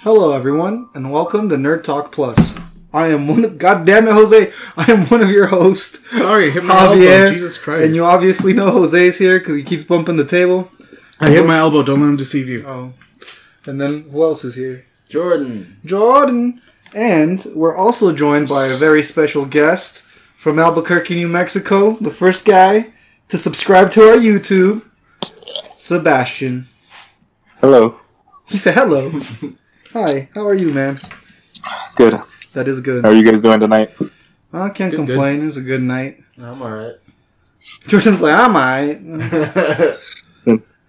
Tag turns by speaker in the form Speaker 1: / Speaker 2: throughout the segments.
Speaker 1: Hello, everyone, and welcome to Nerd Talk Plus. I am one of, God damn it, Jose, I am one of your hosts,
Speaker 2: Sorry, hit my elbow.
Speaker 1: Javier.
Speaker 2: Jesus Christ.
Speaker 1: And you obviously know Jose's here because he keeps bumping the table.
Speaker 2: I hit my elbow. Don't let him deceive you.
Speaker 1: Oh, and then who else is here?
Speaker 3: Jordan.
Speaker 1: Jordan. And we're also joined by a very special guest from Albuquerque, New Mexico, the first guy to subscribe to our YouTube, Sebastian.
Speaker 4: Hello.
Speaker 1: He said hello. Hi, how are you, man?
Speaker 4: Good. How
Speaker 1: That is good.
Speaker 4: are you guys doing tonight?
Speaker 1: I can't
Speaker 2: Good, good.
Speaker 1: complain. It was a good night.
Speaker 3: I'm alright.
Speaker 1: Jordan's like, I'm alright.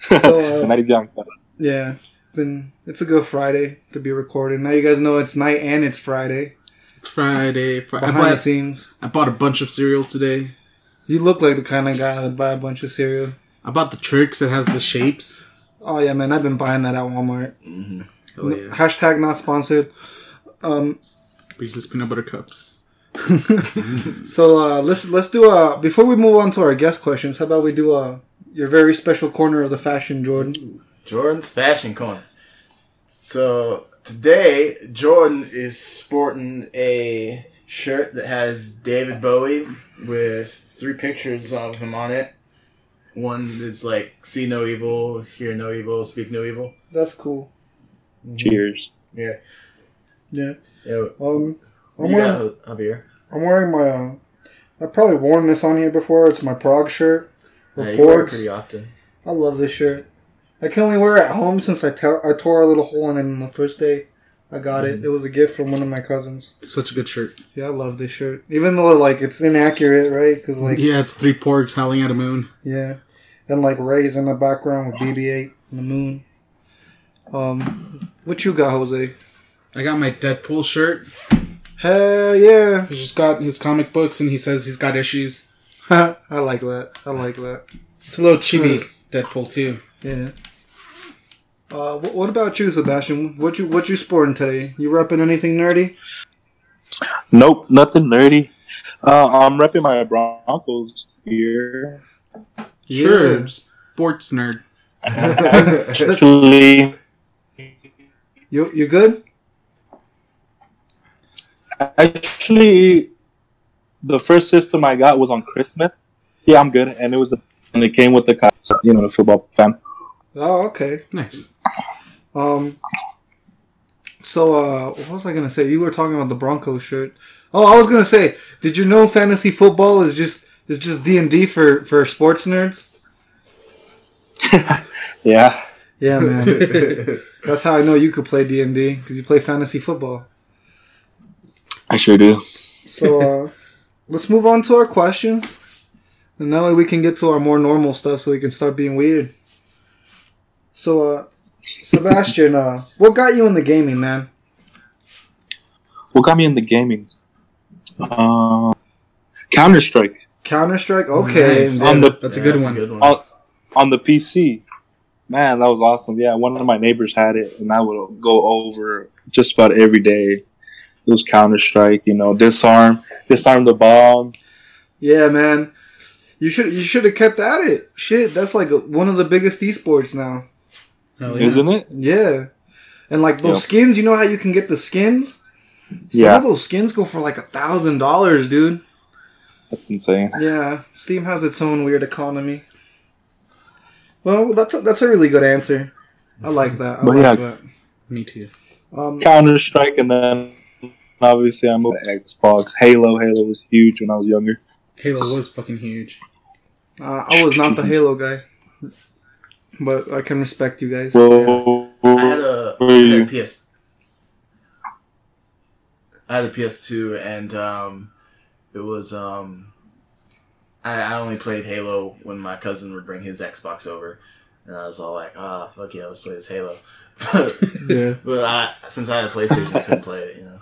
Speaker 1: So, uh,
Speaker 4: the night is young.
Speaker 1: Yeah. Then it's a good Friday to be recording. Now you guys know it's night and it's Friday.
Speaker 2: Friday. Fri- I,
Speaker 1: Behind the
Speaker 2: bought,
Speaker 1: scenes.
Speaker 2: I bought a bunch of cereal today.
Speaker 1: You look like the kind of guy that would buy a bunch of cereal.
Speaker 2: I bought the tricks that has the shapes.
Speaker 1: Oh yeah, man, I've been buying that at Walmart.
Speaker 2: Hell yeah.
Speaker 1: Hashtag not sponsored. Um
Speaker 2: Reese's peanut butter cups.
Speaker 1: so uh let's let's do uh before we move on to our guest questions, how about we do uh your very special corner of the fashion, Jordan.
Speaker 3: Jordan's fashion corner. So today, Jordan is sporting a shirt that has David Bowie with three pictures of him on it. One is like "See no evil, hear no evil, speak no evil."
Speaker 1: That's cool.
Speaker 4: Cheers.
Speaker 3: Yeah,
Speaker 1: Yeah.
Speaker 3: yeah.
Speaker 1: Um I'm
Speaker 2: oh
Speaker 3: You
Speaker 1: wearing,
Speaker 3: got Javier.
Speaker 1: I'm wearing my uh, I've probably worn this on here before. It's my Prague shirt.
Speaker 3: Yeah,
Speaker 1: With
Speaker 3: you wear it
Speaker 1: Borgs.
Speaker 3: pretty often.
Speaker 1: I love this shirt. I can only wear it at home since I, tore I tore a little hole in it on the first day I got
Speaker 3: Mm-hmm.
Speaker 1: it. It was a gift from one of my cousins.
Speaker 2: Such a good shirt.
Speaker 1: Yeah, I love this shirt. Even though like it's inaccurate, right? Because like yeah.
Speaker 2: yeah, it's three porgs howling at a moon.
Speaker 3: Mm-hmm.
Speaker 1: and like Ray's in the background with BB-8 and the moon. Um, what you got, Jose?
Speaker 2: I got my Deadpool shirt.
Speaker 1: Hell yeah!
Speaker 2: He's just got his comic books and he says he's got issues.
Speaker 1: I like that. I like that.
Speaker 2: It's a little chibi Deadpool too.
Speaker 1: Yeah. Uh, what, what about you, Sebastian? What you what you sporting today? You repping anything nerdy?
Speaker 4: Nope, nothing nerdy. Uh, I'm repping my Broncos here.
Speaker 2: Sure. Sports nerd.
Speaker 4: Actually,
Speaker 1: You you good?
Speaker 4: actually, the first system I got was on Christmas. Yeah, I'm good, and it was the and it came with the co- so, you know the football fan.
Speaker 1: Oh, okay.
Speaker 2: Nice.
Speaker 1: Um. So, uh, what was I gonna say? You were talking about the Broncos shirt. Oh, I was gonna say, did you know fantasy football is just is just D and D for for sports nerds?
Speaker 4: Yeah,
Speaker 1: Yeah, man. That's how I know you could play D and D because you play fantasy football.
Speaker 4: I sure do.
Speaker 1: So, uh, let's move on to our questions, and that way we can get to our more normal stuff, so we can start being weird. So, uh, Sebastian, uh, what got you in the gaming, man?
Speaker 4: What got me into gaming? Uh, Counter Strike
Speaker 1: Counter Strike. Okay,
Speaker 2: Nice.
Speaker 4: on the
Speaker 2: That's a
Speaker 3: Yeah,
Speaker 2: good one.
Speaker 4: Oh, on the PC. Man, that was awesome. Yeah, one of my neighbors had it, and I would go over just about every day. It was Counter Strike, you know, disarm, disarm the bomb.
Speaker 1: Yeah, man. You should you should have kept at it. Shit, that's like one of the biggest esports now.
Speaker 2: Hell Oh, yeah.
Speaker 4: Isn't it?
Speaker 1: Yeah. And like those
Speaker 4: Yeah.
Speaker 1: skins, you know how you can get the skins? Some
Speaker 4: Yeah.
Speaker 1: of those skins go for like a thousand dollars, dude.
Speaker 4: That's insane.
Speaker 1: Yeah. Steam has its own weird economy. Well, that's a, that's a really good answer. I like that. I
Speaker 4: But
Speaker 1: like
Speaker 4: yeah.
Speaker 1: that.
Speaker 2: Me too.
Speaker 1: Um,
Speaker 4: Counter Strike, and then obviously I moved to Xbox. Halo, Halo was huge when I was younger.
Speaker 2: Halo was fucking huge.
Speaker 1: uh, I was not the Halo guy, but I can respect you guys.
Speaker 4: Whoa,
Speaker 3: I had a,
Speaker 4: Where are
Speaker 3: I had a
Speaker 4: you?
Speaker 3: PS. I had a PS2, and um, it was um, I, I only played Halo when my cousin would bring his Xbox over, and I was all like, "Ah, fuck yeah, let's play this Halo." but
Speaker 1: Yeah.
Speaker 3: I, since I had a PlayStation, I couldn't play it. You know,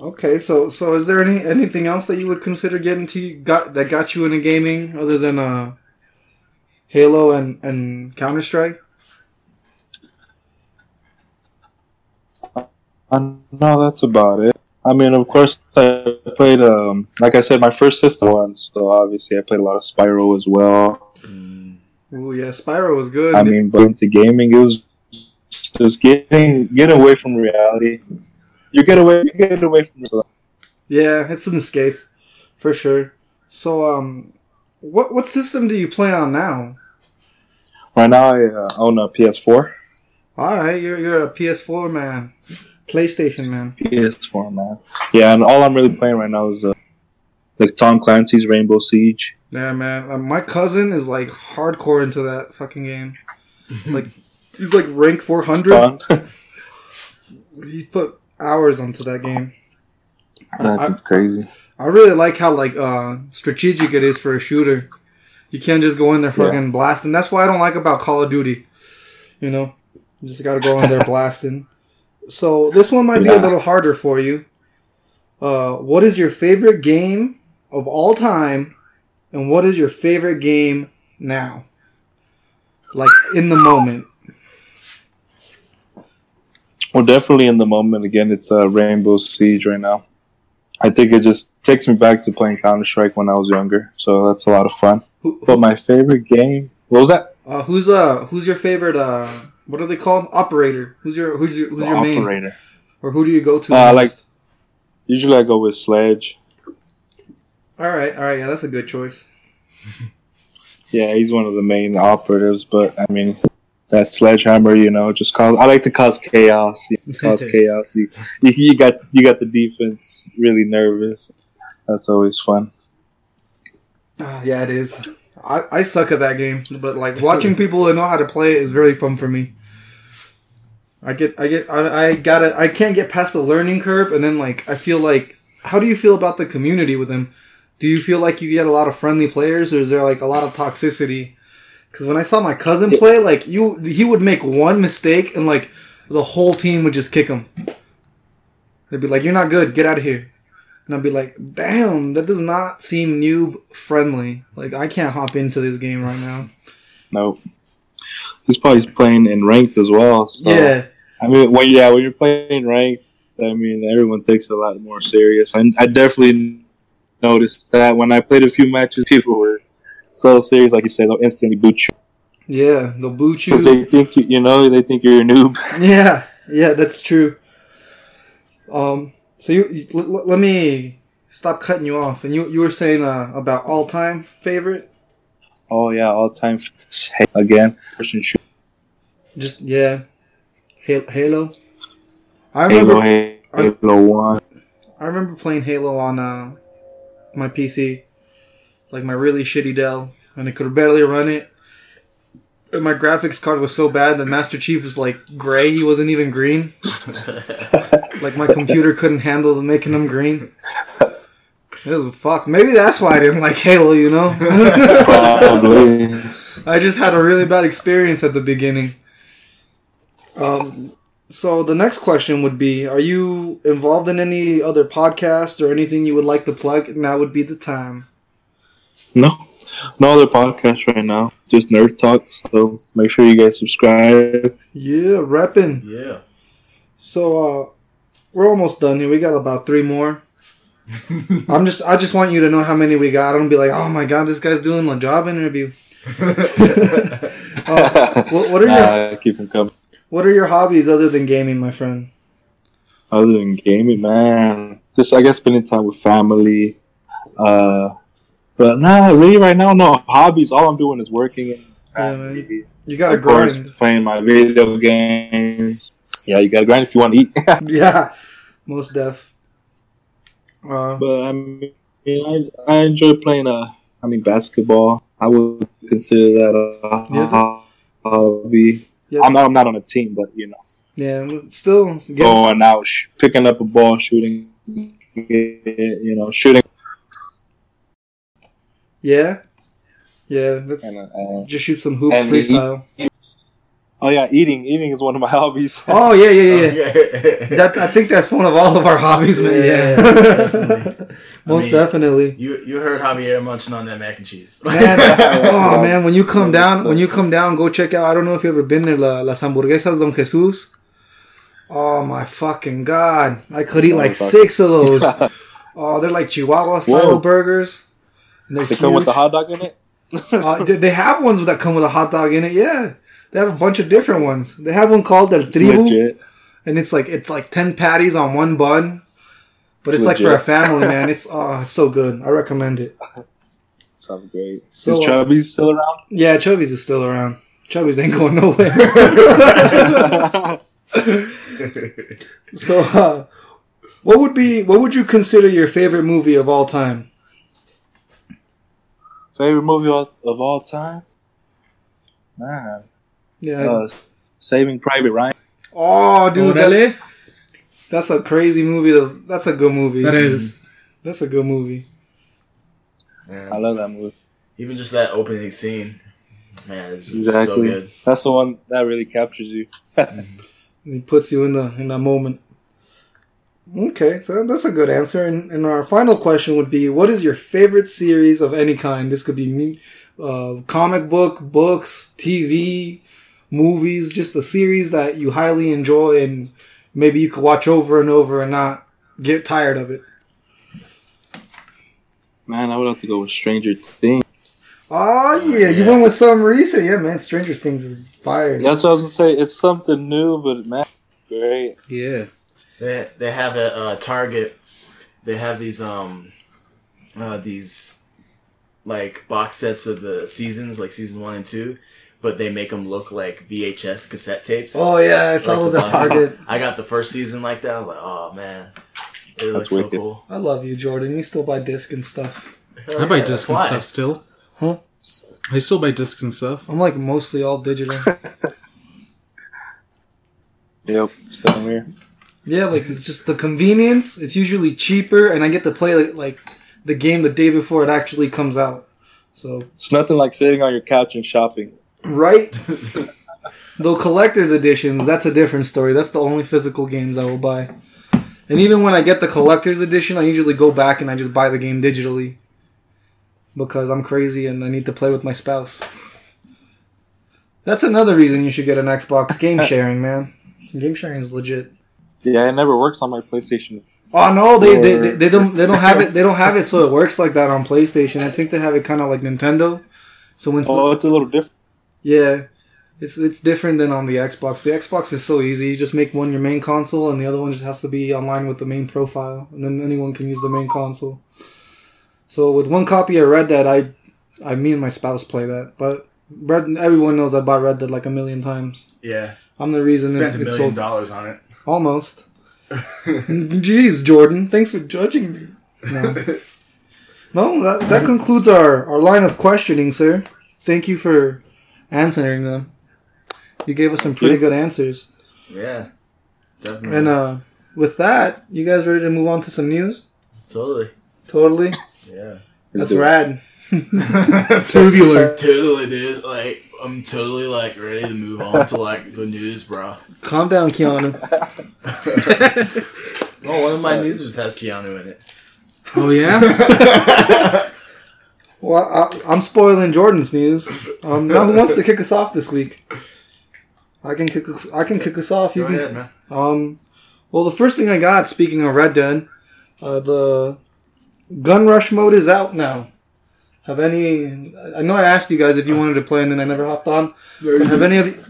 Speaker 1: Okay, so so is there any anything else that you would consider getting to got that got you into gaming other than uh Halo and and Counter Strike?
Speaker 4: Uh, no, that's about it. I mean, of course, I played, um, like I said, my first system one, so obviously I played a lot of Spyro as well.
Speaker 3: Mm,
Speaker 1: Oh yeah, Spyro was good.
Speaker 4: I mean, but into gaming, it was just getting get away from reality. You get away, you get away from reality.
Speaker 1: Yeah, it's an escape for sure. So, um, what what system do you play on now?
Speaker 4: Right now, I uh, own a PS4.
Speaker 1: All right, you're you're a PS4 man, PlayStation man.
Speaker 4: PS4, man. Yeah, and all I'm really playing right now is uh, like Tom Clancy's Rainbow Siege.
Speaker 1: Yeah, man. Uh, my cousin is like hardcore into that fucking game. Like he's like rank 400.
Speaker 4: Fun.
Speaker 1: He put hours onto that game.
Speaker 4: That's crazy.
Speaker 1: I really like how like uh strategic it is for a shooter. You can't just go in there
Speaker 4: Yeah.
Speaker 1: fucking blasting. That's what I don't like about Call of Duty. You know, you just gotta go in there blasting. So this one might be a
Speaker 4: Yeah.
Speaker 1: little harder for you. Uh, what is your favorite game of all time, and what is your favorite game now? Like in the moment.
Speaker 4: Well, definitely in the moment. Again, it's uh, Rainbow Siege right now. I think it just takes me back to playing Counter Strike when I was younger, so that's a lot of fun.
Speaker 1: Who,
Speaker 4: But my favorite game, what was that?
Speaker 1: uh, who's uh who's your favorite uh what are they called operator? Who's your who's your who's
Speaker 4: The
Speaker 1: your main
Speaker 4: Operator.
Speaker 1: or who do you go to?
Speaker 4: Uh,
Speaker 1: most?
Speaker 4: like- Usually, I go with Sledge.
Speaker 1: All right, all right, yeah, that's a good choice.
Speaker 4: Yeah, he's one of the main operatives, but I mean, that sledgehammer, you know, just cause. I like to cause chaos. You know, cause chaos. You, you, you got you got the defense really nervous. That's always fun.
Speaker 1: Ah, yeah, it is. I, I suck at that game, but like watching people that know how to play it is very fun for me. I get I get I, I gotta I can't get past the learning curve, and then like I feel like how do you feel about the community with them? Do you feel like you get a lot of friendly players, or is there like a lot of toxicity? Because when I saw my cousin play, like you, he would make one mistake, and like the whole team would just kick him. They'd be like, "You're not good. Get out of here." and I'd be like, "Damn, that does not seem noob friendly. Like I can't hop into this game right now."
Speaker 4: Nope. He's probably playing in ranked as well. So.
Speaker 1: Yeah,
Speaker 4: I mean, when yeah, when you're playing ranked, I mean, everyone takes it a lot more serious. And I definitely noticed that when I played a few matches, people were so serious, like you said, they'll instantly boot you
Speaker 1: yeah, they'll boot you.
Speaker 4: because they think you, you know, they think you're a noob.
Speaker 1: yeah, yeah, that's true. Um, so you, you l- l- let me stop cutting you off, and you you were saying uh, about all time favorite.
Speaker 4: Oh yeah, all time shit, again. Person shoot.
Speaker 1: Just yeah, Hal- Halo. I remember
Speaker 4: Halo, Halo,
Speaker 1: I-
Speaker 4: One.
Speaker 1: I remember playing Halo on uh, my PC, like my really shitty Dell, and I could barely run it. And my graphics card was so bad that Master Chief was like gray; he wasn't even green.
Speaker 3: Mm.
Speaker 1: like my computer couldn't handle the making him green. It was fuck. Maybe that's why I didn't like Halo. You know,
Speaker 4: Probably.
Speaker 1: I just had a really bad experience at the beginning. Um, so the next question would be: Are you involved in any other podcast or anything you would like to plug? And that would be the time.
Speaker 4: no, no other podcast right now. Just nerd talk. So make sure you guys subscribe.
Speaker 1: Yeah, repping.
Speaker 3: Yeah.
Speaker 1: So uh, we're almost done here. We got about three more. I'm just. I just want you to know how many we got. I don't be like, oh my god, this guy's doing a job interview. Uh, What, what are your
Speaker 4: Nah, keep them coming.
Speaker 1: What are your hobbies other than gaming, my friend?
Speaker 4: other than gaming, man, just I guess spending time with family. Uh, but nah, really, right now, no hobbies. All I'm doing is working. And
Speaker 1: Yeah,
Speaker 4: family.
Speaker 1: You gotta
Speaker 4: Of course,
Speaker 1: grind.
Speaker 4: playing my video games. Yeah, you gotta grind if you want to eat.
Speaker 1: yeah, most deaf. Uh,
Speaker 4: but I mean, I, I enjoy playing. Uh, I mean, basketball. I would consider that a
Speaker 1: Yeah,
Speaker 4: hobby.
Speaker 1: yeah,
Speaker 4: I'm not. I'm not on a team, but you know,
Speaker 1: yeah, still get,
Speaker 4: going out, sh- picking up a ball, shooting. You know, shooting.
Speaker 1: yeah, yeah. That's,
Speaker 4: And, uh,
Speaker 1: just shoot some hoops
Speaker 4: and
Speaker 1: freestyle.
Speaker 4: oh yeah, eating. Eating is one of my hobbies.
Speaker 1: Oh yeah, yeah, yeah. yeah.
Speaker 3: yeah.
Speaker 1: That I think that's one of all of our hobbies, man.
Speaker 3: Yeah,
Speaker 1: Yeah,
Speaker 3: definitely.
Speaker 1: most
Speaker 3: I mean-
Speaker 1: definitely.
Speaker 3: You you heard Javier munching on that mac and cheese.
Speaker 1: Man, oh
Speaker 4: Yeah.
Speaker 1: man, when you come
Speaker 4: Yeah,
Speaker 1: down,
Speaker 4: so-
Speaker 1: when you come down, go check out. I don't know if you ever been there, La, Las Hamburguesas Don Jesus. Oh my fucking god, I could eat
Speaker 4: Oh,
Speaker 1: like
Speaker 4: fuck.
Speaker 1: six of those. Oh, they're like Chihuahua style
Speaker 4: Whoa.
Speaker 1: burgers. And they're
Speaker 4: They come with the
Speaker 1: huge.
Speaker 4: hot dog in it.
Speaker 1: Uh, they- they have ones that come with a hot dog in it. Yeah, They have a bunch of different ones. They have one called El Tribu,
Speaker 4: Legit.
Speaker 1: and it's like it's like ten patties on one bun, but it's,
Speaker 4: It's
Speaker 1: like for a
Speaker 4: legit.
Speaker 1: family, man. It's oh, it's so good. I recommend it.
Speaker 4: Sounds great.
Speaker 1: So, uh,
Speaker 4: Is Chubby still around?
Speaker 1: Yeah, Chubby's is still around. Chubby's ain't going nowhere. so, uh, what would be what would you consider your favorite movie of all time?
Speaker 4: Favorite movie of, of all time? Man,
Speaker 1: Yeah.
Speaker 4: uh, Saving Private Ryan.
Speaker 1: oh, dude, that,
Speaker 2: Orale?
Speaker 1: that's a crazy movie. to- That's a good movie.
Speaker 2: That is.
Speaker 1: That's a good movie.
Speaker 4: I
Speaker 3: Man,
Speaker 4: love that movie.
Speaker 3: even just that opening scene, man, it's just so
Speaker 4: Exactly.
Speaker 3: good.
Speaker 4: That's the one that really captures you.
Speaker 1: And he puts you in the in that moment. Okay, so that's a good answer. And, and our final question would be: What is your favorite series of any kind? This could be me, uh, comic book, books, TV, movies. Just a series that you highly enjoy, and maybe you could watch over and over and not get tired of it.
Speaker 4: Man, I would have to go with Stranger Things.
Speaker 1: Oh yeah, you
Speaker 3: Yeah.
Speaker 1: went with some recent, yeah, man. Stranger Things is fire.
Speaker 4: That's what I was gonna say. It's something new, but man, great.
Speaker 2: Yeah.
Speaker 3: They, they have a uh, Target. They have these um, uh, these like box sets of the seasons, like season one and two, but they make them look like VHS cassette tapes.
Speaker 1: Oh yeah, I saw
Speaker 3: Like
Speaker 1: those
Speaker 3: the
Speaker 1: at
Speaker 3: box-
Speaker 1: Target.
Speaker 3: I got the first season like that. I'm like, oh man, it looks so
Speaker 4: wicked.
Speaker 3: cool.
Speaker 1: I love you, Jordan. You still buy disc and stuff.
Speaker 3: Hell
Speaker 2: I buy
Speaker 3: yeah, that's
Speaker 2: discs and
Speaker 3: why.
Speaker 2: stuff still.
Speaker 1: Huh?
Speaker 2: I still buy discs and stuff.
Speaker 1: I'm like mostly all digital.
Speaker 4: Yep, still here.
Speaker 1: Yeah, like it's just the convenience. It's usually cheaper, and I get to play like, like the game the day before it actually comes out. So
Speaker 4: It's nothing like sitting on your couch and shopping.
Speaker 1: right, though collector's editions, that's a different story. That's the only physical games I will buy. And even when I get the collector's edition, I usually go back and I just buy the game digitally because I'm crazy and I need to play with my spouse. That's another reason you should get an Xbox game sharing, man. Game sharing is legit.
Speaker 4: Yeah, it never works on my PlayStation.
Speaker 1: Oh no, they, they,
Speaker 4: Or-
Speaker 1: they, they don't they don't have it they don't have it so it works like that on PlayStation. I think they have it kind of like Nintendo. So when
Speaker 4: Oh, it's a little different.
Speaker 1: yeah, it's it's different than on the Xbox. The Xbox is so easy. You just make one your main console, and the other one just has to be online with the main profile, and then anyone can use the main console. So with one copy of Red Dead, I, I me and my spouse play that. But Red, everyone knows I bought Red Dead like a million times.
Speaker 3: Yeah,
Speaker 1: I'm the reason
Speaker 3: spent
Speaker 1: it,
Speaker 3: a
Speaker 1: it
Speaker 3: million
Speaker 1: sold
Speaker 3: dollars on it.
Speaker 1: almost. Jeez, Jordan, thanks for judging me. No. No, that, that concludes our, our line of questioning, sir. Thank you for answering them. You gave us some pretty good answers.
Speaker 3: yeah, definitely.
Speaker 1: And uh, with that, you guys ready to move on to some news?
Speaker 3: totally.
Speaker 1: Totally.
Speaker 3: Yeah.
Speaker 1: That's rad.
Speaker 2: Tubular.
Speaker 3: Totally, dude. Like, I'm totally like ready to move on to like the news, bro.
Speaker 1: Calm down, Keanu.
Speaker 3: Oh, one of my news just has Keanu in it.
Speaker 2: Oh yeah?
Speaker 1: Well, I, I'm spoiling Jordan's news. Um, now, who wants to kick us off this week? I can kick. us- I can kick us off. You
Speaker 3: Go
Speaker 1: can.
Speaker 3: ahead, man.
Speaker 1: Um, well, the first thing I got, speaking of Red Dead, uh, the Gun Rush mode is out now. Have any? I know I asked you guys if you wanted to play, and then I never hopped on. Have any of you?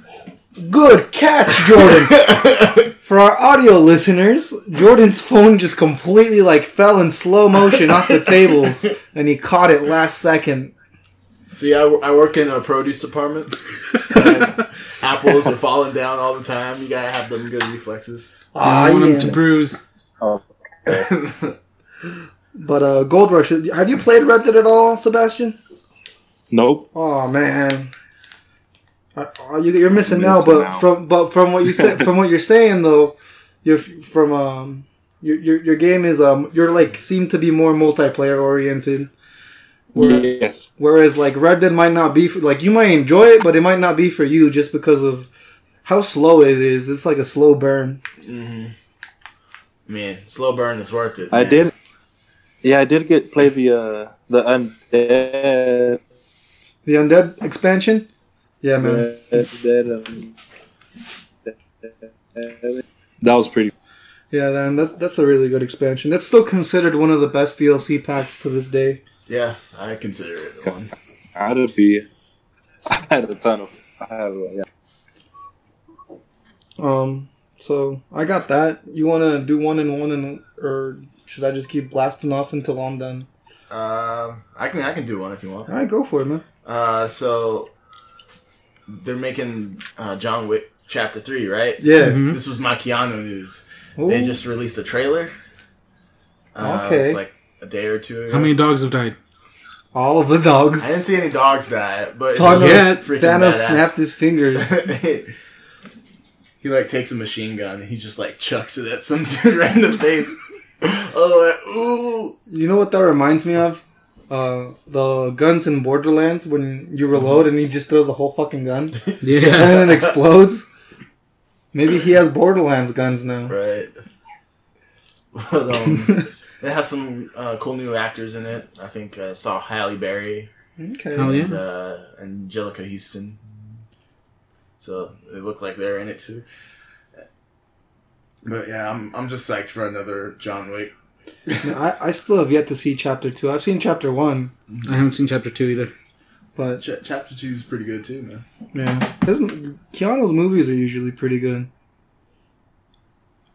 Speaker 1: Good catch, Jordan. For our audio listeners, Jordan's phone just completely like fell in slow motion off the table, and he caught it last second.
Speaker 3: See, I, I work in a produce department. and apples are falling down all the time. You gotta have them good reflexes.
Speaker 2: I
Speaker 1: Ah,
Speaker 2: want
Speaker 1: yeah.
Speaker 2: him to bruise.
Speaker 4: Oh,
Speaker 1: But uh, Gold Rush. Have you played Red Dead at all, Sebastian?
Speaker 4: nope.
Speaker 1: Oh man, Uh, uh, you, you're missing,
Speaker 4: Missing
Speaker 1: out. But
Speaker 4: out.
Speaker 1: from but from what you said, from what you're saying though, you're f- from um your your, your game is um you're like seem to be more multiplayer oriented. Where,
Speaker 4: Yes.
Speaker 1: Whereas like Red Dead might not be for, like you might enjoy it, but it might not be for you just because of how slow it is. It's like a slow burn.
Speaker 3: Mm-hmm. Man, slow burn is worth it.
Speaker 4: I
Speaker 3: man.
Speaker 4: did. Yeah, I did get play the uh the undead.
Speaker 1: The undead expansion. Yeah, man.
Speaker 4: undead, um, that was pretty.
Speaker 1: Yeah, then that's that's a really good expansion. That's still considered one of the best DLC packs to this day.
Speaker 3: Yeah, I consider it one.
Speaker 4: I had to be. I had a ton of. I had a, yeah.
Speaker 1: Um, so I got that. You want to do one and one, and or should I just keep blasting off until I'm done?
Speaker 3: Um, I can I can do one if you want.
Speaker 1: All right, go for it, man.
Speaker 3: Uh, so they're making uh, John Wick Chapter Three, right?
Speaker 1: Yeah.
Speaker 2: Mhm.
Speaker 3: This was my Keanu news.
Speaker 1: Ooh.
Speaker 3: They just released a trailer. Uh,
Speaker 1: Okay.
Speaker 3: It's like a day or two. Ago.
Speaker 2: How many dogs have died?
Speaker 1: all of the
Speaker 3: I
Speaker 1: dogs.
Speaker 3: didn't see any dogs die, but it
Speaker 1: Thanos,
Speaker 3: does look
Speaker 2: Yeah,
Speaker 3: freaking
Speaker 1: Thanos
Speaker 3: badass.
Speaker 1: snapped his fingers.
Speaker 3: he like takes a machine gun and he just like chucks it at some dude right in the face. Oh, like, ooh!
Speaker 1: You know what that reminds me of? Uh, the guns in Borderlands when
Speaker 3: Mhm.
Speaker 1: you reload and he just throws the whole fucking gun and
Speaker 2: Yeah.
Speaker 1: then it explodes. Maybe he has Borderlands guns now.
Speaker 3: Right. But, um, it has some uh, cool new actors in it. I think uh, saw Halle Berry
Speaker 1: Okay.
Speaker 2: Hell yeah.
Speaker 3: and uh, Angelica Houston. So they look like they're in it too. But yeah, I'm I'm just psyched for another John Wick.
Speaker 1: I, I still have yet to see chapter two. I've seen chapter one,
Speaker 2: I haven't seen chapter two either.
Speaker 1: but
Speaker 3: Ch- chapter two is pretty good too, man.
Speaker 1: yeah, his, Keanu's movies are usually pretty good.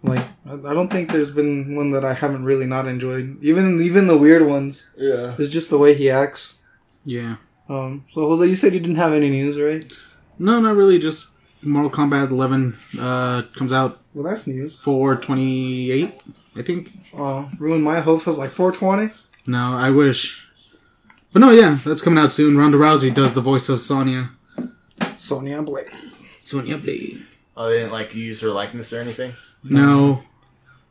Speaker 1: Like I, I don't think there's been one that I haven't really not enjoyed. Even even the weird ones.
Speaker 3: Yeah.
Speaker 1: It's just the way he acts.
Speaker 2: Yeah.
Speaker 1: Um, so Jose, you said you didn't have any news, right?
Speaker 2: No, not really. Just Mortal Kombat 11 uh, comes out
Speaker 1: Well, that's news.
Speaker 2: for 28, I think.
Speaker 1: Uh, ruined my hopes. I was like 420.
Speaker 2: No, I wish. But no, yeah, that's coming out soon. Ronda Rousey does the voice of Sonya.
Speaker 1: Sonya Blade.
Speaker 2: Sonya Blade.
Speaker 3: Oh, they didn't like use her likeness or anything.
Speaker 2: No.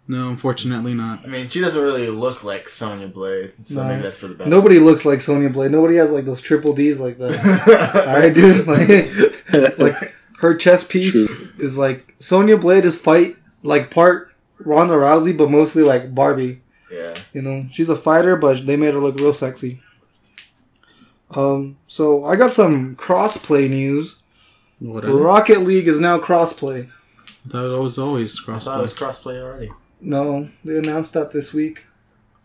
Speaker 2: No, unfortunately not.
Speaker 3: I mean, she doesn't really look like Sonya Blade, so
Speaker 1: No.
Speaker 3: maybe that's for the best.
Speaker 1: Nobody looks like Sonya Blade. Nobody has like those triple D's like that. All right, dude. Like, like her chess piece is like Sonya Blade is fight like part Ronda Rousey, but mostly like Barbie.
Speaker 3: yeah.
Speaker 1: You know, she's a fighter, but they made her look real sexy. Um, so I got some crossplay news.
Speaker 2: Whatever.
Speaker 1: Rocket League is now crossplay.
Speaker 2: That was always
Speaker 3: I thought it was
Speaker 2: crossplay.
Speaker 3: crossplay already.
Speaker 1: No, they announced that this week.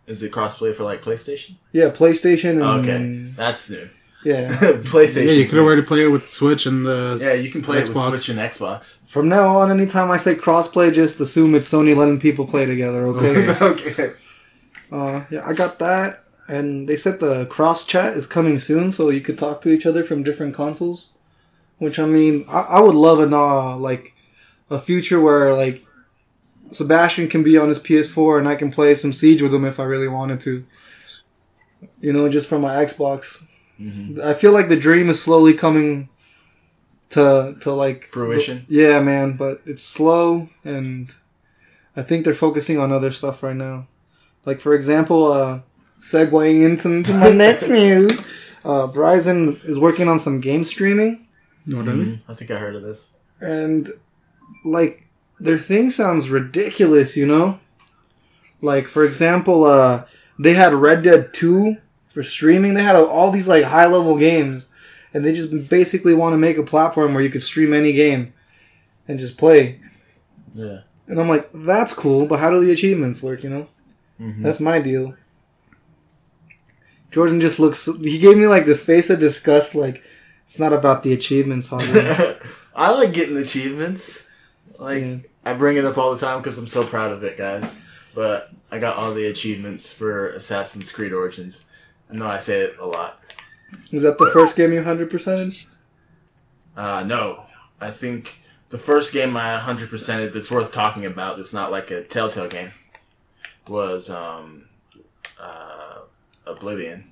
Speaker 3: Is it crossplay for like PlayStation?
Speaker 1: Yeah, PlayStation and
Speaker 3: Okay, that's new.
Speaker 1: yeah.
Speaker 3: PlayStation.
Speaker 2: Mm-hmm. Yeah, you could already play it with Switch and the.
Speaker 3: Yeah, you can play it with
Speaker 2: Xbox.
Speaker 3: Switch and Xbox.
Speaker 1: From now on, anytime I say crossplay, just assume it's Sony letting people play together. Okay.
Speaker 2: Okay.
Speaker 3: okay.
Speaker 1: uh, yeah, I got that, and they said the cross chat is coming soon, so you could talk to each other from different consoles. Which I mean, I, I would love an uh, like a future where like Sebastian can be on his PS4 and I can play some Siege with him if I really wanted to. You know, just from my Xbox.
Speaker 3: hmm
Speaker 1: I feel like the dream is slowly coming to to like
Speaker 3: Fruition?
Speaker 1: yeah, man, but it's slow, and I think they're focusing on other stuff right now. Like for example, uh, segueing into, into my next news, uh, Verizon is working on some game streaming,
Speaker 2: Whatever.
Speaker 3: Mm-hmm. I think I heard of this.
Speaker 1: and like their thing sounds ridiculous, you know. Like for example, uh, they had Red Dead Two for streaming. They had all these like high level games, and they just basically want to make a platform where you could stream any game and just play.
Speaker 3: Yeah.
Speaker 1: And I'm like, that's cool, but how do the achievements work, you know?
Speaker 3: Mhm.
Speaker 1: That's my deal. Jordan just looks, he gave me like this face of disgust, like, it's not about the achievements, Javier.
Speaker 3: I like getting achievements. Like
Speaker 1: Yeah.
Speaker 3: I bring it up all the time because I'm so proud of it, guys. But I got all the achievements for Assassin's Creed Origins. I know I say it a lot.
Speaker 1: Is that the first game you 100%?
Speaker 3: Uh, no, I think the first game I 100% that's worth talking about. That's not like a Telltale game. Was um, uh, Oblivion.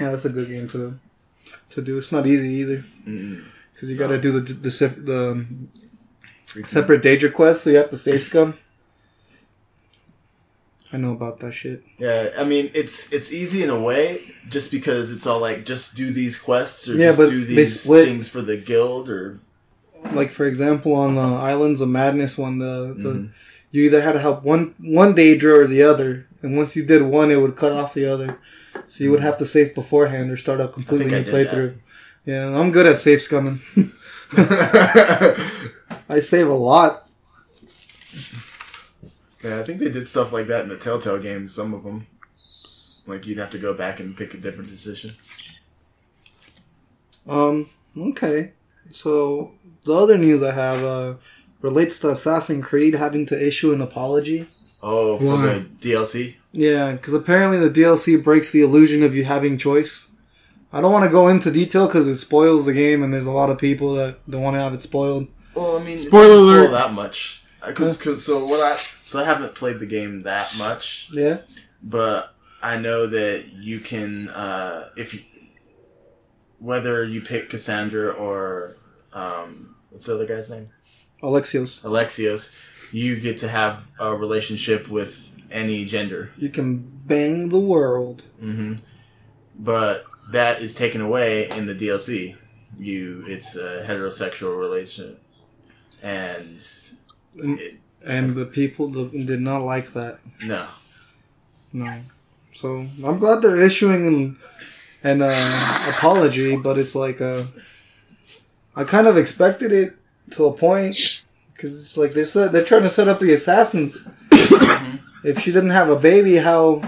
Speaker 1: Yeah, that's a good game to to do. It's not easy either.
Speaker 3: Mm-mm.
Speaker 1: Because you gotta do the, the, sep- the um, separate danger quest, so you have to save scum. I know about that shit.
Speaker 3: Yeah, I mean it's it's easy in a way, just because it's all like just do these quests or
Speaker 1: Yeah,
Speaker 3: just
Speaker 1: but
Speaker 3: do
Speaker 1: they
Speaker 3: these
Speaker 1: split-
Speaker 3: things for the guild or
Speaker 1: like for example on the islands of madness one the, the
Speaker 3: Mm-hmm.
Speaker 1: you either had to help one one daedra or the other and once you did one it would cut off the other so you would have to save beforehand or start a completely
Speaker 3: Mm-hmm. I
Speaker 1: new
Speaker 3: did that.
Speaker 1: playthrough yeah i'm good at save scumming
Speaker 3: yeah,
Speaker 1: i save a lot
Speaker 3: I think they did stuff like that in the Telltale games. Some of them, like you'd have to go back and pick a different decision.
Speaker 1: um okay so the other news i have uh relates to Assassin's Creed having to issue an apology.
Speaker 3: Oh, for
Speaker 2: Why?
Speaker 3: the DLC.
Speaker 1: Yeah, because apparently the DLC breaks the illusion of you having choice. I don't want to go into detail because it spoils the game, and there's a lot of people that don't want to have it spoiled.
Speaker 3: Well, I mean,
Speaker 2: Spoiler
Speaker 3: it doesn't spoil
Speaker 2: alert.
Speaker 3: that much. I- Cause, 'cause- so what I so I haven't played the game that much,
Speaker 1: Yeah,
Speaker 3: but I know that you can uh, if you whether you pick Cassandra or um, what's the other guy's name
Speaker 1: Alexios,
Speaker 3: Alexios, you get to have a relationship with any gender.
Speaker 1: you can bang the world.
Speaker 3: hmm But that is taken away in the DLC. You, it's a heterosexual relation, and it,
Speaker 1: And the people th- did not like that.
Speaker 3: no,
Speaker 1: No. So I'm glad they're issuing an, an uh, apology, but it's like uh, I kind of expected it to a point because it's like they said they're trying to set up the assassins. if she didn't have a baby, how?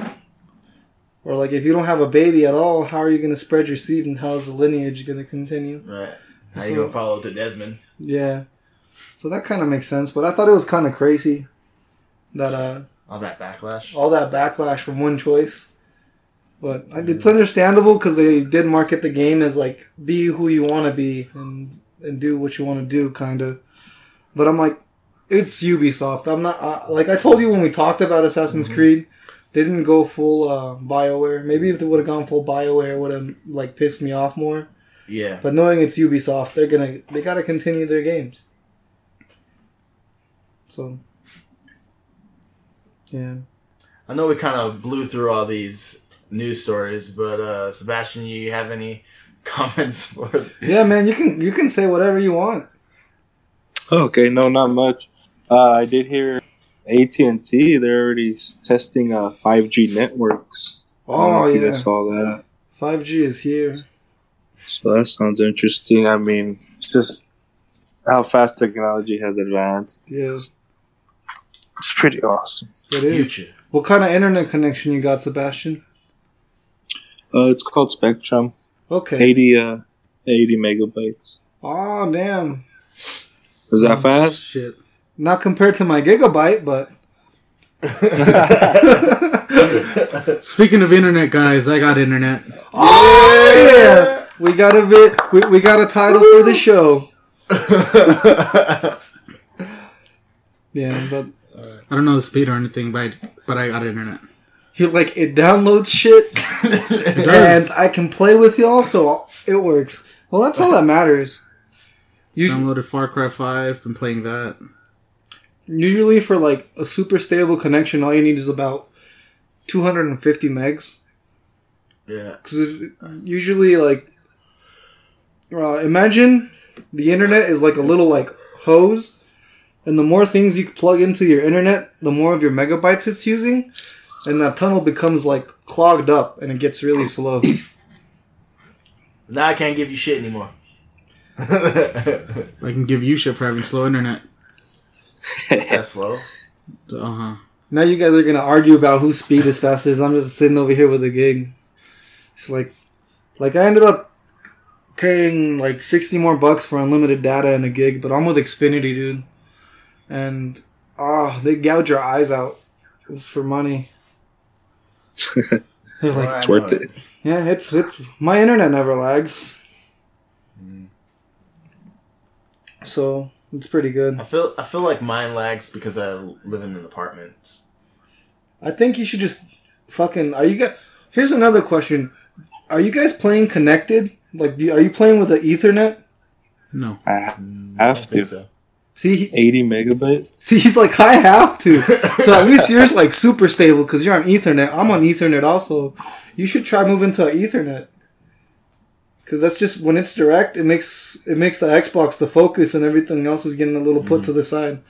Speaker 1: Or like if you don't have a baby at all, how are you going to spread your seed and how's the lineage going to continue?
Speaker 3: right? How you gonna follow to Desmond?
Speaker 1: Yeah. So that kind of makes sense, but I thought it was kind of crazy that uh
Speaker 3: All that backlash.
Speaker 1: all that backlash from one choice. But I- it's understandable because they did market the game as like be who you want to be and and do what you want to do, kind of. But I'm like, it's Ubisoft. I'm not I, like I told you when we talked about Assassin's Creed. They didn't go full uh, Bioware. Maybe if they would have gone full Bioware, would have like pissed me off more.
Speaker 3: Yeah,
Speaker 1: But knowing it's Ubisoft, they're gonna they gotta continue their games. So, yeah.
Speaker 3: I know we kind of blew through all these news stories, but uh, Sebastian, you have any comments for?
Speaker 1: Yeah, man, you can you can say whatever you want.
Speaker 4: Okay, no, not much. Uh, I did hear AT and T. They're already s- testing uh, 5G networks. I don't
Speaker 1: Oh
Speaker 4: know if you
Speaker 1: yeah,
Speaker 4: guys saw that.
Speaker 1: five G is here.
Speaker 4: So that sounds interesting. I mean, it's just how fast technology has advanced.
Speaker 1: Yeah,
Speaker 4: It's pretty awesome.
Speaker 1: it is.
Speaker 3: Future.
Speaker 1: What kind of internet connection you got, Sebastian?
Speaker 4: Uh, it's called Spectrum.
Speaker 1: Okay.
Speaker 4: 80, uh, 80 megabytes.
Speaker 1: Oh damn.
Speaker 4: Is that fast?
Speaker 2: Shit.
Speaker 1: Not compared to my gigabyte, but
Speaker 2: Speaking of internet, guys, I got internet.
Speaker 1: oh yeah, we got a bit. We, we got a title for the show. Yeah, but
Speaker 2: I don't know the speed or anything, but I, but I got internet.
Speaker 1: you like it downloads shit,
Speaker 2: does.
Speaker 1: and I can play with y'all, so it works. Well, that's all that matters. Usually,
Speaker 4: Um,
Speaker 2: Downloaded Far Cry 5, been playing that.
Speaker 1: Usually, for like a super stable connection, all you need is about 250 megs.
Speaker 3: yeah,
Speaker 1: Because usually, like, uh, imagine the internet is like a little like hose, and the more things you plug into your internet, the more of your megabytes it's using, and that tunnel becomes like clogged up, and it gets really slow.
Speaker 3: now I can't give you shit anymore.
Speaker 2: I can give you shit for having slow internet.
Speaker 3: That's slow.
Speaker 2: Uh huh.
Speaker 1: now you guys are gonna argue about whose speed is fastest. I'm just sitting over here with a gig. It's like, like I ended up paying like sixty more bucks for unlimited data and a gig, but I'm with Xfinity, dude. And ah, they gouge your eyes out for money. They're like,
Speaker 3: Well, I
Speaker 4: It's
Speaker 3: know
Speaker 4: worth it.
Speaker 1: yeah, it's it's my internet never lags. So it's pretty good.
Speaker 3: I feel I feel like mine lags because I live in an apartment.
Speaker 1: I think you should just fucking. Are you guys? Here's another question: Are you guys playing connected? Like, do, are you playing with the Ethernet?
Speaker 2: No.
Speaker 4: I
Speaker 3: I
Speaker 4: have
Speaker 3: don't think
Speaker 4: to.
Speaker 3: so.
Speaker 1: See, he,
Speaker 4: 80 megabytes?
Speaker 1: see, he's like, I have to. So at least yours like super stable because you're on Ethernet. I'm on Ethernet also. You should try moving to Ethernet. Cause that's just when it's direct, it makes it makes the Xbox the focus, and everything else is getting a little put to the side,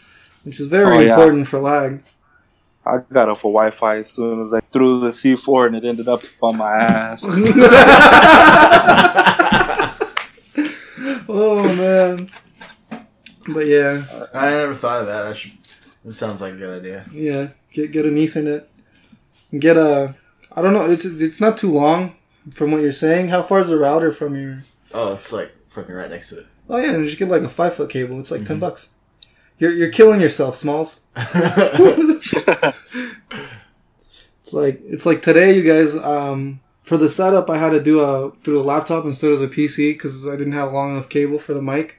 Speaker 1: which is very
Speaker 4: Mm-hmm. Oh, yeah.
Speaker 1: important for lag.
Speaker 4: I got off of Wi Fi as soon as I threw the C4 and it ended up on my ass.
Speaker 1: oh man! But yeah,
Speaker 3: I never thought of that. I should. It sounds like a good idea.
Speaker 1: Yeah, get get an Ethernet. Get a. I don't know. It's it's not too long from what you're saying. How far is the router from your?
Speaker 3: Oh, it's like fucking right next to it.
Speaker 1: Oh yeah, and just get like a five foot cable. It's like ten bucks. You're, you're killing yourself, Smalls. It's like it's like today, you guys. Um, for the setup, I had to do a through the laptop instead of the PC because I didn't have long enough cable for the mic.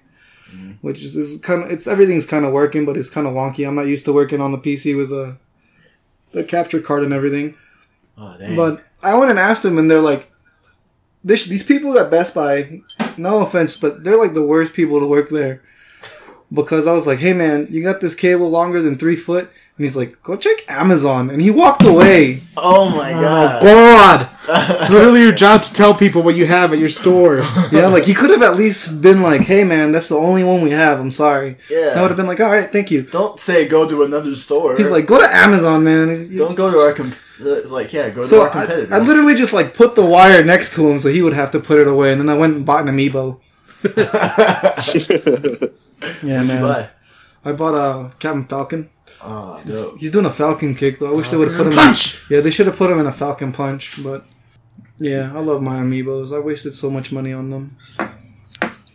Speaker 1: Which is, is kind of it's everything's kind of working, but it's kind of wonky. I'm not used to working on the PC with the the capture card and everything.
Speaker 3: oh damn.
Speaker 1: But I went and asked them, and they're like, this, these people at Best Buy, no offense, but they're like the worst people to work there. Because I was like, hey man, you got this cable longer than three foot? And he's like, go check Amazon. And he walked away.
Speaker 3: oh my
Speaker 2: Oh,
Speaker 3: god.
Speaker 2: God. It's literally your job to tell people what you have at your store.
Speaker 1: yeah, like he could have at least been like, hey man, that's the only one we have. I'm sorry.
Speaker 3: Yeah.
Speaker 1: I would have been like, all right, thank you.
Speaker 3: Don't say go to another store.
Speaker 1: He's like, go to Amazon, man. He's-
Speaker 3: don't go to our com- uh, like yeah, go
Speaker 1: So
Speaker 3: to our
Speaker 1: I,
Speaker 3: competitors.
Speaker 1: I literally just like put the wire next to him so he would have to put it away. And then I went and bought an amiibo. Yeah,
Speaker 3: What'd you buy?
Speaker 1: I bought a uh, Captain Falcon.
Speaker 3: Oh, dope.
Speaker 1: He's doing a Falcon kick though. I wish they would have put him.
Speaker 2: Punch!
Speaker 1: In, yeah, they should have put him in a Falcon punch. But yeah, I love my amiibos. I wasted so much money on them.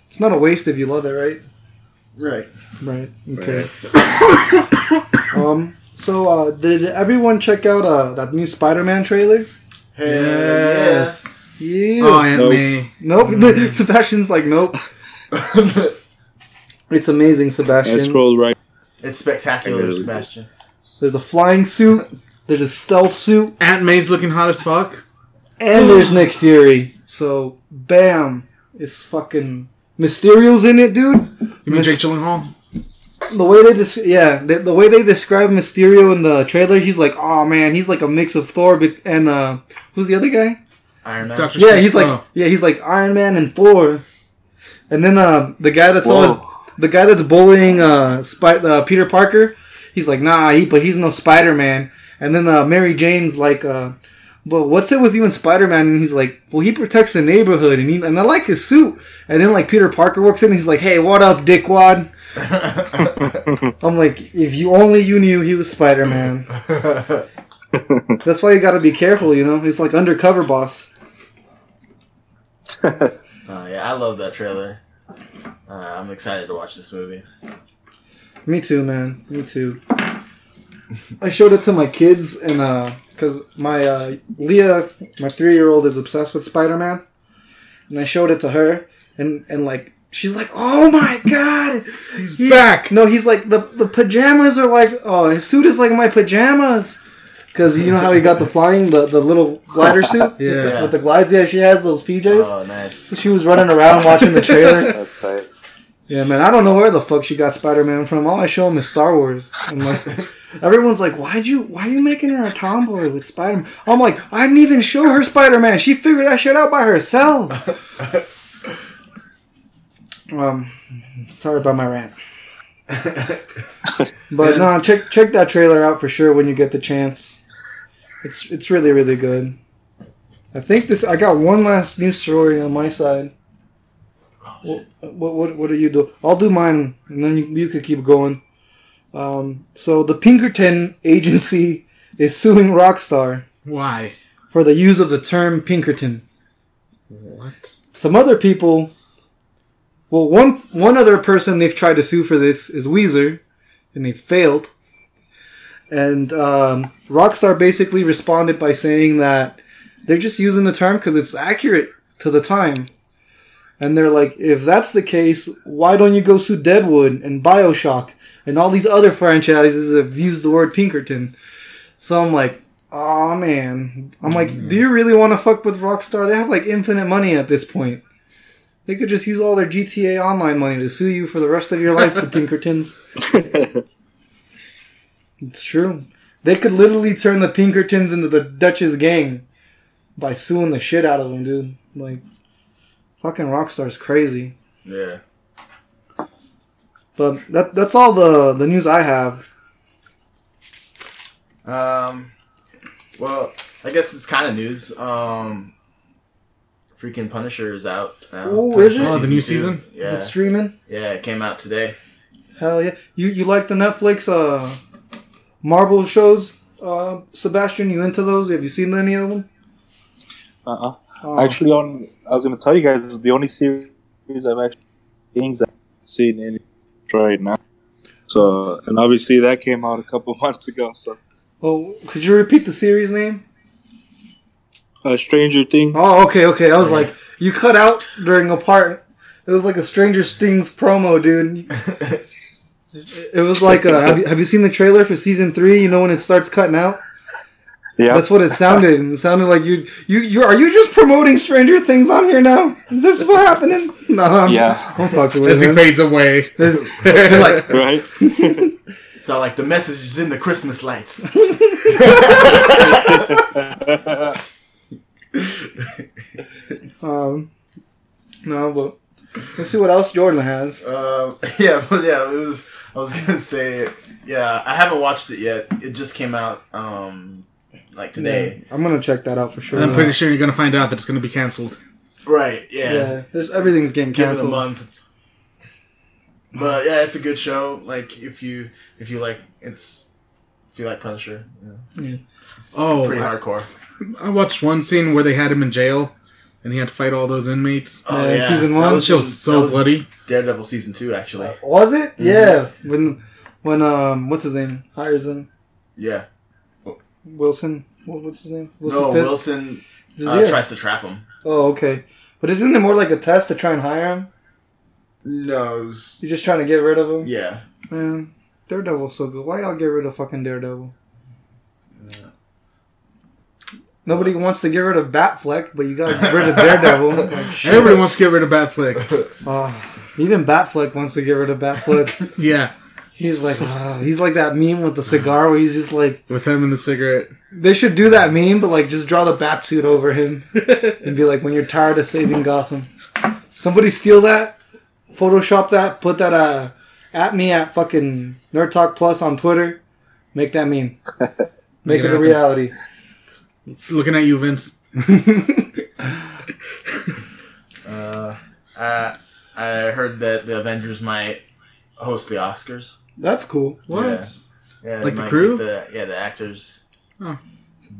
Speaker 1: It's not a waste if you love it, right?
Speaker 3: Right.
Speaker 1: Right. Okay. um. So, uh, did everyone check out uh, that new Spider-Man trailer?
Speaker 3: Hell yes.
Speaker 1: Yeah.
Speaker 2: Oh, Aunt
Speaker 4: Nope.
Speaker 2: May.
Speaker 1: nope. Sebastian's like, nope. It's amazing, Sebastian.
Speaker 4: That scrolls right.
Speaker 3: it's spectacular,
Speaker 4: Really?
Speaker 3: Sebastian.
Speaker 1: There's a flying suit. There's a stealth suit.
Speaker 2: Aunt May's looking hot as fuck.
Speaker 1: and there's Nick Fury. So bam, it's fucking Mysterio's in it, dude.
Speaker 2: You mean
Speaker 1: Mis-
Speaker 2: Jake Gyllenhaal?
Speaker 1: The way they dis- yeah, the, the way they describe Mysterio in the trailer, he's like, oh man, he's like a mix of Thor bet- and uh, who's the other guy?
Speaker 3: Iron Man.
Speaker 2: Doctor-
Speaker 1: Yeah, he's like
Speaker 2: Oh.
Speaker 1: yeah, he's like Iron Man and Thor. And then uh, the guy that's
Speaker 4: Whoa.
Speaker 1: always the guy that's bullying uh, Spy- uh Peter Parker, he's like, nah, he but he's no Spider Man. And then uh, Mary Jane's like, uh, but what's it with you and Spider Man? And he's like, well, he protects the neighborhood, and he, and I like his suit. And then like Peter Parker walks in, and he's like, hey, what up, dickwad? I'm like, if you only you knew he was Spider Man. That's why you got to be careful, you know. It's like undercover boss.
Speaker 3: Oh, yeah, I love that trailer. Uh, I'm excited to watch this movie.
Speaker 1: Me too, man. Me too. I showed it to my kids, and uh, cause my uh, Leah, my three-year-old, is obsessed with Spider-Man, and I showed it to her, and and like she's like, "Oh my god, he's
Speaker 2: back!"
Speaker 1: No, he's like the the pajamas are like, oh, his suit is like my pajamas, cause you know how he got the flying the the little glider suit, with, the,
Speaker 2: Yeah.
Speaker 1: with the glides. Yeah, she has those PJs.
Speaker 3: Oh, nice.
Speaker 1: So she was running around watching the trailer.
Speaker 4: That's tight.
Speaker 1: Yeah, man, I don't know where the fuck she got Spider Man from. All I show him is Star Wars. I'm like, everyone's like, why'd you, why are you making her a tomboy with Spider Man? I'm like, I didn't even show her Spider Man. She figured that shit out by herself. um, sorry about my rant. but no, check check that trailer out for sure when you get the chance. It's it's really really good. I think this. I got one last news story on my side. What what what, what are you do? I'll do mine, and then you, you could keep going. Um, so the Pinkerton agency is suing Rockstar
Speaker 2: Why?
Speaker 1: for the use of the term Pinkerton.
Speaker 2: What?
Speaker 1: Some other people, well, one one other person they've tried to sue for this is Weezer, and they failed. And um, Rockstar basically responded by saying that they're just using the term because it's accurate to the time. And they're like, if that's the case, why don't you go sue Deadwood and Bioshock and all these other franchises that have used the word Pinkerton? So I'm like, oh man. I'm like, do you really want to fuck with Rockstar? They have like infinite money at this point. They could just use all their GTA Online money to sue you for the rest of your life, the Pinkertons. it's true. They could literally turn the Pinkertons into the Dutch's gang by suing the shit out of them, dude. Like, fucking Rockstar's crazy.
Speaker 3: Yeah.
Speaker 1: But that that's all the the news I have.
Speaker 3: Um, well, I guess it's kind of news. Um, freaking Punisher is out now.
Speaker 1: Oh, is
Speaker 3: Punisher
Speaker 1: it?
Speaker 2: Oh, the new
Speaker 3: two. Yeah.
Speaker 1: It's streaming.
Speaker 3: yeah, it came out today.
Speaker 1: Hell yeah. You you like the Netflix uh Marvel shows? Uh, Sebastian, you into those? Have you seen any of them?
Speaker 4: Uh-uh.
Speaker 1: Uh,
Speaker 4: Actually, on I was gonna tell you guys the only series I've actually things I've seen in right now. So, and obviously that came out a couple months ago. So,
Speaker 1: Oh, could you repeat the series name?
Speaker 4: uh, Stranger Things.
Speaker 1: Oh, okay, okay. I was like, you cut out during a part. It was like a Stranger Things promo, dude. It was like, uh, have, you, have you seen the trailer for season three? You know when it starts cutting out.
Speaker 4: yeah,
Speaker 1: That's what it sounded. and It sounded like you, you, you. Are you just promoting Stranger Things on here now? Is this what happening? No, I'm,
Speaker 4: Yeah.
Speaker 1: I'm fucking
Speaker 2: As
Speaker 1: with
Speaker 2: he
Speaker 1: it.
Speaker 2: fades away.
Speaker 1: You're like,
Speaker 4: right.
Speaker 3: So like the message is in the Christmas lights.
Speaker 1: um, no, but let's see what else Jordan has.
Speaker 3: Um, yeah, but yeah, it was. I was gonna say, yeah, I haven't watched it yet. It just came out, um, like today.
Speaker 1: I'm gonna check that out for sure.
Speaker 2: I'm pretty sure you're gonna find out that it's gonna be canceled.
Speaker 3: Right? Yeah.
Speaker 1: Yeah, there's everything's getting
Speaker 3: Give it a
Speaker 1: canceled.
Speaker 3: month. It's, but yeah, it's a good show. Like if you if you like it's if you like Punisher, yeah.
Speaker 1: Yeah.
Speaker 3: It's
Speaker 2: Oh,
Speaker 3: pretty
Speaker 2: I-
Speaker 3: hardcore.
Speaker 2: I watched one scene where they had him in jail, and he had to fight all those inmates.
Speaker 3: Oh
Speaker 1: Yeah, season one?
Speaker 3: That
Speaker 2: That
Speaker 3: was
Speaker 2: show was
Speaker 3: that
Speaker 2: so
Speaker 3: was
Speaker 2: bloody.
Speaker 3: Daredevil season two, actually.
Speaker 1: Was it?
Speaker 3: Mm-hmm.
Speaker 1: Yeah. When when um what's his name hires him
Speaker 3: Yeah.
Speaker 1: Wilson. What, what's his name? Wilson
Speaker 3: no,
Speaker 1: Fisk?
Speaker 3: Wilson
Speaker 1: Does-
Speaker 3: uh,
Speaker 1: yeah.
Speaker 3: tries to trap him.
Speaker 1: oh, okay. But isn't it more like a test to try and hire him?
Speaker 3: No. it was-
Speaker 1: You're just trying to get rid of him.
Speaker 3: Yeah.
Speaker 1: Man, Daredevil's so good. Why y'all get rid of fucking Daredevil? Nobody wants to get rid of Batfleck, but you got to get rid of Daredevil. Like, shit.
Speaker 2: Everybody wants to get rid of Batflick.
Speaker 1: Ah, even Batfleck wants to get rid of Batfleck.
Speaker 2: yeah,
Speaker 1: he's like, ah, he's like that meme with the cigar where he's just like,
Speaker 2: with him and the cigarette.
Speaker 1: They should do that meme, but like just draw the bat suit over him and be like, "When you're tired of saving Gotham, somebody steal that, Photoshop that, put that uh, at me at fucking Nerd Talk Plus on Twitter, make that meme, make
Speaker 2: Make it
Speaker 1: it a
Speaker 2: happen.
Speaker 1: reality."
Speaker 2: Looking at you, Vince.
Speaker 3: Uh, I I heard that the Avengers might host the Oscars.
Speaker 1: That's cool.
Speaker 2: What?
Speaker 3: Yeah. Yeah, they
Speaker 2: Like the
Speaker 3: might
Speaker 2: crew?
Speaker 3: get The, yeah, the actors.
Speaker 1: Mm.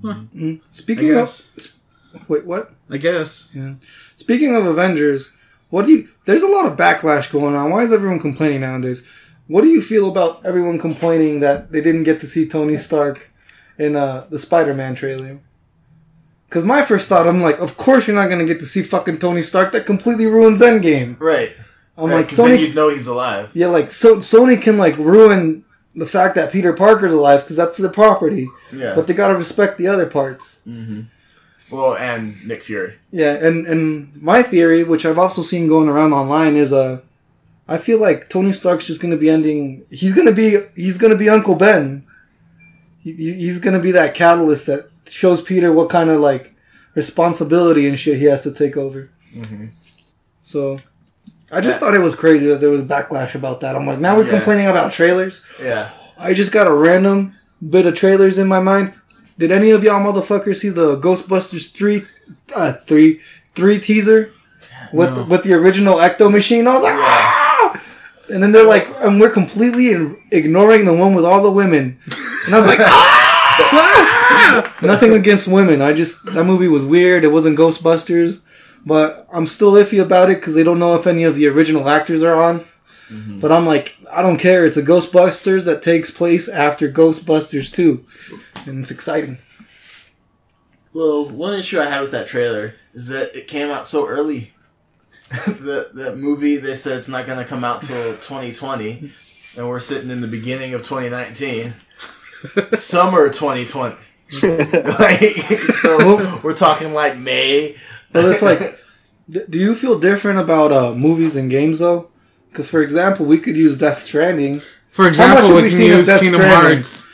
Speaker 2: I
Speaker 1: Speaking of
Speaker 2: guess.
Speaker 1: wait, what?
Speaker 2: I guess.
Speaker 1: Speaking of Avengers, what do you? There's a lot of backlash going on. Why is everyone complaining nowadays? What do you feel about everyone complaining that they didn't get to see Tony Stark in uh, the Spider-Man trailer? Because my first thought, I'm like, of course you're not gonna get to see fucking Tony Stark. That completely ruins Endgame.
Speaker 3: Right.
Speaker 2: Oh
Speaker 1: I'm
Speaker 3: right,
Speaker 1: like,
Speaker 3: 'cause then
Speaker 1: Sony,
Speaker 3: you'd know he's alive.
Speaker 1: yeah, like so, Sony can like ruin the fact that Peter Parker's alive because that's their property,
Speaker 3: Yeah. Mm-hmm.
Speaker 1: but they gotta respect the other parts.
Speaker 3: well, and Nick Fury.
Speaker 1: Yeah, and and my theory, which I've also seen going around online, is uh, I feel like Tony Stark's just gonna be ending. He's gonna be he's gonna be Uncle Ben. He, he- he's gonna be that catalyst that shows Peter what kind of like responsibility and shit he has to take over.
Speaker 3: Mhm.
Speaker 1: So, I just thought it was crazy that there was backlash about that. I'm like, now we're
Speaker 3: Yeah.
Speaker 1: complaining about trailers.
Speaker 3: Yeah.
Speaker 1: I just got a random bit of trailers in my mind. Did any of y'all motherfuckers see the Ghostbusters three, uh, three, three teaser with
Speaker 2: No.
Speaker 1: with the original Ecto machine? I was like, ah! and then they're like, and we're completely in- ignoring the one with all the women. And I was like, ah! nothing against women. I just that movie was weird. It wasn't Ghostbusters, but I'm still iffy about it because they don't know if any of the original actors are on. But I'm like, I don't care. It's a Ghostbusters that takes place after Ghostbusters 2. And it's exciting.
Speaker 3: Well, one issue I had with that trailer is that it came out so early. the the movie they said it's not going to come out till 2020, and we're sitting in the beginning of 2019, summer 2020. like, so we're talking like May.
Speaker 1: But it's like, d- do you feel different about uh, movies and games, though? Because, for example, we could use Death Stranding.
Speaker 2: For
Speaker 1: have
Speaker 2: example,
Speaker 1: we
Speaker 2: we can
Speaker 1: seen of
Speaker 2: use
Speaker 1: Death
Speaker 2: Kingdom
Speaker 1: Stranding?
Speaker 2: Hearts.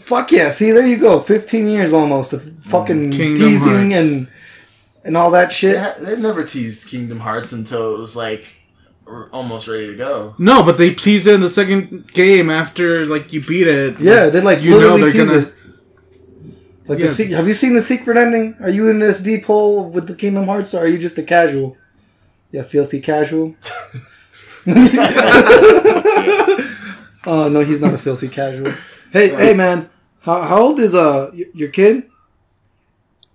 Speaker 1: Fuck yeah. See, there you go. 15 years almost of fucking
Speaker 2: Kingdom
Speaker 1: teasing
Speaker 2: Hearts.
Speaker 1: and, and all that shit.
Speaker 3: They, ha- they never teased Kingdom Hearts until it was like r- almost ready to go.
Speaker 2: No, but they tease it in the second game after like you beat it.
Speaker 1: Yeah, they like
Speaker 2: You know
Speaker 1: literally
Speaker 2: they're
Speaker 1: tease
Speaker 2: gonna-
Speaker 1: it. Like
Speaker 2: Yeah.
Speaker 1: the se- have you seen the secret ending? Are you in this deep hole with the Kingdom Hearts, or are you just a casual? Yeah, filthy casual. Oh no, he's not a filthy casual. Hey, hey, man, how, how old is uh y- your kid?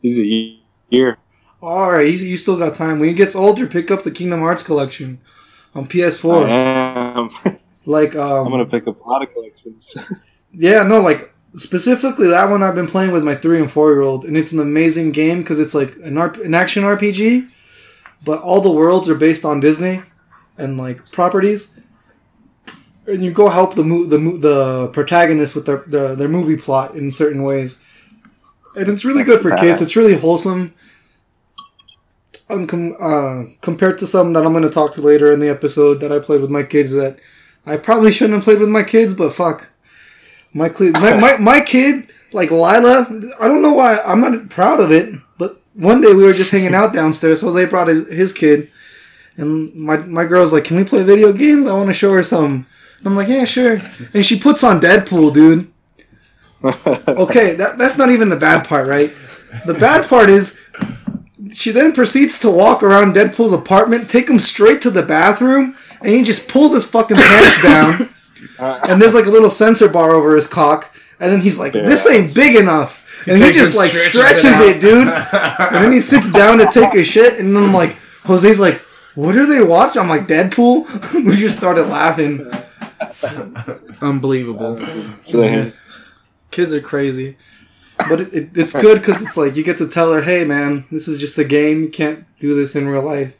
Speaker 4: He's a year.
Speaker 1: All right, he's, you still
Speaker 2: Uh-huh.
Speaker 1: got time. When he gets older, pick up the Kingdom Hearts collection on PS4.
Speaker 4: I am.
Speaker 1: Like um,
Speaker 4: I'm gonna pick up a lot of collections.
Speaker 1: Yeah, no, like specifically that one I've been playing with my three and four year old, and it's an amazing game because it's like an, RP- an action RPG, but all the worlds are based on Disney and like properties, and you go help the mo- the mo- the protagonist with their, their their movie plot in certain ways, and it's really good
Speaker 4: That's
Speaker 1: for
Speaker 4: badass.
Speaker 1: kids. It's really wholesome. Uncom- uh, compared to some that I'm going to talk to later in the episode that I played with my kids that I probably shouldn't have played with my kids, but fuck. My, cle- my, my, my kid, like Lila, I don't know why, I'm not proud of it, but one day we were just hanging out downstairs. Jose brought his, his kid, and my, my girl's like, Can we play video games? I want to show her some. And I'm like, Yeah, sure. And she puts on Deadpool, dude. Okay, that, that's not even the bad part, right? The bad part is she then proceeds to walk around Deadpool's apartment, take him straight to the bathroom, and he just pulls his fucking pants down. and there's like a little sensor bar over his cock, and then he's like, "This ain't big enough." And he
Speaker 3: takes
Speaker 1: just
Speaker 3: and
Speaker 1: like
Speaker 3: stretches
Speaker 1: stretches
Speaker 3: it
Speaker 1: it, dude. and then he sits down to take a shit, and then like Jose's like, "What are they watching?" I'm like, "Deadpool." we just started laughing.
Speaker 2: Unbelievable.
Speaker 4: So,
Speaker 1: kids are crazy but it, it, it's good because it's like you get to tell her hey man this is just a game you can't do this in real life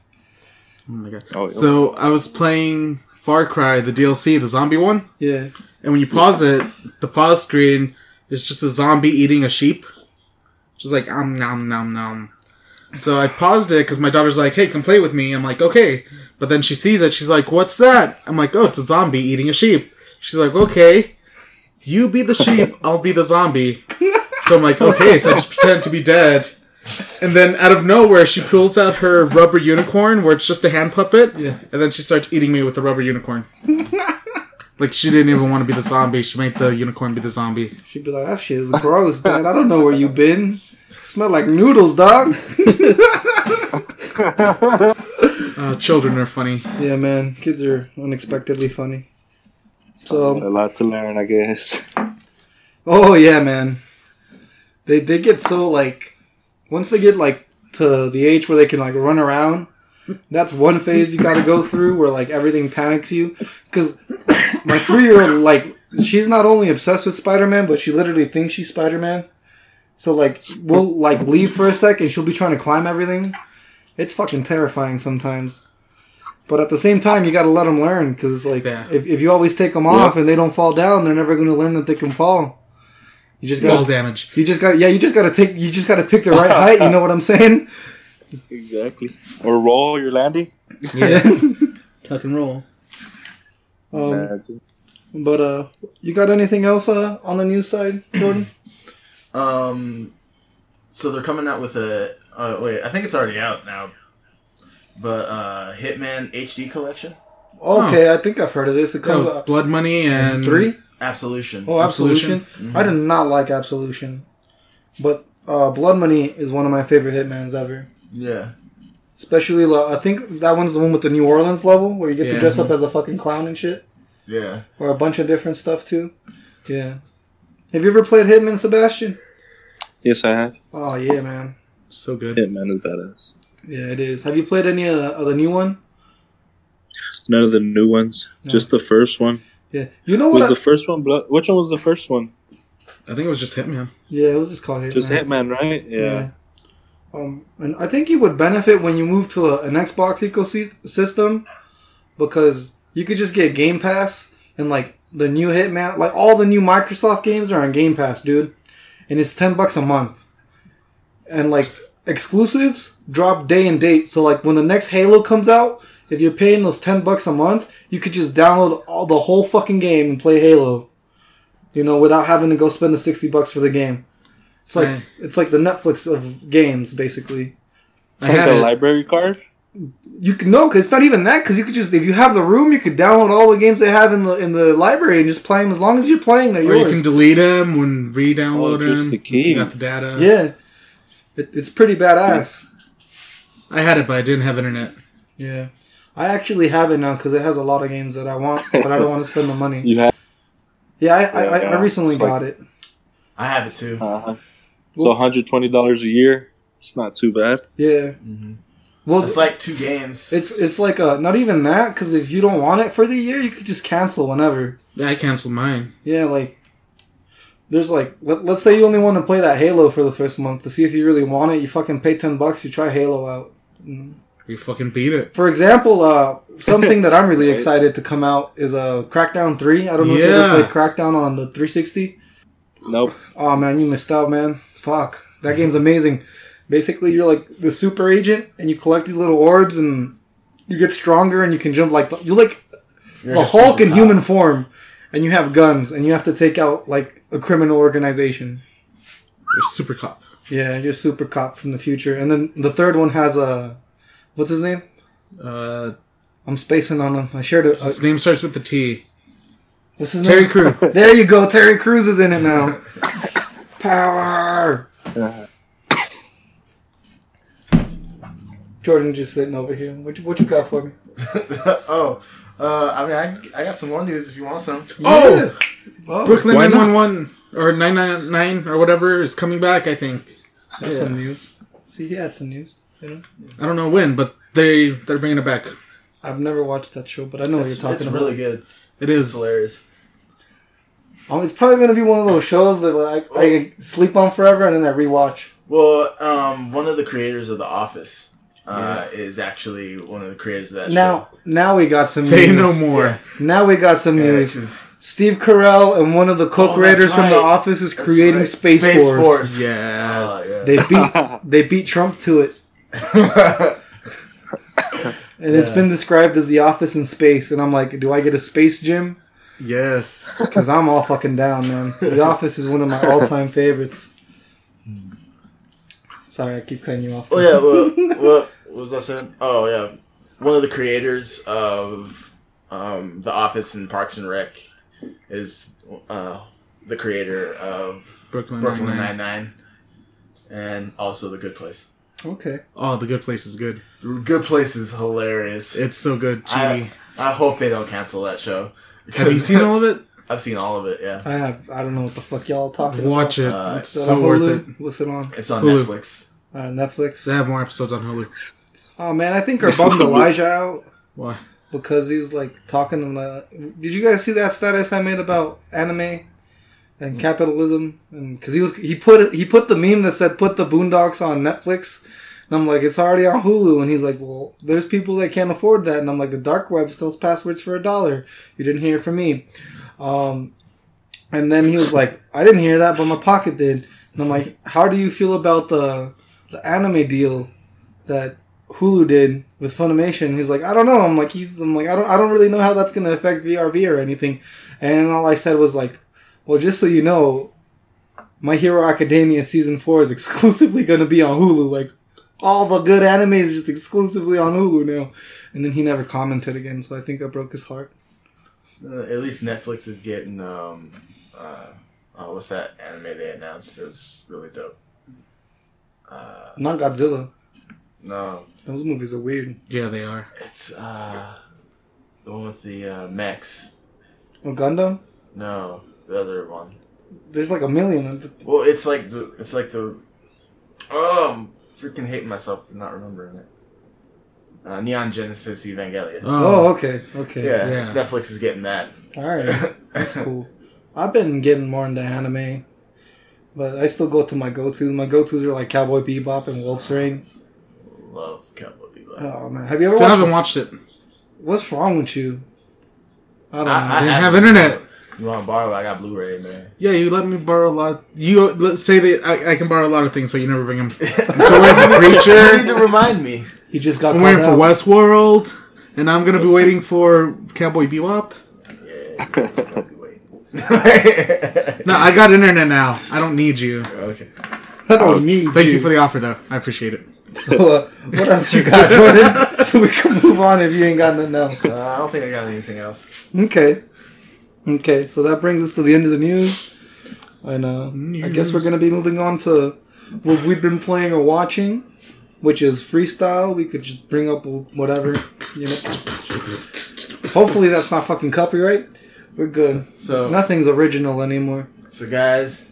Speaker 2: Oh my god.
Speaker 4: oh,
Speaker 2: So I was playing Far Cry, the DLC, the zombie one,
Speaker 1: yeah
Speaker 2: and when you pause it, the pause screen is just a zombie eating a sheep, just like um nom nom nom. So I paused it because my daughter's like, "Hey, come play with me." I'm like, "Okay," but then she sees it. She's like, "What's that?" I'm like, "Oh, it's a zombie eating a sheep." She's like, "Okay, you be the sheep, I'll be the zombie." So I'm like, "Okay," so I just pretend to be dead. And then out of nowhere, she pulls out her rubber unicorn, where it's just a hand puppet,
Speaker 1: Yeah.
Speaker 2: and then she starts eating me with the rubber unicorn. like she didn't even want to be the zombie; she made the unicorn be the zombie.
Speaker 1: she'd be like that shit is gross dad i don't know where you've been smell like noodles dog
Speaker 2: Uh, children are funny.
Speaker 1: yeah man kids are unexpectedly funny so
Speaker 4: a lot to learn, I guess.
Speaker 1: oh yeah man they they get so like once they get like to the age where they can like run around that's one phase you got to go through where like everything panics you because my three-year-old like she's not only obsessed with spider-man but she literally thinks she's spider-man so like we'll like leave for a second she'll be trying to climb everything it's fucking terrifying sometimes but at the same time you got to let them learn because like
Speaker 2: Yeah.
Speaker 1: if, if you always take them off and they don't fall down they're never going to learn that they can fall you just
Speaker 2: Fall
Speaker 1: got
Speaker 2: damage.
Speaker 1: you just got yeah you just got to take you just got to pick the right height you know what i'm saying
Speaker 4: Exactly. Or roll your landing.
Speaker 2: Tuck and roll.
Speaker 1: um,
Speaker 4: Imagine.
Speaker 1: But uh, you got anything else uh, on the news side, Jordan?
Speaker 3: Um, so they're coming out with a. Uh, wait, I think it's already out now. But uh, Hitman HD Collection,
Speaker 1: okay, I think I've heard of this. It comes
Speaker 2: Oh,
Speaker 1: up
Speaker 2: blood money and
Speaker 1: three.
Speaker 3: Absolution. Mm-hmm.
Speaker 1: Oh, Absolution. I did not like Absolution, but uh, Blood Money is one of my favorite Hitman's ever.
Speaker 3: Yeah.
Speaker 1: Especially, lo- I think that one's the one with the New Orleans level where you get to
Speaker 2: Yeah.
Speaker 1: dress up as a fucking clown and shit,
Speaker 3: Yeah.
Speaker 1: or a bunch of different stuff too. Yeah. Have you ever played Hitman, Sebastian?
Speaker 4: Yes, I have.
Speaker 1: Oh yeah, man.
Speaker 2: So good.
Speaker 4: Hitman is badass.
Speaker 1: Yeah, it is. Have you played any uh, of the new one?
Speaker 4: None of the new ones. Just the first one.
Speaker 1: Yeah. You know
Speaker 4: Was
Speaker 1: what? I-
Speaker 4: the first one blood? Which one was the first one?
Speaker 2: I think it was just Hitman.
Speaker 1: yeah, it was just called Hitman.
Speaker 4: Just Hitman, right? Yeah.
Speaker 1: Um, and I think you would benefit when you move to a, an Xbox ecosystem because you could just get Game Pass and like the new Hitman, like all the new Microsoft games are on Game Pass, dude. And it's ten bucks a month, and like exclusives drop day and date. So like when the next Halo comes out, if you're paying those ten bucks a month, you could just download all the whole fucking game and play Halo. You know, without having to go spend the sixty bucks for the game. It's like
Speaker 2: Right.
Speaker 1: it's like the Netflix of games, basically.
Speaker 4: It's
Speaker 2: I
Speaker 4: like
Speaker 2: had
Speaker 4: a
Speaker 2: it.
Speaker 4: library card.
Speaker 1: You can no, 'cause it's not even that. Because you could just, if you have the room, you could download all the games they have in the in the library and just play them as long as you're playing. They're
Speaker 2: Or you
Speaker 1: yours.
Speaker 2: can delete them when
Speaker 4: Oh,
Speaker 2: re-download
Speaker 4: just
Speaker 2: them.
Speaker 4: the key.
Speaker 2: You got the data.
Speaker 1: yeah, it, it's pretty badass.
Speaker 2: I had it, but I didn't have internet.
Speaker 1: Yeah, I actually have it now because it has a lot of games that I want, but I don't want to spend the money.
Speaker 4: You have.
Speaker 1: Yeah, I I, I, I
Speaker 4: Yeah.
Speaker 1: recently
Speaker 4: It's like-
Speaker 1: got it.
Speaker 3: I have it too.
Speaker 4: Uh-huh. So $120 a year. It's not too bad.
Speaker 1: Yeah,
Speaker 3: Mhm.
Speaker 1: Well,
Speaker 3: It's like two games.
Speaker 1: it's it's like uh not even that because if you don't want it for the year, you could just cancel whenever.
Speaker 2: I canceled mine.
Speaker 1: Yeah, like there's like let, let's say you only want to play that Halo for the first month to see if you really want it. You fucking pay ten bucks, you try Halo out. Mm.
Speaker 2: You fucking beat it.
Speaker 1: For example, uh, something that I'm really excited to come out is uh, Crackdown Three. I don't know if you
Speaker 2: Yeah.
Speaker 1: ever played Crackdown on the 360.
Speaker 4: Nope.
Speaker 1: Oh man, you missed out, man. Fuck, that game's amazing. Basically, you're like the super agent, and you collect these little orbs, and you get stronger, and you can jump like you like
Speaker 3: You're
Speaker 1: the
Speaker 3: just
Speaker 1: Hulk in
Speaker 3: superpower.
Speaker 1: human form, and you have guns, and you have to take out like a criminal organization.
Speaker 2: You're super cop.
Speaker 1: Yeah, you're super cop from the future. And then the third one has a what's his name?
Speaker 2: Uh,
Speaker 1: I'm spacing on him. I shared a, a
Speaker 2: his name starts with the T.
Speaker 1: what's his
Speaker 2: Terry
Speaker 1: name?
Speaker 2: Crew.
Speaker 1: There you go. Terry Crews is in it now. Power.
Speaker 4: Yeah.
Speaker 1: Jordan just sitting over here. What you, what you got for me?
Speaker 3: oh, uh, I mean, I, I got some more news if you want some.
Speaker 2: Oh!
Speaker 1: Oh,
Speaker 2: Brooklyn
Speaker 4: Why not?
Speaker 2: 911 or 999 or whatever is coming back, I think.
Speaker 1: that's
Speaker 2: Yeah.
Speaker 1: some news. See, he had some news. You know,
Speaker 2: I don't know when, but they they're bringing it back.
Speaker 1: I've never watched that show, but I know
Speaker 3: It's,
Speaker 1: what you're talking
Speaker 3: it's
Speaker 1: about.
Speaker 3: really good.
Speaker 2: It is
Speaker 3: It's hilarious.
Speaker 1: Um, it's probably gonna be one of those shows that like I sleep on forever and then I rewatch.
Speaker 3: Well, um, one of the creators of The Office uh, is actually one of the creators of that
Speaker 1: Now, now we got some
Speaker 2: Say
Speaker 1: news.
Speaker 2: no more.
Speaker 1: Now we got some
Speaker 3: show. Yeah,
Speaker 1: news.
Speaker 3: she's-
Speaker 1: Steve Carell and one of the
Speaker 3: Oh, that's
Speaker 1: co-creators from The
Speaker 3: right.
Speaker 1: Office is
Speaker 3: That's
Speaker 1: creating
Speaker 3: right.
Speaker 1: Space, Force.
Speaker 2: Yes.
Speaker 3: Oh,
Speaker 1: They beat they beat Trump to it,
Speaker 3: yeah.
Speaker 1: and it's been described as The Office in space. And I'm like, do I get a space gym?
Speaker 2: Yes.
Speaker 1: Because I'm all fucking down, man. The Office is one of my all-time favorites. Sorry, I keep cutting you off.
Speaker 3: Oh yeah, well, what, what was I saying? Oh yeah, one of the creators of um, The Office and Parks and Rec is uh, the creator of
Speaker 2: Brooklyn,
Speaker 3: Brooklyn
Speaker 2: 99.
Speaker 3: Nine Nine, and also The Good Place.
Speaker 1: okay.
Speaker 2: Oh, the good place is good.
Speaker 3: The Good Place is hilarious.
Speaker 2: It's so good. Gee.
Speaker 3: I, I hope they don't cancel that show.
Speaker 2: Have you seen all of
Speaker 3: I've seen all of it. Yeah,
Speaker 1: I have I don't know what the fuck y'all talking
Speaker 2: it? Watch it.
Speaker 3: Uh,
Speaker 2: it's
Speaker 1: about. Is that on
Speaker 2: so worth
Speaker 1: Hulu?
Speaker 2: it.
Speaker 1: What's it on?
Speaker 3: it's on
Speaker 2: Hulu.
Speaker 3: Netflix.
Speaker 1: Uh, Netflix.
Speaker 2: They have more episodes on Hulu.
Speaker 1: Oh man, I think our bummed Elijah out
Speaker 2: Why?
Speaker 1: because he's like talking in the. Did you guys see that status I made about anime and capitalism? And because he was he put it he put the meme that said put the Boondocks on Netflix, and I'm like it's already on Hulu, and he's like, well, there's people that can't afford that, and I'm like the dark web sells passwords for a dollar. You didn't hear it from me. Um, and then he was like, I didn't hear that, but my pocket did. And I'm like, how do you feel about the the anime deal that Hulu did with Funimation? He's like, I don't know. I'm like, he's I'm like, I don't I don't really know how that's gonna affect VRV or anything. And all I said was like, well, just so you know, My Hero Academia season four is exclusively gonna be on Hulu. Like, all the good anime is just exclusively on Hulu now. And then he never commented again, so I think I broke his heart.
Speaker 3: Uh, at least Netflix is getting um, uh, uh, what's that anime they announced? It was really dope. Uh,
Speaker 1: Not Godzilla.
Speaker 3: no,
Speaker 1: Those movies are weird.
Speaker 2: Yeah, they are.
Speaker 3: it's uh, the one with the uh, mechs.
Speaker 1: Oh, Gundam?
Speaker 3: No, the other one.
Speaker 1: There's like a million. Of th-
Speaker 3: Well, it's like the it's like the oh, I'm freaking hating myself for not remembering it. Uh, Neon Genesis Evangelion.
Speaker 1: oh,
Speaker 2: Oh,
Speaker 1: okay. Okay.
Speaker 3: yeah,
Speaker 2: yeah.
Speaker 3: Netflix is getting that.
Speaker 1: All right. That's cool. I've been getting more into anime, but I still go to my go tos. My go tos are like Cowboy Bebop and Wolf's Rain.
Speaker 3: Love Cowboy Bebop.
Speaker 1: Oh, man. Have you ever
Speaker 2: still
Speaker 1: watched
Speaker 2: haven't watched it.
Speaker 1: What's wrong with you? I don't know.
Speaker 3: I, I
Speaker 2: Didn't
Speaker 3: have
Speaker 2: have internet.
Speaker 3: You want to borrow? it? I got Blu-ray, man.
Speaker 2: Yeah, you let me borrow a lot. you let, say that I, I can borrow a lot of things, but you never bring them. I'm so waiting for
Speaker 3: You need to
Speaker 2: Preacher.
Speaker 3: remind me.
Speaker 1: you just got
Speaker 2: I'm
Speaker 1: caught
Speaker 2: waiting for
Speaker 1: out.
Speaker 2: Westworld, and I'm gonna be waiting for Cowboy Bebop.
Speaker 3: Yeah, you gotta be waiting.
Speaker 2: No, I got internet now. I don't need you.
Speaker 3: okay.
Speaker 1: I don't need
Speaker 2: Oh, Thank
Speaker 1: you.
Speaker 2: you for the offer, though. I appreciate it.
Speaker 1: Uh, what else you got, Jordan? so we can move on if you ain't got nothing else.
Speaker 3: Uh, I don't think I got anything else.
Speaker 1: Okay. Okay, so that brings us to the end of the news. And uh, I guess we're
Speaker 2: News.
Speaker 1: going to be moving on to what we've been playing or watching, which is freestyle. We could just bring up whatever, you know. Hopefully that's not fucking copyright. We're good.
Speaker 3: So,
Speaker 1: Nothing's original anymore.
Speaker 3: so guys,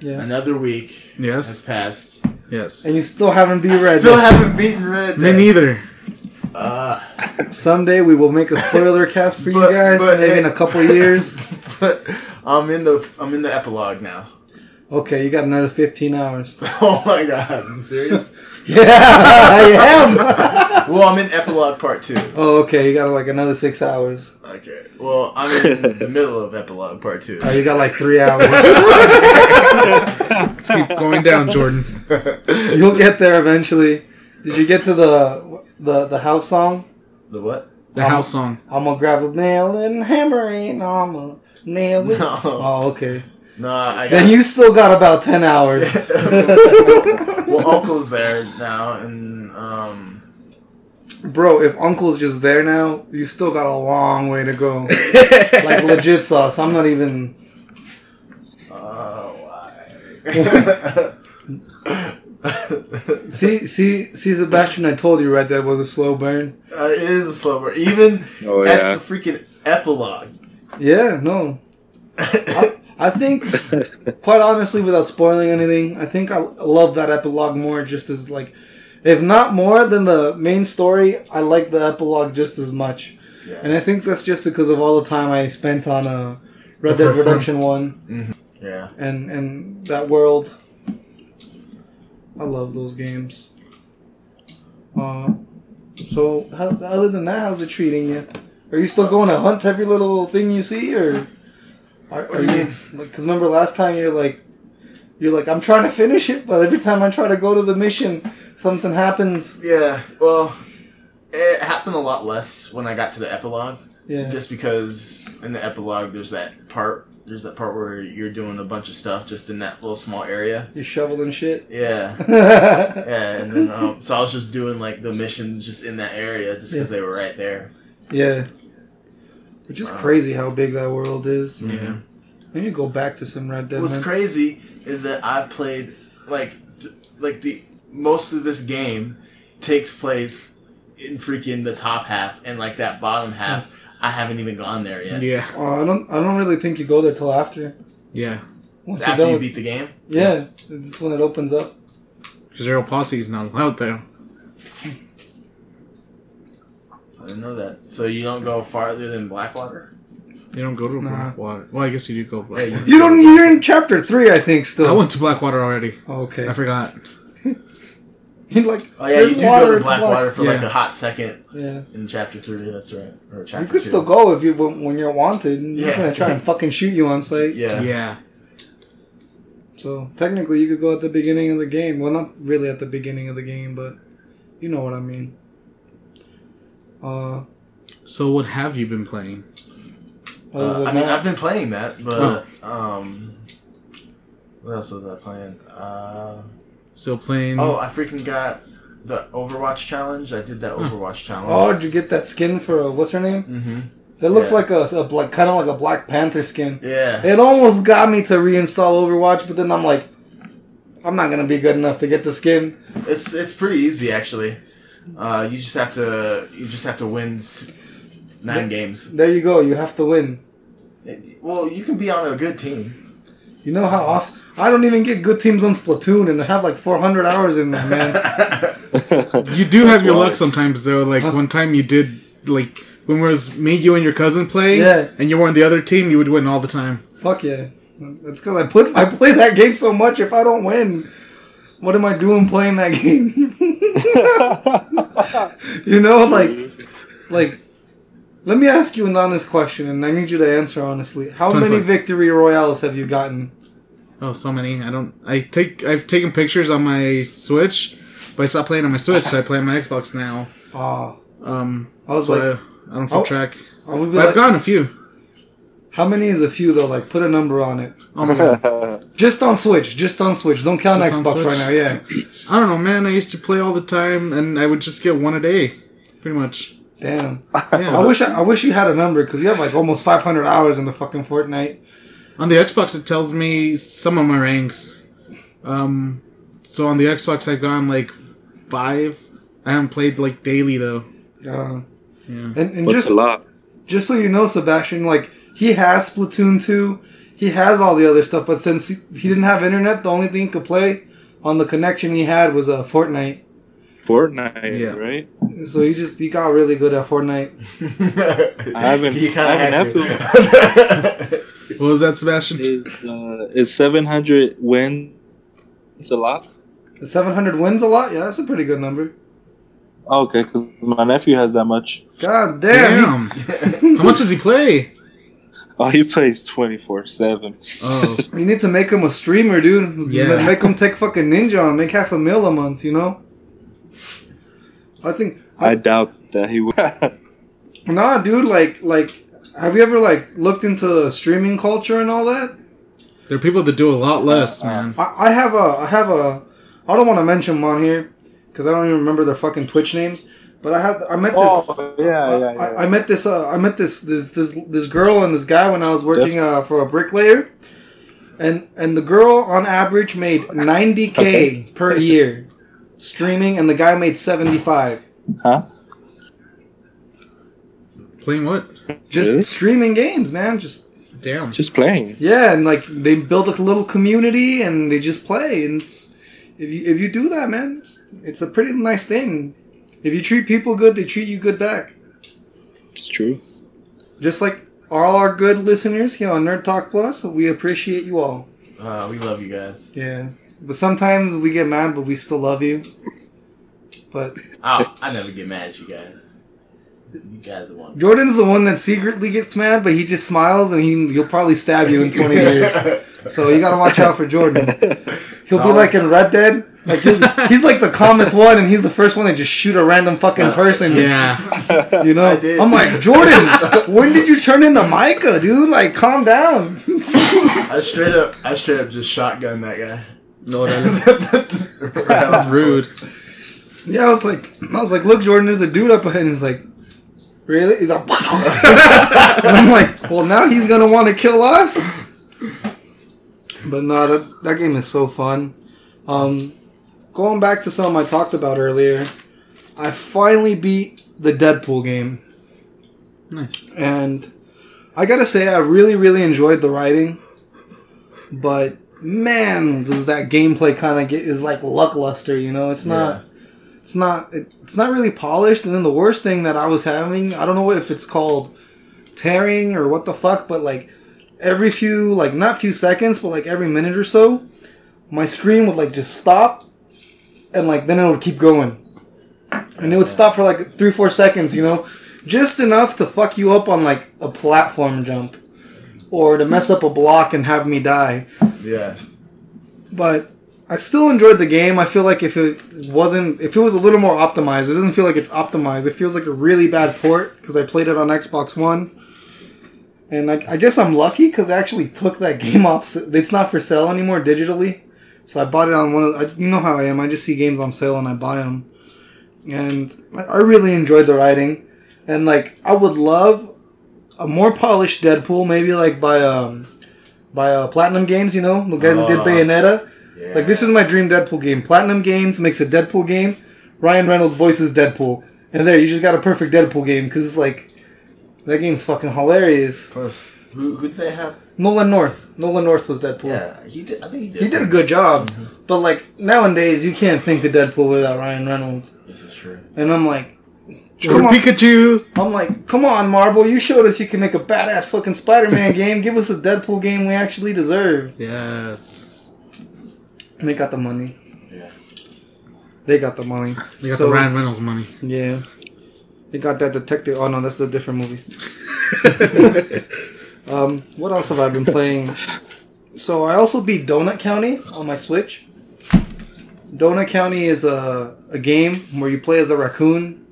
Speaker 1: Yeah.
Speaker 3: another week has
Speaker 2: Yes.
Speaker 3: passed.
Speaker 2: Yes.
Speaker 1: and you still haven't beat
Speaker 3: I
Speaker 1: Red.
Speaker 3: still
Speaker 1: Dead.
Speaker 3: haven't beaten Red
Speaker 2: Me
Speaker 3: Dead.
Speaker 2: neither.
Speaker 3: Uh,
Speaker 1: Someday we will make a spoiler cast for
Speaker 3: But-
Speaker 1: you guys,
Speaker 3: but
Speaker 1: maybe
Speaker 3: hey-
Speaker 1: in a couple years.
Speaker 3: but I'm in the I'm in the epilogue now.
Speaker 1: Okay, you got another 15 hours.
Speaker 3: Oh my god, I'm serious?
Speaker 1: Yeah, I am.
Speaker 3: well, I'm in epilogue part two.
Speaker 1: Oh, okay, you got like another six hours.
Speaker 3: Okay. Well, I'm in the middle of epilogue part two.
Speaker 1: Oh, you got like three hours.
Speaker 2: Let's keep going down, Jordan.
Speaker 3: the
Speaker 1: You'll get there eventually. Did you get to the the the house song?
Speaker 3: what?
Speaker 2: The
Speaker 1: Um,
Speaker 2: house song.
Speaker 1: I'm gonna grab a nail and hammer it. I'm a nail it.
Speaker 3: No.
Speaker 1: Oh, okay.
Speaker 3: No, I got.
Speaker 1: Then you still got about ten hours.
Speaker 3: well, Uncle's there now, and um,
Speaker 1: Bro, if Uncle's just there now, you still got a long way to go. like legit sauce. I'm not even.
Speaker 3: oh, why?
Speaker 1: See, see, see, Sebastian. I told you, Red Dead was a slow burn.
Speaker 3: Uh, it is a slow burn. Even
Speaker 4: Oh,
Speaker 3: at
Speaker 4: yeah.
Speaker 3: the freaking epilogue.
Speaker 1: Yeah, no. I, I think, quite honestly, without spoiling anything, I think I love that epilogue more. Just as like, if not more than the main story, I like the epilogue just as much.
Speaker 3: Yeah.
Speaker 1: And I think that's just because of all the time I spent on uh, Red
Speaker 2: The
Speaker 1: Dead
Speaker 2: first one.
Speaker 1: Redemption One
Speaker 3: yeah.
Speaker 1: and and that world. I love those games. Uh, so how, other than that, how's it treating you? Are you still going to hunt every little thing you see, or are,
Speaker 3: What
Speaker 1: are
Speaker 3: do you
Speaker 1: you?
Speaker 3: mean?
Speaker 1: Because remember last time you're like, you're like, I'm trying to finish it, but every time I try to go to the mission, something happens.
Speaker 3: Yeah. Well, it happened a lot less when I got to the epilogue.
Speaker 1: Yeah,
Speaker 3: Just because in the epilogue, there's that part. There's that part where you're doing a bunch of stuff just in that little small area.
Speaker 1: you're shoveling shit.
Speaker 3: Yeah.
Speaker 1: yeah,
Speaker 3: Yeah, and then um, so I was just doing like the missions just in that area, just because they were right there.
Speaker 1: which is
Speaker 3: Wow. Mm-hmm.
Speaker 1: crazy how big that world is.
Speaker 3: Yeah.
Speaker 1: I need to go back to some Red Dead.
Speaker 3: What's
Speaker 1: man.
Speaker 3: crazy is that I've played like th- like the most of this game takes place in freaking the top half, and like that bottom half, I haven't even gone there yet.
Speaker 2: Yeah.
Speaker 1: Uh, I don't. I don't really think you go there till after.
Speaker 2: Yeah.
Speaker 1: Once
Speaker 3: It's
Speaker 1: you're
Speaker 3: after
Speaker 1: done
Speaker 3: you
Speaker 1: with,
Speaker 3: beat the game,
Speaker 1: yeah, that's when it opens up.
Speaker 2: Zero posse is not allowed there.
Speaker 3: I didn't know that. So you don't go farther than Blackwater.
Speaker 2: You don't go to
Speaker 1: Nah.
Speaker 2: Blackwater. Well, I guess you do go
Speaker 3: Hey,
Speaker 2: Blackwater.
Speaker 1: You don't. You're in chapter three, I think. Still.
Speaker 2: I went to Blackwater already.
Speaker 1: Okay.
Speaker 2: I forgot.
Speaker 1: You're like.
Speaker 3: Oh yeah, you
Speaker 1: there's
Speaker 3: do go to
Speaker 1: it's black.
Speaker 3: Blackwater for like
Speaker 2: Yeah.
Speaker 3: a hot second
Speaker 1: Yeah.
Speaker 3: in chapter three. That's right, or chapter
Speaker 1: You could
Speaker 3: two.
Speaker 1: still go if you when, when you're wanted. And They're
Speaker 3: Yeah.
Speaker 1: gonna try and fucking shoot you on sight.
Speaker 3: Yeah.
Speaker 2: Yeah.
Speaker 1: So technically, you could go at the beginning of the game. Well, not really at the beginning of the game, but you know what I mean. Uh,
Speaker 2: So what have you been playing?
Speaker 1: other
Speaker 3: Uh,
Speaker 1: than
Speaker 3: I mean,
Speaker 1: that,
Speaker 3: I've been playing that, but um, what else was I playing? Uh,
Speaker 2: Still playing?
Speaker 3: oh, I freaking got the Overwatch challenge. I did that Overwatch challenge.
Speaker 1: oh, did you get that skin for uh, what's her name?
Speaker 3: hmm
Speaker 1: That looks
Speaker 3: Yeah.
Speaker 1: like a, a like kind of like a Black Panther skin.
Speaker 3: Yeah.
Speaker 1: It almost got me to reinstall Overwatch, but then I'm like, I'm not gonna be good enough to get the skin.
Speaker 3: It's it's pretty easy actually. Uh, you just have to you just have to win s- nine games.
Speaker 1: There you go. You have to win.
Speaker 3: Well, you can be on a good team.
Speaker 1: You know how often I don't even get good teams on Splatoon, and I have like 400 hours in there, man.
Speaker 2: You do have your
Speaker 4: Why?
Speaker 2: luck sometimes, though. Like one time you did, like when was me, you, and your cousin playing,
Speaker 1: Yeah.
Speaker 2: and you were on the other team, you would win all the time.
Speaker 1: Fuck yeah. That's because I put I play that game so much. If I don't win, what am I doing playing that game? you know, like, like. Let me ask you an honest question, and I need you to answer honestly. How many
Speaker 2: 24.
Speaker 1: victory royales have you gotten?
Speaker 2: Oh, so many. I don't. I take. I've taken pictures on my Switch, but I stopped playing on my Switch, so I play on my Xbox now.
Speaker 1: Ah,
Speaker 2: Um,
Speaker 1: I was
Speaker 2: so
Speaker 1: like,
Speaker 2: I, I don't keep
Speaker 1: Oh.
Speaker 2: track.
Speaker 1: I would be
Speaker 2: But I've
Speaker 1: like-
Speaker 2: gotten a few.
Speaker 1: How many is a few though? Like, put a number on it.
Speaker 2: Oh my God.
Speaker 1: Just on Switch. Just on Switch. Don't count
Speaker 2: Just on
Speaker 1: Xbox
Speaker 2: Switch?
Speaker 1: right now. Yeah.
Speaker 2: I don't know, man. I used to play all the time, and I would just get one a day, pretty much.
Speaker 1: Damn.
Speaker 2: Yeah.
Speaker 1: I wish I, I wish you had a number because you have like almost 500 hours in the fucking Fortnite.
Speaker 2: On the Xbox, it tells me some of my ranks. Um, so on the Xbox, I've gone like five. I haven't played like daily though.
Speaker 1: Yeah.
Speaker 2: Yeah.
Speaker 1: um, And, and
Speaker 4: What's
Speaker 1: just
Speaker 4: a lot?
Speaker 1: just so you know, Sebastian, like he has Splatoon 2, he has all the other stuff, but since he, he didn't have internet, the only thing he could play on the connection he had was uh, Fortnite.
Speaker 4: Fortnite,
Speaker 2: Yeah.
Speaker 4: right?
Speaker 1: So he just he got really good at Fortnite.
Speaker 3: I
Speaker 4: haven't-
Speaker 3: You
Speaker 4: I
Speaker 3: kind
Speaker 4: haven't
Speaker 3: of had to.
Speaker 2: What was that, Sebastian?
Speaker 4: Is uh, is seven hundred win? It's a lot.
Speaker 1: Seven hundred wins a lot. Yeah, that's a pretty good number.
Speaker 4: Oh, Okay, because my nephew has that much.
Speaker 1: God damn.
Speaker 2: Damn. How much does he play?
Speaker 4: Oh, he plays twenty four seven.
Speaker 2: Oh,
Speaker 1: You need to make him a streamer, dude.
Speaker 2: Yeah.
Speaker 1: Make him take fucking ninja and make half a mil a month. You know. I think
Speaker 4: I doubt that he would.
Speaker 1: Nah, dude. Like, like, have you ever like looked into streaming culture and all that?
Speaker 2: there are people that do a lot less, man.
Speaker 1: I, I have a, I have a, I don't want to mention them on here because I don't even remember their fucking Twitch names. But I had, I met this,
Speaker 4: oh yeah, yeah, yeah.
Speaker 1: I, I met this, uh, I met this, this, this, this girl and this guy when I was working uh, for a bricklayer, and and the girl on average made ninety k
Speaker 4: Okay.
Speaker 1: per year streaming, and the guy made seventy five
Speaker 4: huh?
Speaker 2: Playing what?
Speaker 1: just
Speaker 4: Really?
Speaker 1: streaming games, man, just
Speaker 2: Damn.
Speaker 4: Just playing.
Speaker 1: Yeah, and like they build a little community and they just play. And it's, if you if you do that, man, it's, it's a pretty nice thing. If you treat people good, they treat you good back.
Speaker 4: It's true.
Speaker 1: Just like all our good listeners here on Nerd Talk Plus, we appreciate you all.
Speaker 3: Uh, we love you guys.
Speaker 1: Yeah, but sometimes we get mad, but we still love you. But
Speaker 3: Oh, I never get mad at you guys. You guys are one.
Speaker 1: Jordan's the one that secretly gets mad, but he just smiles and he you'll probably stab you in twenty years. So you gotta watch out for Jordan. He'll be like in Red Dead. Like he'll- he's like the calmest one, and he's the first one to just shoot a random fucking person.
Speaker 2: Yeah.
Speaker 1: you know.
Speaker 3: I did.
Speaker 1: I'm like Jordan. when did you turn into Micah, dude? Like, calm down.
Speaker 3: I straight up, I straight up just shotgun that guy.
Speaker 2: No, that
Speaker 3: Right off the
Speaker 2: rude.
Speaker 3: sword.
Speaker 1: Yeah, I was like, I was like, look, Jordan, there's a dude up ahead. And he's like, really? He's like, and I'm like, well, now he's gonna want to kill us. But no, that that game is so fun. Um, going back to something I talked about earlier, I finally beat the Deadpool game.
Speaker 2: Nice.
Speaker 1: And I gotta say, I really, really enjoyed the writing. But man, does that gameplay kind of get is like luckluster? You know, it's not, it's not, it, it's not really polished. And then the worst thing that I was having, I don't know if it's called tearing or what the fuck, but like every few, like not few seconds, but like every minute or so, my screen would like just stop, and like then it would keep going. And it would stop for like three, four seconds, you know? Just enough to fuck you up on like a platform jump or to mess up a block and have me die.
Speaker 3: Yeah.
Speaker 1: But I still enjoyed the game. I feel like if it wasn't, if it was a little more optimized, it doesn't feel like it's optimized. It feels like a really bad port because I played it on Xbox One. And I, I guess I'm lucky because I actually took that game off. s- It's not for sale anymore digitally. So I bought it on one of, I, you know how I am. I just see games on sale and I buy them and I I really enjoyed the writing. And like, I would love a more polished Deadpool, maybe like by um by uh, Platinum Games, you know, the guys that did
Speaker 3: Uh,
Speaker 1: Bayonetta.
Speaker 3: yeah.
Speaker 1: Like, this is my dream Deadpool game. Platinum Games makes a Deadpool game. Ryan Reynolds voices Deadpool, and there you just got a perfect Deadpool game because it's like that game's fucking hilarious.
Speaker 3: Plus, who who did they have?
Speaker 1: Nolan North, Nolan North was Deadpool.
Speaker 3: Yeah, he did. I think he did.
Speaker 1: He did a good job, but like nowadays you can't think of Deadpool without Ryan Reynolds,
Speaker 3: This is true.
Speaker 1: and I'm like,
Speaker 2: Jordan Pikachu.
Speaker 1: I'm like, come on, Marvel, you showed us you can make a badass fucking Spider-Man game. Give us a Deadpool game we actually deserve.
Speaker 2: Yes.
Speaker 1: And they got the money.
Speaker 3: Yeah.
Speaker 1: They got the money.
Speaker 2: They got
Speaker 1: So-
Speaker 2: the Ryan Reynolds money.
Speaker 1: Yeah. They got that detective. Oh no, that's a different movie. Um, what else have I been playing? so I also beat Donut County on my Switch. Donut County is a, a game where you play as a raccoon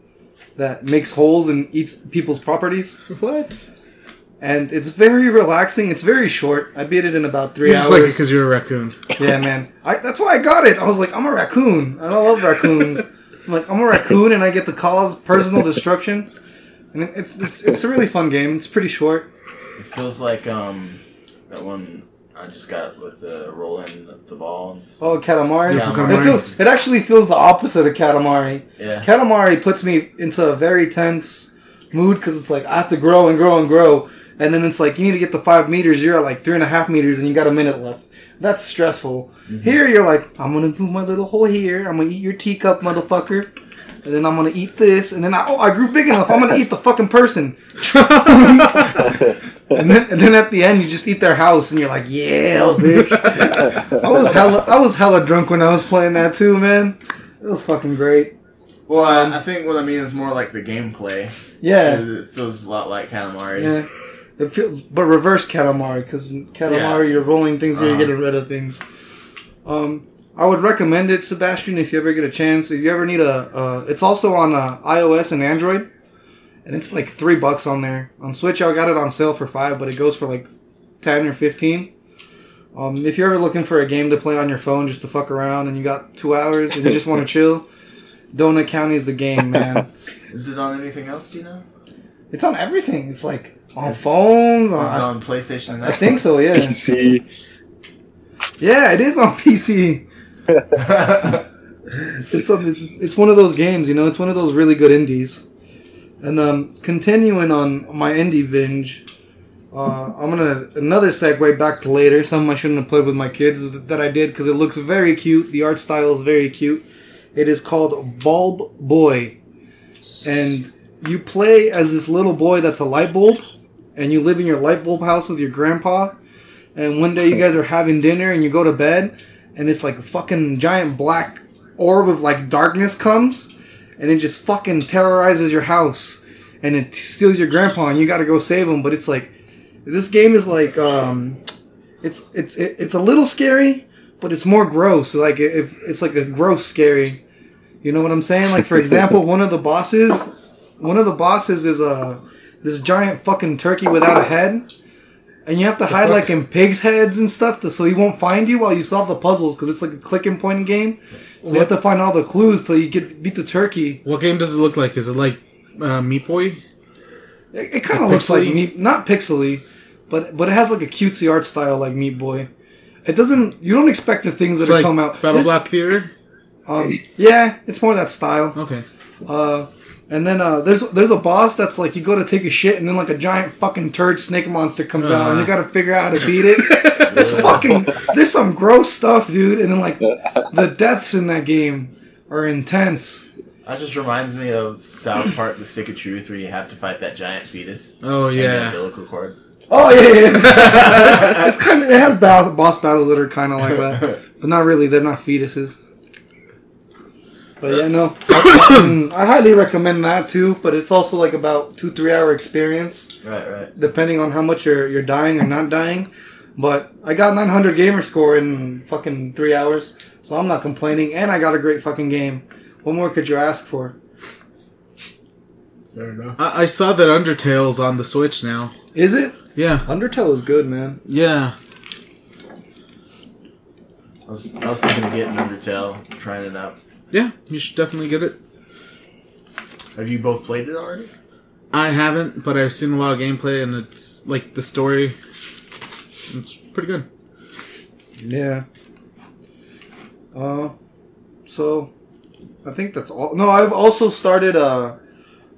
Speaker 1: that makes holes and eats people's properties.
Speaker 2: what?
Speaker 1: And it's very relaxing. It's very short. I beat it in about three
Speaker 2: You just
Speaker 1: hours.
Speaker 2: like it because you're a raccoon.
Speaker 1: Yeah, man. I, that's why I got it. I was like, I'm a raccoon. and I love raccoons. I'm like, I'm a raccoon, and I get to cause personal destruction. And it- it's it's it's a really fun game. It's pretty short.
Speaker 3: It feels like um that one I just got with the rolling the ball. And
Speaker 1: Oh, Katamari.
Speaker 3: Yeah,
Speaker 1: it,
Speaker 2: Katamari.
Speaker 1: feels, it actually feels the opposite of Katamari.
Speaker 3: yeah.
Speaker 1: Katamari puts me into a very tense mood because it's like I have to grow and grow and grow, and then it's like you need to get the five meters. You're at like three and a half meters, and you got a minute left. That's stressful. Here, you're like, I'm gonna move my little hole here. I'm gonna eat your teacup, motherfucker. And then I'm gonna eat this. And then I, oh, I grew big enough. I'm gonna eat the fucking person. and, then, and then at the end, you just eat their house, and you're like, yeah, bitch. I was hella, I was hella drunk when I was playing that too, man. It was fucking great.
Speaker 3: Well, I, I think what I mean is more like the gameplay.
Speaker 1: Yeah,
Speaker 3: 'cause It feels a lot like Katamari.
Speaker 1: yeah. It feels, but reverse Katamari because Katamari,
Speaker 3: Yeah.
Speaker 1: you're rolling things, and you're
Speaker 3: Uh-huh.
Speaker 1: getting rid of things. Um, I would recommend it, Sebastian, if you ever get a chance. If you ever need a, uh, it's also on uh, iOS and Android, and it's like three bucks on there. On Switch, I got it on sale for five, but it goes for like ten or fifteen. Um, if you're ever looking for a game to play on your phone just to fuck around, and you got two hours and you just want to chill, Donut County is the game, man.
Speaker 3: Is it on anything else? Do you know?
Speaker 1: It's on everything. It's like on phones.
Speaker 3: Is it
Speaker 1: On,
Speaker 3: on PlayStation? And
Speaker 1: Uh, I think so. Yeah.
Speaker 4: PC.
Speaker 1: Yeah, it is on PC. It's on. It's, it's one of those games. You know, it's one of those really good indies. And um, continuing on my indie binge, uh, I'm gonna another segue back to later. Something I shouldn't have played with my kids that, that I did because it looks very cute. The art style is very cute. It is called Bulb Boy, and you play as this little boy that's a light bulb, and you live in your light bulb house with your grandpa. And one day you guys are having dinner and you go to bed, and it's like a fucking giant black orb of like darkness comes, and it just fucking terrorizes your house, and it steals your grandpa, and you got to go save him. But it's like this game is like um, it's it's it- it's a little scary, but it's more gross. Like if it's like a gross scary, you know what I'm saying? Like for example, one of the bosses, one of the bosses is uh, this giant fucking turkey without a head. And you have to hide like in pigs' heads and stuff, to, so he won't find you while you solve the puzzles, because it's like a click and point game. So you have to find all the clues till you get beat the turkey.
Speaker 2: What game does it look like? Is it like uh, Meat Boy?
Speaker 1: It, it kind of looks like
Speaker 2: Pixely?
Speaker 1: meat, not pixely, but but it has like a cutesy art style like Meat Boy. It doesn't. You don't expect the things that
Speaker 2: It's like
Speaker 1: come out.
Speaker 2: Battle
Speaker 1: This-
Speaker 2: Block Theater?
Speaker 1: Um, yeah, it's more that style.
Speaker 2: Okay.
Speaker 1: Uh, and then uh, there's there's a boss that's like you go to take a shit, and then like a giant fucking turd snake monster comes out, and you
Speaker 2: Uh-huh.
Speaker 1: gotta figure out how to beat it. it's fucking. There's some gross stuff, dude. And then like the deaths in that game are intense.
Speaker 3: That just reminds me of South Park: The Stick of Truth, where you have to fight that giant fetus.
Speaker 2: Oh,
Speaker 3: And the
Speaker 2: yeah.
Speaker 3: umbilical cord.
Speaker 1: Oh yeah, yeah. yeah. it's, kind of it has ba- boss battles that are kind of like that, but not really. They're not fetuses. But yeah, no, I highly recommend that too. But it's also like about two three hour experience,
Speaker 3: Right, right.
Speaker 1: depending on how much you're you're dying or not dying. But I got 900 gamer score in fucking three hours, so I'm not complaining. And I got a great fucking game. What more could you ask for?
Speaker 3: Fair enough.
Speaker 2: I, I saw that Undertale's on the Switch now.
Speaker 1: Is it
Speaker 2: Yeah.
Speaker 1: Undertale is good, man.
Speaker 2: Yeah.
Speaker 3: I was, I was thinking of getting Undertale, trying it out.
Speaker 2: Yeah. You should definitely get it.
Speaker 3: Have you both played it already?
Speaker 2: I haven't, but I've seen a lot of gameplay, and it's like the story. It's pretty good.
Speaker 1: Yeah. Uh, so I think that's all. No, I've also started uh,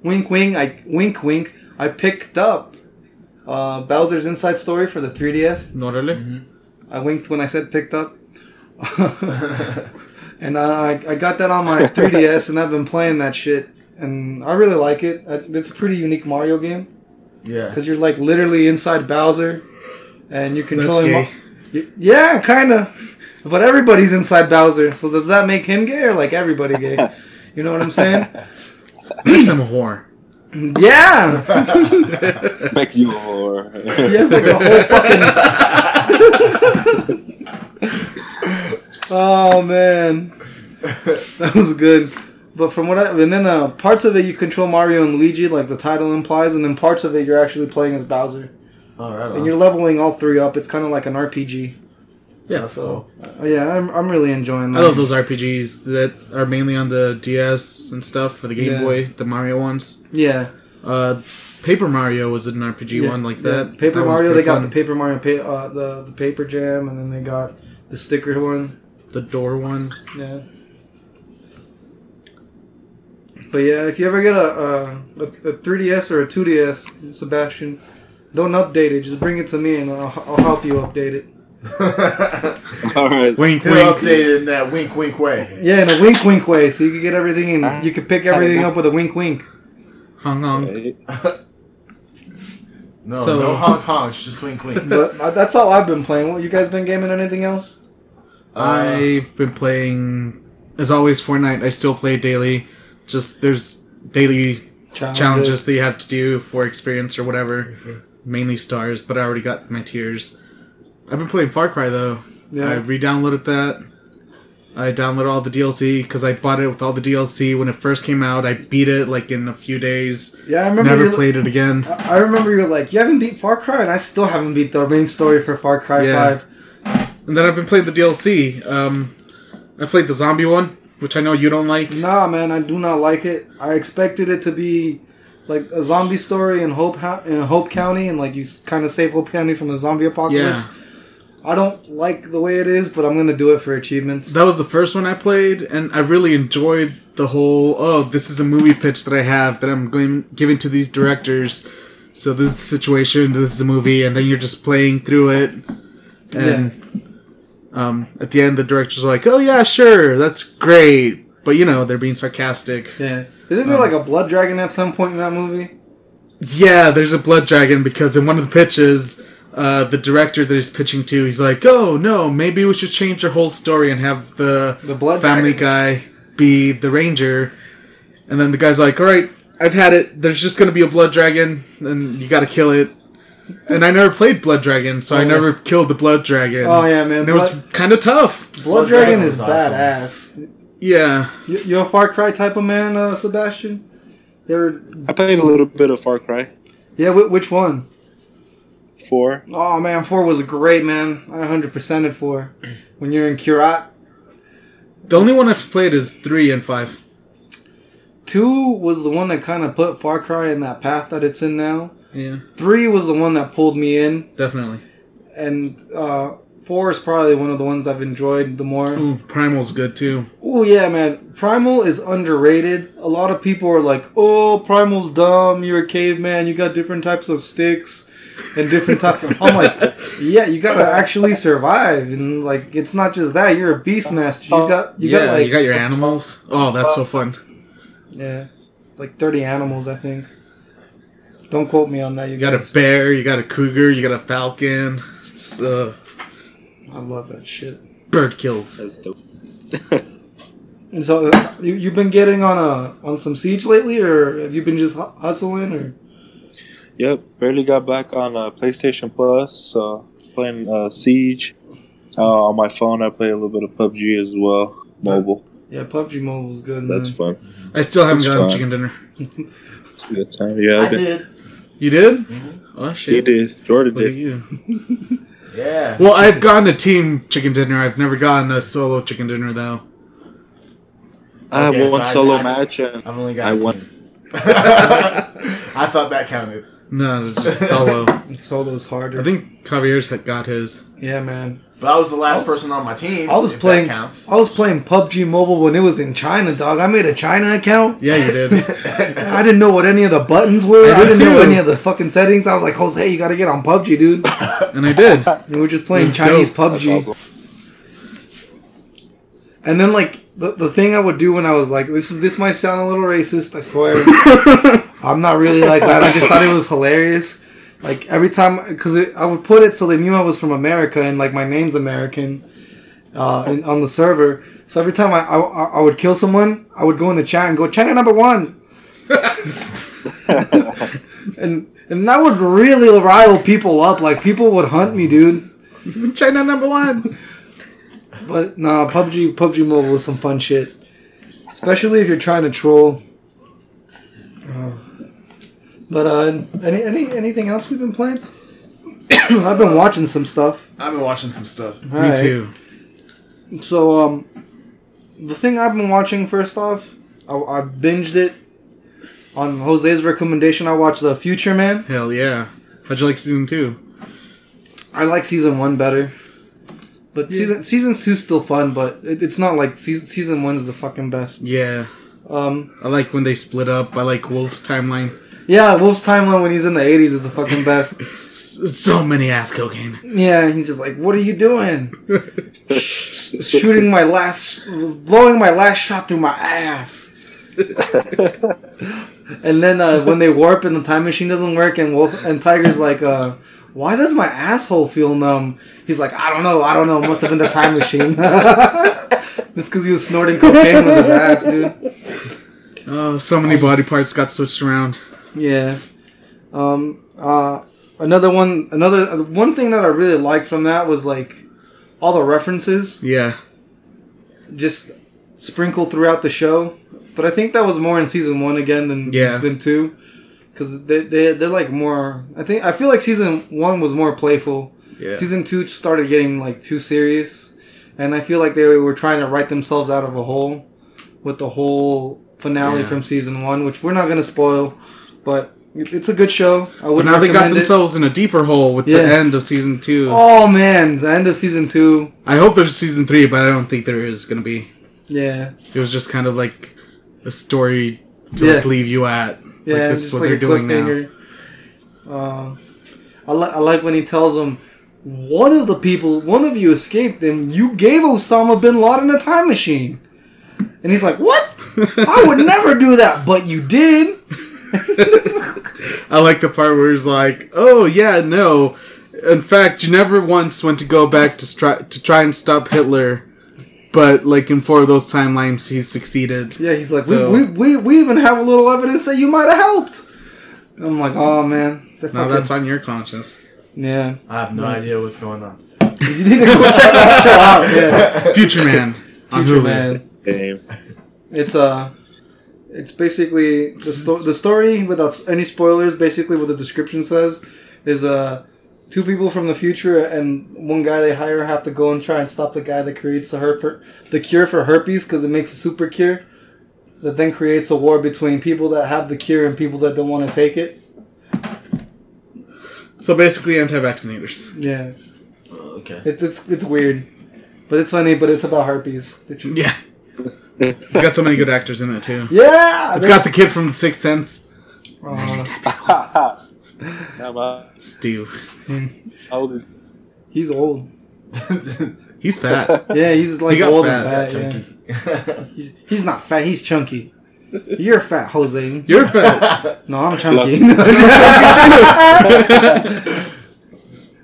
Speaker 1: wink wink. I wink wink. I picked up uh, Bowser's Inside Story for the 3DS.
Speaker 2: Norale?
Speaker 1: I winked when I said picked up. and uh, I, I got that on my 3DS, and I've been playing that shit, and I really like it. Uh, It's a pretty unique Mario game
Speaker 3: Yeah.
Speaker 1: because you're like literally inside Bowser, and you're controlling.
Speaker 2: gay.
Speaker 1: Mo- Y- yeah, kind of. But everybody's inside Bowser, so does that make him gay or like everybody gay? You know what I'm saying?
Speaker 2: Makes him a whore.
Speaker 1: Yeah,
Speaker 4: Makes you a whore.
Speaker 1: he has like a whole fucking. oh man, that was good. But from what I and then uh, parts of it you control Mario and Luigi, like the title implies, and then parts of it you're actually playing as Bowser,
Speaker 3: All right.
Speaker 1: and you're leveling all three up. It's kind of like an RPG.
Speaker 2: Yeah.
Speaker 3: That's cool.
Speaker 1: Oh, yeah, I'm, I'm really enjoying that.
Speaker 2: I love those RPGs that are mainly on the DS and stuff for the Game
Speaker 1: Yeah.
Speaker 2: Boy, the Mario ones.
Speaker 1: Yeah,
Speaker 2: Uh, Paper Mario was an RPG
Speaker 1: Yeah,
Speaker 2: one like
Speaker 1: yeah.
Speaker 2: that.
Speaker 1: Paper
Speaker 2: That was
Speaker 1: Mario,
Speaker 2: pretty
Speaker 1: they got
Speaker 2: fun.
Speaker 1: the Paper Mario, pa- uh, the the Paper Jam, and then they got the sticker one.
Speaker 2: the door one.
Speaker 1: Yeah. But yeah, if you ever get a a, a, a 3DS or a 2DS, Sebastian, don't update it. Just bring it to me, and I'll, I'll help you update it.
Speaker 4: All right.
Speaker 2: Wink,
Speaker 3: Who
Speaker 2: wink.
Speaker 3: updated in that wink wink way?
Speaker 1: Yeah, in a wink wink way, so you could get everything and you could pick everything up with a wink wink.
Speaker 2: Hung
Speaker 1: Uh,
Speaker 2: hung.
Speaker 3: No,
Speaker 2: So-
Speaker 3: no honk honks, just wink winks.
Speaker 1: But uh, that's all I've been playing. What you guys been gaming? Anything else?
Speaker 3: Uh,
Speaker 2: I've been playing, as always, Fortnite. I still play daily. Just there's daily challenges that you have to do for experience or whatever.
Speaker 1: Mm-hmm.
Speaker 2: Mainly stars, but I already got my tiers. I've been playing Far Cry though. I
Speaker 1: Yeah.
Speaker 2: re-downloaded that. I downloaded all the DLC because I bought it with all the DLC when it first came out. I beat it like in a few days.
Speaker 1: Yeah, I remember.
Speaker 2: Never
Speaker 1: you-
Speaker 2: played it again.
Speaker 1: I I remember you were like, you haven't beat Far Cry, and I still haven't beat the main story for Far Cry
Speaker 2: Yeah.
Speaker 1: Five.
Speaker 2: And then I've been playing the DLC. Um, I played the zombie one, which I know you don't like.
Speaker 1: Nah, man, I do not like it. I expected it to be like a zombie story in Hope Ho- in Hope County, and like you kind of save Hope County from the zombie
Speaker 2: Yeah,
Speaker 1: apocalypse. I don't like the way it is, but I'm gonna do it for achievements.
Speaker 2: that was the first one I played, and I really enjoyed the whole. Oh, this is a movie pitch that I have that I'm going giving to these directors. So this is the situation. This is the movie, and then you're just playing through it. And um, at the end, the directors are like, "Oh yeah, sure, that's great," but you know they're being sarcastic.
Speaker 1: yeah, isn't there like a blood dragon at some point in that movie?
Speaker 2: Yeah, there's a blood dragon because in one of the pitches, uh, the director that he's pitching to, he's like, "Oh no, maybe we should change your whole story and have the
Speaker 1: The blood
Speaker 2: family guy be the ranger." And then the guy's like, "All right, I've had it. There's just gonna be a blood dragon, and you gotta kill it." And I never played blood dragon, so I
Speaker 1: yeah.
Speaker 2: never killed the blood dragon.
Speaker 1: Oh yeah, man,
Speaker 2: and it was
Speaker 1: blood,
Speaker 2: kind of tough.
Speaker 1: blood
Speaker 3: Blood
Speaker 1: dragon
Speaker 3: Dragon
Speaker 1: is
Speaker 3: was awesome.
Speaker 1: badass.
Speaker 2: Yeah,
Speaker 1: You, you a Far Cry type of man, uh, Sebastian? You ever?
Speaker 4: I played a little bit of Far Cry
Speaker 1: Yeah, wh- which one?
Speaker 4: 4.
Speaker 1: Oh man, four was great, man. I hundred percented four. When you're in Kirat,
Speaker 2: the only one I've played is three and five.
Speaker 1: two was the one that kind of put Far Cry in that path that it's in now.
Speaker 2: Yeah,
Speaker 1: Three was the one that pulled me in,
Speaker 2: definitely.
Speaker 1: and uh, four is probably one of the ones I've enjoyed the more.
Speaker 2: Ooh, primal's good too.
Speaker 1: Oh yeah, man. Primal is underrated. A lot of people are like, "Oh, Primal's dumb. You're a caveman. You got different types of sticks and different types." I'm like, "Yeah, you gotta actually survive, and like, it's not just that. You're a beast master. You got, you
Speaker 2: yeah,
Speaker 1: got like,
Speaker 2: you got your animals. Oh, that's so fun.
Speaker 1: yeah, like 30 animals, I think. Don't quote me on that. You,
Speaker 2: You
Speaker 1: got
Speaker 2: got a
Speaker 1: guys.
Speaker 2: bear, you got a cougar, you got a falcon. It's, uh,
Speaker 1: I love that shit.
Speaker 2: bird kills.
Speaker 4: That's dope.
Speaker 1: So, uh, you you've been getting on a on some siege lately, or have you been just hu- hustling, or?
Speaker 4: Yep, barely got back on uh, PlayStation Plus. Uh, playing uh, Siege uh, on my phone. I play a little bit of PUBG as well, mobile.
Speaker 1: Yeah, PUBG Mobile was good.
Speaker 4: That's
Speaker 1: man.
Speaker 4: fun.
Speaker 2: I still haven't
Speaker 4: It's
Speaker 2: gotten
Speaker 4: fun.
Speaker 2: chicken dinner.
Speaker 4: It's a good time. Yeah, I did.
Speaker 2: You did?
Speaker 1: Mm-hmm.
Speaker 2: Oh shit!
Speaker 4: He did. Jordan
Speaker 2: Look at
Speaker 4: did.
Speaker 2: you.
Speaker 3: Yeah.
Speaker 2: Well, I've gotten a team chicken dinner. I've never gotten a solo chicken dinner though.
Speaker 4: I have
Speaker 3: Okay, so
Speaker 4: one
Speaker 3: I-
Speaker 4: solo
Speaker 3: I-
Speaker 4: match and
Speaker 3: I've only got.
Speaker 4: I won.
Speaker 3: I thought that counted.
Speaker 2: No, it's just solo. I
Speaker 1: Solo's harder.
Speaker 2: think Javier's had got his.
Speaker 1: yeah, man.
Speaker 3: But I was the last person on my team.
Speaker 1: Oh. I was
Speaker 3: if
Speaker 1: playing.
Speaker 3: That counts.
Speaker 1: I was playing PUBG Mobile when it was in China, dog. I made a China account.
Speaker 2: Yeah, you did.
Speaker 1: I didn't know what any of the buttons were.
Speaker 2: I
Speaker 1: I,
Speaker 2: did
Speaker 1: didn't know
Speaker 2: too.
Speaker 1: any of the fucking settings. I was like, Jose, you gotta get on PUBG, dude. and
Speaker 2: and I did.
Speaker 1: we were just playing
Speaker 2: That's
Speaker 1: Chinese
Speaker 2: dope.
Speaker 1: PUBG. And then like the, the thing I would do when I was like, this is this might sound a little racist, I swear. I'm not really like that. I just thought it was hilarious. Like every time, because I would put it so they knew I was from America and like my name's American uh, in, on the server. So every time I, I I would kill someone, I would go in the chat and go China number one, and and that would really rile people up. Like people would hunt me, dude.
Speaker 2: China number one.
Speaker 1: But nah, PUBG PUBG Mobile is some fun shit, especially if you're trying to troll. Uh, but uh, any any anything else we've been playing? I've been watching some stuff.
Speaker 3: I've been watching some stuff.
Speaker 2: Me too.
Speaker 1: So um, the thing I've been watching first off, I, I binged it on Jose's recommendation. I watched The Future Man.
Speaker 2: Hell yeah. How'd you like season two?
Speaker 1: I like season one better. But
Speaker 2: Yeah.
Speaker 1: season season two's still fun, but it, it's not like season season one's the fucking best.
Speaker 2: Yeah,
Speaker 1: Um,
Speaker 2: I like when they split up. I like Wolf's timeline.
Speaker 1: Yeah, Wolf's timeline when he's in the 80s is the fucking best.
Speaker 2: S- so many ass cocaine.
Speaker 1: yeah, and he's just like, what are you doing? shooting my last, blowing my last shot through my ass. and then uh, when they warp and the time machine doesn't work, and Wolf and Tiger's like, uh, "Why does my asshole feel numb?" He's like, "I don't know, I don't know. Must have been the time machine." It's because he was snorting cocaine with his ass, dude.
Speaker 2: Oh, so many body parts got switched around.
Speaker 1: Yeah. Um. Uh. Another one. Another one thing that I really liked from that was like all the references
Speaker 2: Yeah.
Speaker 1: just sprinkled throughout the show. But I think that was more in season one again than
Speaker 2: Yeah.
Speaker 1: than two, because they they they're like more. I think I feel like season one was more playful.
Speaker 2: Yeah.
Speaker 1: Season two started getting like too serious, and I feel like they were trying to write themselves out of a hole with the whole finale
Speaker 2: Yeah.
Speaker 1: from season one, which we're not gonna spoil. But it- it's a good show. I
Speaker 2: But
Speaker 1: would
Speaker 2: now they got
Speaker 1: recommend it.
Speaker 2: themselves in a deeper hole with
Speaker 1: Yeah.
Speaker 2: the end of season two.
Speaker 1: Oh man, the end of season two.
Speaker 2: I hope there's season three, but I don't think there is going to be.
Speaker 1: Yeah,
Speaker 2: It was just kind of like a story to
Speaker 1: Yeah.
Speaker 2: like leave you at.
Speaker 1: yeah,
Speaker 2: like this
Speaker 1: just
Speaker 2: is what
Speaker 1: like
Speaker 2: they're
Speaker 1: a
Speaker 2: doing now.
Speaker 1: cliffhanger. Um, I, li- I like when he tells him, one of the people, one of you escaped, and you gave Osama bin Laden a time machine. And he's like, "What? I would never do that, but you did."
Speaker 2: I like the part where he's like, "Oh yeah, no. In fact, you never once went to go back to try to try and stop Hitler, but like in four of those timelines, he succeeded."
Speaker 1: Yeah, he's like,
Speaker 2: So-
Speaker 1: we, we, we, "We even have a little evidence that you might have helped." And I'm like, "Oh man, that
Speaker 2: Now
Speaker 1: fucking-
Speaker 2: that's on your conscience.
Speaker 1: yeah."
Speaker 3: I have no idea what's going on.
Speaker 1: You need to go check that show out. Yeah,
Speaker 2: Future Man. on
Speaker 1: Future
Speaker 2: Hulu.
Speaker 1: Man.
Speaker 4: Damn.
Speaker 1: It's uh it's basically the, sto- the story without s- any spoilers. Basically, what the description says is uh two people from the future and one guy they hire have to go and try and stop the guy that creates the herp- the cure for herpes because it makes a super cure that then creates a war between people that have the cure and people that don't want to take it.
Speaker 2: So basically, anti-vaccinators.
Speaker 1: Yeah,
Speaker 3: Okay.
Speaker 1: it's it's it's weird, but it's funny. But it's about herpes.
Speaker 2: Yeah. it's got so many good actors in it too.
Speaker 1: Yeah,
Speaker 2: It's got the kid from The Sixth Sense,
Speaker 1: Uh,
Speaker 4: Nah, but
Speaker 2: Steve.
Speaker 4: I was-
Speaker 1: he's old.
Speaker 2: He's fat.
Speaker 1: Yeah, he's like
Speaker 2: got
Speaker 1: old
Speaker 2: fat,
Speaker 1: and fat. Yeah. He's, he's not fat. He's chunky. You're fat, Jose.
Speaker 2: You're fat.
Speaker 1: No, I'm chunky.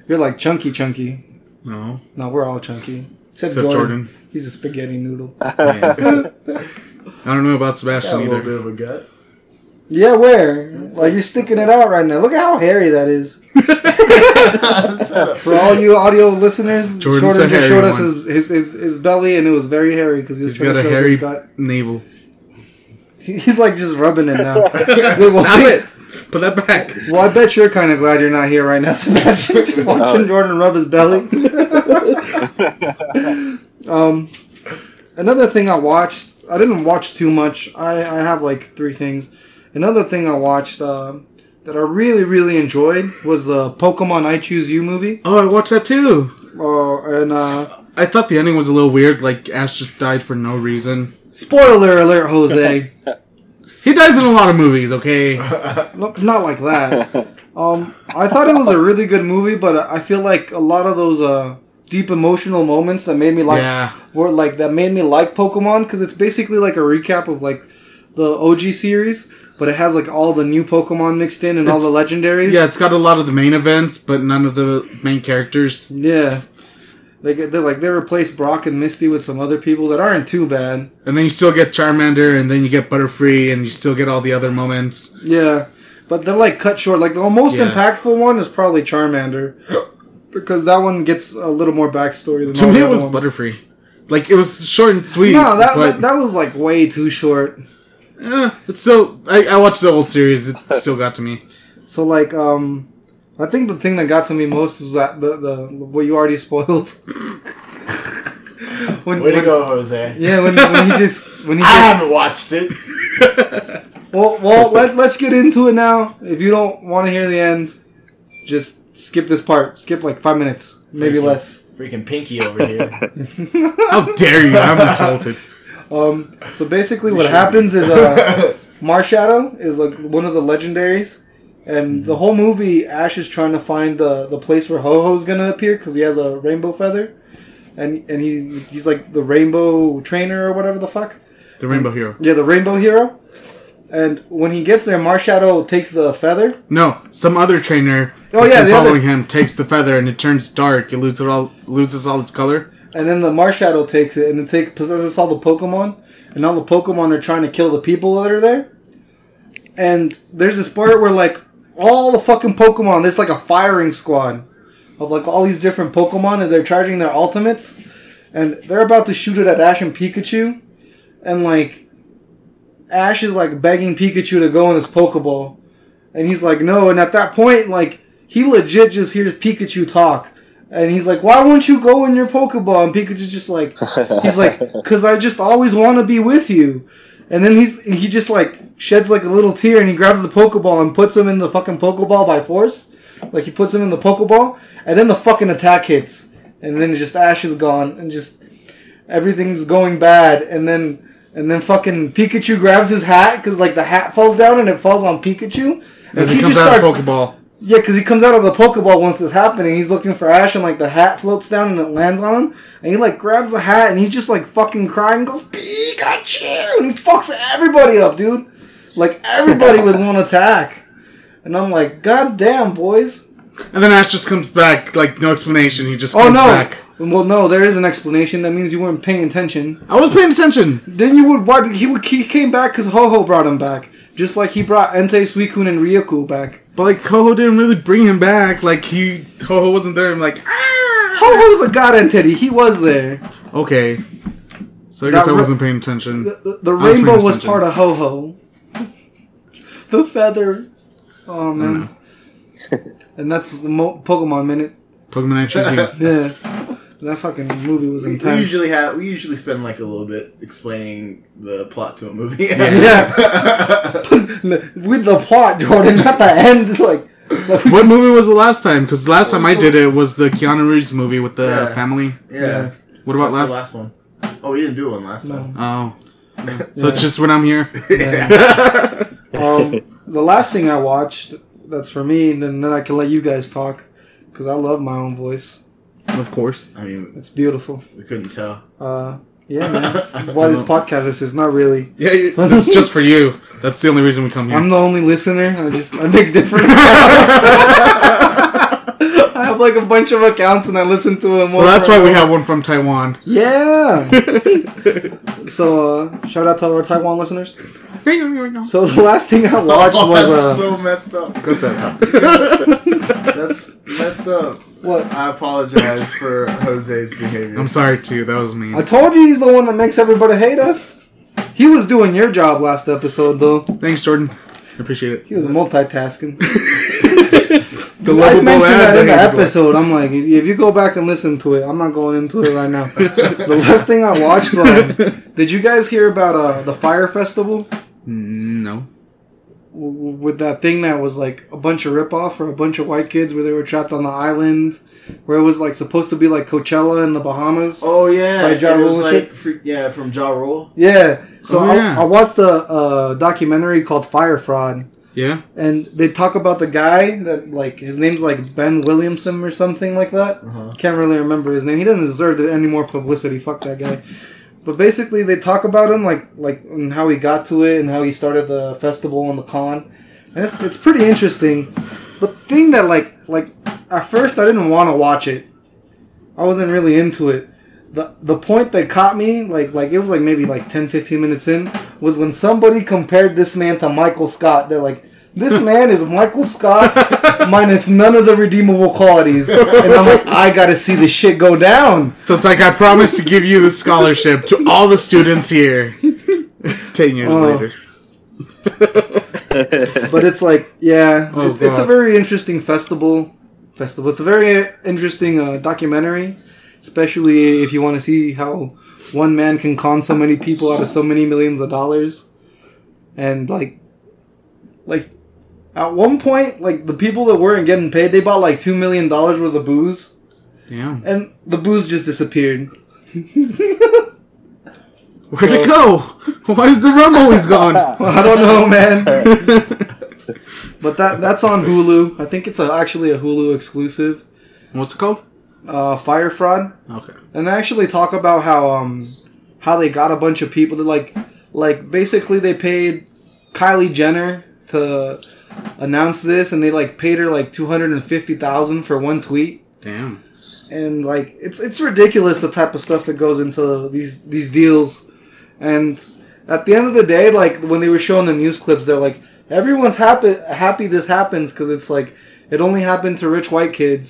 Speaker 1: You're like chunky, chunky.
Speaker 2: No.
Speaker 1: No, we're all chunky. Except,
Speaker 2: Except
Speaker 1: Jordan.
Speaker 2: Jordan.
Speaker 1: He's a spaghetti noodle.
Speaker 2: Yeah. I don't know about
Speaker 3: Got a
Speaker 2: Sebastian
Speaker 3: little
Speaker 2: either.
Speaker 3: bit of a gut.
Speaker 1: Yeah, where? Like you're sticking it out right now. Look at how hairy that is. For all you audio listeners,
Speaker 2: Jordan's a
Speaker 1: Jordan just
Speaker 2: hairy
Speaker 1: showed us
Speaker 2: one.
Speaker 1: his, his, his, his belly, and it was very hairy because he was
Speaker 2: He's
Speaker 1: trying
Speaker 2: got
Speaker 1: to
Speaker 2: a
Speaker 1: show
Speaker 2: hairy
Speaker 1: us his gut.
Speaker 2: navel.
Speaker 1: He's like just rubbing it now. well,
Speaker 2: Stop it! Put that back.
Speaker 1: Well, I bet you're kind of glad you're not here right now, Sebastian. Just watching Jordan rub his belly. um, another thing I watched. I didn't watch too much. I, I have like three things. Another thing I watched uh, that I really really enjoyed was the Pokemon I Choose You movie.
Speaker 2: Oh, I watched that too.
Speaker 1: Uh, and uh,
Speaker 2: I thought the ending was a little weird. Like Ash just died for no reason.
Speaker 1: spoiler alert, Jose.
Speaker 2: He dies in a lot of movies. Okay.
Speaker 1: No, not like that. Um, I thought it was a really good movie, but I I feel like a lot of those uh, deep emotional moments that made me like
Speaker 2: yeah.
Speaker 1: were like that made me like Pokemon because it's basically like a recap of like the OG series, but it has like all the new Pokemon mixed in and all
Speaker 2: It's-
Speaker 1: the legendaries.
Speaker 2: Yeah, it's got a lot of the main events, but none of the main characters.
Speaker 1: yeah. They get, they're like they replaced Brock and Misty with some other people that aren't too bad.
Speaker 2: And then you still get Charmander, and then you get Butterfree, and you still get all the other moments.
Speaker 1: Yeah, but they're like cut short. Like the most
Speaker 2: Yeah.
Speaker 1: impactful one is probably Charmander. Because that one gets a little more backstory than
Speaker 2: To
Speaker 1: all the
Speaker 2: me, it
Speaker 1: other
Speaker 2: was
Speaker 1: ones.
Speaker 2: Butterfree. Like it was short and sweet.
Speaker 1: No, that, that
Speaker 2: but-
Speaker 1: that was like way too short.
Speaker 2: Eh, it's still. I, I watched the old series. It still got to me.
Speaker 1: So like, um, I think the thing that got to me most is that the, the what you already spoiled. when,
Speaker 3: Way to
Speaker 1: when-
Speaker 3: go, Jose.
Speaker 1: Yeah, when, when he just when he
Speaker 3: I
Speaker 1: just,
Speaker 3: haven't watched it.
Speaker 1: well well let let's get into it now. If you don't want to hear the end, just skip this part. Skip like five minutes, maybe
Speaker 3: Thank you.
Speaker 1: less.
Speaker 3: Freaking Pinky over here.
Speaker 2: How dare you? I'm insulted.
Speaker 1: Um, so basically, what happens is uh, Marshadow is like one of the legendaries, and the whole movie Ash is trying to find the the place where Ho Ho's gonna appear because he has a rainbow feather, and and he he's like the rainbow trainer or whatever the fuck.
Speaker 2: The Rainbow Hero.
Speaker 1: Yeah, the rainbow hero. And when he gets there, Marshadow takes the feather.
Speaker 2: No, some other trainer.
Speaker 1: Oh,
Speaker 2: that's
Speaker 1: yeah,
Speaker 2: been
Speaker 1: the other-
Speaker 2: following him takes the feather and it turns dark. It loses all loses all its color.
Speaker 1: And then the Marshadow takes it and then take possesses all the Pokemon, and all the Pokemon are trying to kill the people that are there. And there's this part where like all the fucking Pokemon, there's like a firing squad of like all these different Pokemon, and they're charging their ultimates, and they're about to shoot it at Ash and Pikachu, and like Ash is like begging Pikachu to go in his Pokeball, and he's like no, and at that point like he legit just hears Pikachu talk. And he's like, "Why won't you go in your Pokeball?" And Pikachu's just like, he's like, "Cause I just always want to be with you." And then he's he just like sheds like a little tear, and he grabs the Pokeball and puts him in the fucking Pokeball by force, like he puts him in the Pokeball, and then the fucking attack hits, and then just Ash is gone, and just everything's going bad, and then and then fucking Pikachu grabs his hat, cause like the hat falls down and it falls on Pikachu. And
Speaker 2: As
Speaker 1: he
Speaker 2: it comes
Speaker 1: just
Speaker 2: out of
Speaker 1: starts-
Speaker 2: Pokeball.
Speaker 1: yeah, because he comes out of the Pokeball once it's happening. He's looking for Ash, and like the hat floats down and it lands on him. And he like grabs the hat, and he's just like fucking crying, and goes Pikachu, and he fucks everybody up, dude. Like everybody with one attack. And I'm like, God damn, boys.
Speaker 2: And then Ash just comes back, like no explanation. He just
Speaker 1: Oh
Speaker 2: comes
Speaker 1: no.
Speaker 2: back.
Speaker 1: Well, no, there is an explanation. That means you weren't paying attention.
Speaker 2: I was paying attention.
Speaker 1: Then you would why he would he came back because Ho Ho brought him back, just like he brought Entei, Suicune, and Ryoku back.
Speaker 2: But like Coho didn't really bring him back. Like he Coho wasn't there. I'm like, ah.
Speaker 1: Ho Ho's a god entity. He was there.
Speaker 2: Okay. So I
Speaker 1: That
Speaker 2: guess I
Speaker 1: re-
Speaker 2: wasn't paying attention.
Speaker 1: The, the, the
Speaker 2: I was paying
Speaker 1: rainbow was
Speaker 2: attention.
Speaker 1: part of Ho Ho. the feather. Oh man. and that's the mo- Pokemon minute.
Speaker 2: Pokemon I choose you.
Speaker 1: Yeah. That fucking movie was
Speaker 3: We, we
Speaker 1: intense.
Speaker 3: usually have we usually spend like a little bit explaining the plot to a movie.
Speaker 1: Yeah. With the plot, Jordan, not the end. Like, like we
Speaker 2: What
Speaker 1: just-
Speaker 2: movie was the last time? Because last time I
Speaker 3: was the-
Speaker 2: did it was the Keanu Reeves movie with the
Speaker 3: Yeah.
Speaker 2: family.
Speaker 3: yeah.
Speaker 2: What about
Speaker 3: What's
Speaker 2: last?
Speaker 3: the last one? Oh, we didn't do one last
Speaker 1: No.
Speaker 3: time.
Speaker 2: Oh. So it's just when I'm here.
Speaker 1: Um, the last thing I watched that's for me, and then, then I can let you guys talk because I love my own voice.
Speaker 2: of course.
Speaker 3: I mean,
Speaker 1: It's beautiful.
Speaker 3: we couldn't tell.
Speaker 1: Uh, yeah, man. That's why this podcast is. It's not really.
Speaker 2: Yeah, you- this is just for you. That's the only reason we come here.
Speaker 1: I'm the only listener. I just I make different. accounts. I have like a bunch of accounts and I listen to them.
Speaker 2: so that's why we have one from Taiwan.
Speaker 1: Yeah. so uh, shout out to all our Taiwan listeners.
Speaker 2: Cut
Speaker 1: So the last thing I watched
Speaker 3: Oh,
Speaker 1: was uh,
Speaker 3: that's so messed up.
Speaker 2: that out.
Speaker 3: That's messed up.
Speaker 1: what
Speaker 3: I apologize for Jose's behavior.
Speaker 2: I'm sorry too. That was
Speaker 1: I
Speaker 2: mean.
Speaker 1: told you. He's the one that makes everybody hate us. He was doing your job last episode though.
Speaker 2: Thanks, Jordan. I appreciate it.
Speaker 1: He was multitasking.
Speaker 2: The
Speaker 1: I
Speaker 2: lovable
Speaker 1: mentioned
Speaker 2: lad
Speaker 1: that in the
Speaker 2: hated Jordan.
Speaker 1: episode. I'm like, if, if you go back and listen to it, I'm not going into it right now. the last thing I watched, um, did you guys hear about uh, the Fire Festival
Speaker 2: Mm, No.
Speaker 1: W- w- with that thing that was like a bunch of ripoff for a bunch of white kids where they were trapped on the island, where it was like supposed to be like Coachella in the Bahamas?
Speaker 3: Oh yeah,
Speaker 1: By Ja
Speaker 3: it was
Speaker 1: Rule and
Speaker 3: like
Speaker 1: shit?
Speaker 3: freak- yeah from Ja Rule.
Speaker 1: Yeah. So
Speaker 2: Oh,
Speaker 1: I,
Speaker 2: yeah.
Speaker 1: I watched a uh, documentary called Fire Fraud.
Speaker 2: Yeah.
Speaker 1: and they talk about the guy that like his name's like Ben Williamson or something like that.
Speaker 3: Uh-huh.
Speaker 1: Can't really remember his name. He doesn't deserve any more publicity. Fuck that guy. But basically, they talk about him like like and how he got to it and how he started the festival and the con, and it's it's pretty interesting. But the thing that like like at first I didn't want to watch it. I wasn't really into it. The, the point that caught me like like it was like maybe like 10 15 minutes in was when somebody compared this man to Michael Scott they're like this man is Michael Scott minus none of the redeemable qualities and I'm like I got to see this shit go down
Speaker 2: So it's like I promised to give you the scholarship to all the students here. Ten years
Speaker 1: Oh.
Speaker 2: later.
Speaker 1: but it's like yeah
Speaker 2: Oh,
Speaker 1: it's, it's a
Speaker 2: God.
Speaker 1: very interesting festival festival it's a very interesting uh, documentary especially if you want to see how one man can con so many people out of so many millions of dollars and like like at one point like the people that weren't getting paid they bought like two million dollars worth of booze
Speaker 2: Yeah.
Speaker 1: and the booze just disappeared
Speaker 2: Where'd it go? Why is the rum always gone?
Speaker 1: i don't know man but that that's on uh, hulu i think it's a, actually a hulu exclusive
Speaker 2: What's it called?
Speaker 1: uh, Fire Fraud,
Speaker 2: Okay.
Speaker 1: and they actually talk about how um how they got a bunch of people to like like basically they paid Kylie Jenner to announce this, and they like paid her like two hundred and fifty thousand for one tweet,
Speaker 2: Damn.
Speaker 1: and like it's it's ridiculous the type of stuff that goes into these these deals, and at the end of the day, like when they were showing the news clips, they're like everyone's happy happy this happens because it's like it only happened to rich white kids,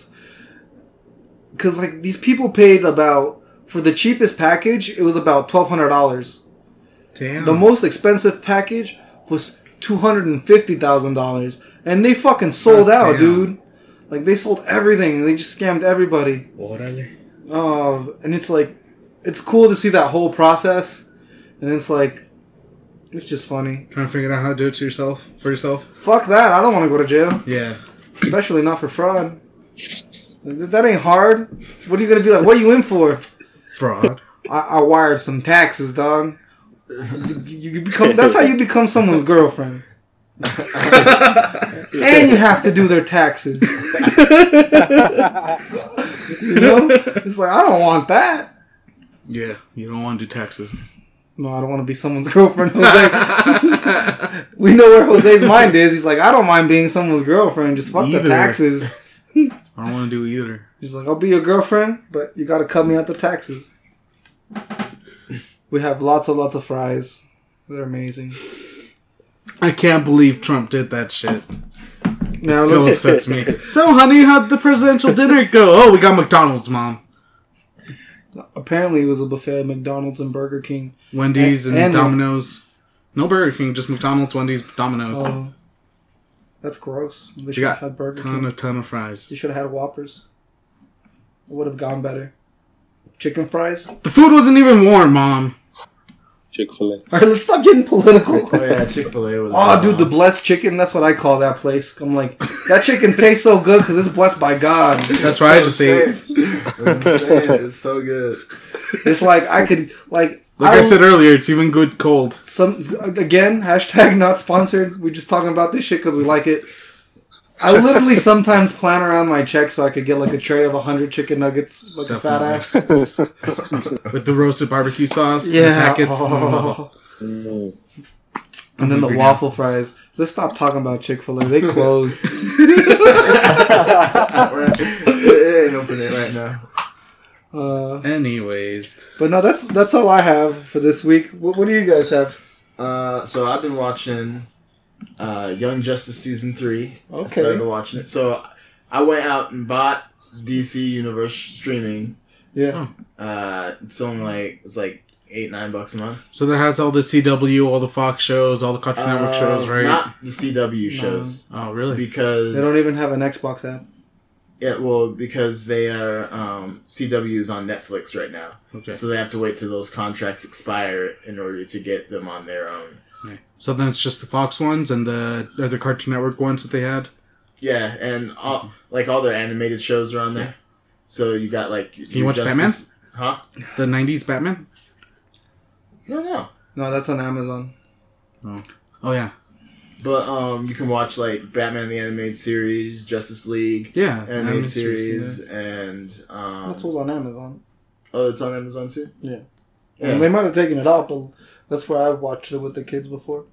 Speaker 1: because like these people paid about for the cheapest package it was about twelve hundred dollars.
Speaker 2: Damn.
Speaker 1: The most expensive package was two hundred and fifty thousand dollars, and they fucking sold
Speaker 2: God
Speaker 1: out,
Speaker 2: damn.
Speaker 1: dude. Like they sold everything, and they just scammed everybody.
Speaker 2: Orale.
Speaker 1: Oh, and it's like, it's cool to see that whole process, and it's like, it's just funny.
Speaker 2: Trying to figure out how to do it to yourself for yourself.
Speaker 1: Fuck that! I don't want to go to jail,
Speaker 2: Yeah.
Speaker 1: especially not for fraud. Th- That ain't hard. What are you gonna be like? What you in for?
Speaker 2: Fraud.
Speaker 1: I, I wired some taxes, dog. You, you- you become that's how you become someone's girlfriend, and you have to do their taxes. You know, it's like I don't want that.
Speaker 2: yeah. You don't want to do taxes.
Speaker 1: No, I don't want to be someone's girlfriend. Jose. we know where Jose's mind is. He's like, I don't mind being someone's girlfriend. Just fuck the
Speaker 2: Either.
Speaker 1: taxes.
Speaker 2: I don't want to do either.
Speaker 1: He's like, I'll be your girlfriend, but you got to cut me out the taxes. We have lots and lots of fries. They're amazing.
Speaker 2: I can't believe Trump did that shit.
Speaker 1: Now
Speaker 2: So
Speaker 1: look,
Speaker 2: upsets me. So, honey, how'd the presidential dinner go? Oh, we got McDonald's, mom.
Speaker 1: apparently it was a buffet at McDonald's and Burger King.
Speaker 2: Wendy's and,
Speaker 1: And-
Speaker 2: Domino's. No Burger King, just McDonald's, Wendy's, Domino's.
Speaker 1: Oh, that's gross. They
Speaker 2: you
Speaker 1: should have
Speaker 2: got
Speaker 1: had Burger
Speaker 2: ton
Speaker 1: King.
Speaker 2: of ton of fries.
Speaker 1: They should have had Whoppers. It would have gone better. Chicken fries. All
Speaker 2: The food wasn't even warm, mom.
Speaker 4: Chick Fil A.
Speaker 1: right, let's stop getting political.
Speaker 3: Oh yeah, Chick Fil A was.
Speaker 1: Oh, dude, the blessed chicken. That's what I call that place. I'm like, that chicken tastes so good because it's blessed by God.
Speaker 2: That's why I just say.
Speaker 3: It's so good.
Speaker 1: It's like, I could, like,
Speaker 2: Like I, said earlier, it's even good cold.
Speaker 1: some, again, hashtag not sponsored. We're just talking about this shit because we like it. I literally sometimes plan around my check so I could get like a tray of 100 chicken nuggets, like a fat ass.
Speaker 2: Definitely. With the roasted barbecue sauce, yeah, the
Speaker 1: Yeah.
Speaker 2: packets,
Speaker 1: oh.
Speaker 4: Mm.
Speaker 1: And then the
Speaker 2: hungry now.
Speaker 1: waffle fries. Let's stop talking about Chick fil A. They closed.
Speaker 3: it ain't opening right now.
Speaker 1: uh,
Speaker 2: Anyways,
Speaker 1: but no, that's that's all I have for this week. What, what do you guys have?
Speaker 3: Uh, so I've been watching uh, Young Justice season three. I
Speaker 1: Okay.
Speaker 3: started watching it. So I went out and bought DC Universe streaming.
Speaker 1: Yeah.
Speaker 2: Hmm.
Speaker 3: Uh, it's only like it's like eight nine bucks a month.
Speaker 2: so that has all the CW, all the Fox shows, all the Cartoon Network
Speaker 3: Uh,
Speaker 2: shows, right?
Speaker 3: Not the CW shows
Speaker 2: oh, really?
Speaker 3: because
Speaker 1: They don't even have an Xbox app.
Speaker 3: Yeah, well, because they are um, CW is on Netflix right now,
Speaker 2: Okay.
Speaker 3: so they have to wait till those contracts expire in order to get them on their own.
Speaker 2: Right. So then it's just the Fox ones and the other Cartoon Network ones that they had.
Speaker 3: Yeah, and all like all their animated shows are on there. So you got like Can
Speaker 2: you watch
Speaker 3: Huh?
Speaker 2: The '90s Batman.
Speaker 3: No, no.
Speaker 1: No, that's on Amazon.
Speaker 2: Oh yeah,
Speaker 3: But um, you can watch like Batman the animated series, Justice League
Speaker 2: yeah.
Speaker 3: animated,
Speaker 2: Animated
Speaker 3: series,
Speaker 2: yeah.
Speaker 3: and um,
Speaker 1: That's what's on Amazon.
Speaker 3: oh, it's on Amazon too.
Speaker 1: Yeah.
Speaker 3: yeah.
Speaker 1: And they might have taken it out, but that's where I've watched it with the kids before.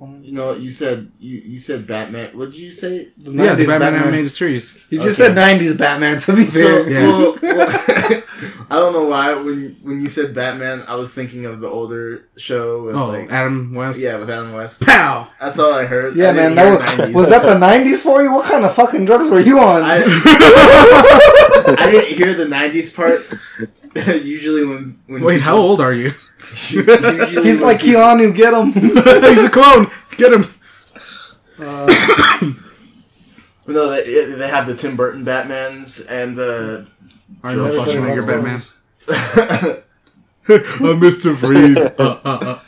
Speaker 1: Um,
Speaker 3: you know, you said you, you said Batman. What did you say?
Speaker 1: the
Speaker 2: Yeah, the
Speaker 1: 90s
Speaker 2: Batman, animated series.
Speaker 1: You just
Speaker 3: Okay.
Speaker 1: said '90s Batman. To be
Speaker 3: So,
Speaker 1: fair,
Speaker 2: Yeah.
Speaker 3: well, well, I don't know why when when you said Batman, I was thinking of the older show with
Speaker 2: Oh,
Speaker 3: like
Speaker 2: Adam West.
Speaker 3: yeah with Adam West.
Speaker 2: Pow.
Speaker 3: That's all I heard.
Speaker 1: yeah,
Speaker 3: I
Speaker 1: man.
Speaker 3: didn't hear
Speaker 1: That was,
Speaker 3: 90s.
Speaker 1: was that the '90s for you? What kind of fucking drugs were you on?
Speaker 3: I, I didn't hear the '90s part. usually when, when
Speaker 2: Wait, how old are you?
Speaker 3: Usually
Speaker 1: He's
Speaker 3: when
Speaker 1: like
Speaker 3: people-
Speaker 1: Keanu. Get him.
Speaker 2: He's a clone. Get him.
Speaker 1: Uh,
Speaker 3: no, they, they have the Tim Burton Batmans and uh, the
Speaker 2: Arnold
Speaker 3: Everybody
Speaker 2: Schwarzenegger
Speaker 3: loves
Speaker 2: Batman.
Speaker 3: and
Speaker 2: I'm Mr. Freeze. Uh, uh, uh.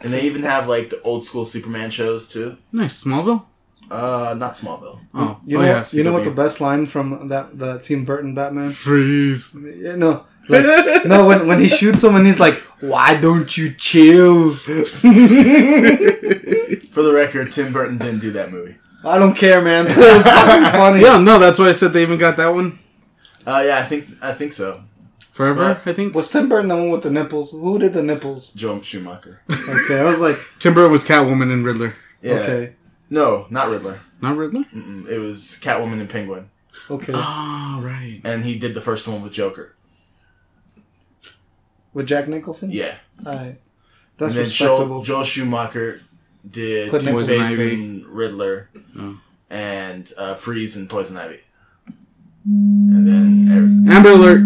Speaker 3: they even have like the old school Superman shows too.
Speaker 2: Nice. Smallville?
Speaker 3: Uh, not Smallville.
Speaker 2: Oh,
Speaker 1: you
Speaker 2: oh,
Speaker 1: know,
Speaker 2: yeah,
Speaker 1: you know what the
Speaker 2: CW.
Speaker 1: best line from that the Tim Burton Batman?
Speaker 2: Freeze.
Speaker 1: Yeah, no, like, no. When when he shoots someone, he's like, "Why don't you chill?"
Speaker 3: For the record, Tim Burton didn't do that movie.
Speaker 1: I don't care, man. It was fucking funny.
Speaker 2: Yeah, no, that's why I said they even got that one.
Speaker 3: Uh, yeah, I think I think so.
Speaker 2: Forever, I think.
Speaker 1: Was Tim Burton the one with the nipples? Who did the nipples?
Speaker 3: Joe Schumacher.
Speaker 1: Okay, I was like,
Speaker 2: Tim Burton was Catwoman and Riddler.
Speaker 3: Yeah.
Speaker 1: okay,
Speaker 3: No, not Riddler.
Speaker 2: Not Riddler?
Speaker 3: Mm-mm. It was Catwoman and Penguin,
Speaker 1: okay.
Speaker 2: Oh, right.
Speaker 3: and he did the first one with Joker.
Speaker 1: With Jack Nicholson?
Speaker 3: Yeah,
Speaker 1: Alright. That's
Speaker 3: and then Joel,
Speaker 1: respectable.
Speaker 3: Joel Schumacher did
Speaker 1: Put
Speaker 3: Two
Speaker 1: Nicholas
Speaker 3: Face
Speaker 2: Ivy.
Speaker 3: and Riddler,
Speaker 2: Oh.
Speaker 3: and uh, Freeze and Poison Ivy, and then
Speaker 2: Amber Alert.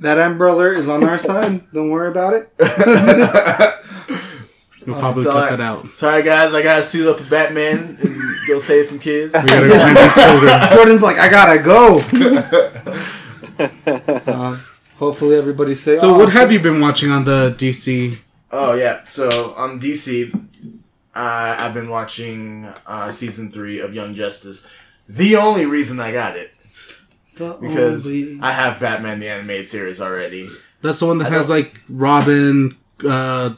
Speaker 1: that Amber Alert is on our side. Don't worry about it.
Speaker 3: every-
Speaker 2: We'll probably
Speaker 3: so
Speaker 2: cut
Speaker 3: I-
Speaker 2: that out.
Speaker 3: Sorry guys, I gotta suit up a Batman and go save some kids.
Speaker 2: We gotta go save these children.
Speaker 1: Jordan's like, I gotta go. Um, hopefully everybody say. "Oh,
Speaker 2: So, what have you been watching on the DC?
Speaker 3: Oh yeah, so on DC, uh, I've been watching uh, season three of Young Justice. The only reason I got it because I have Batman the animated series already.
Speaker 2: That's the one that
Speaker 3: I
Speaker 2: has like Robin, uh,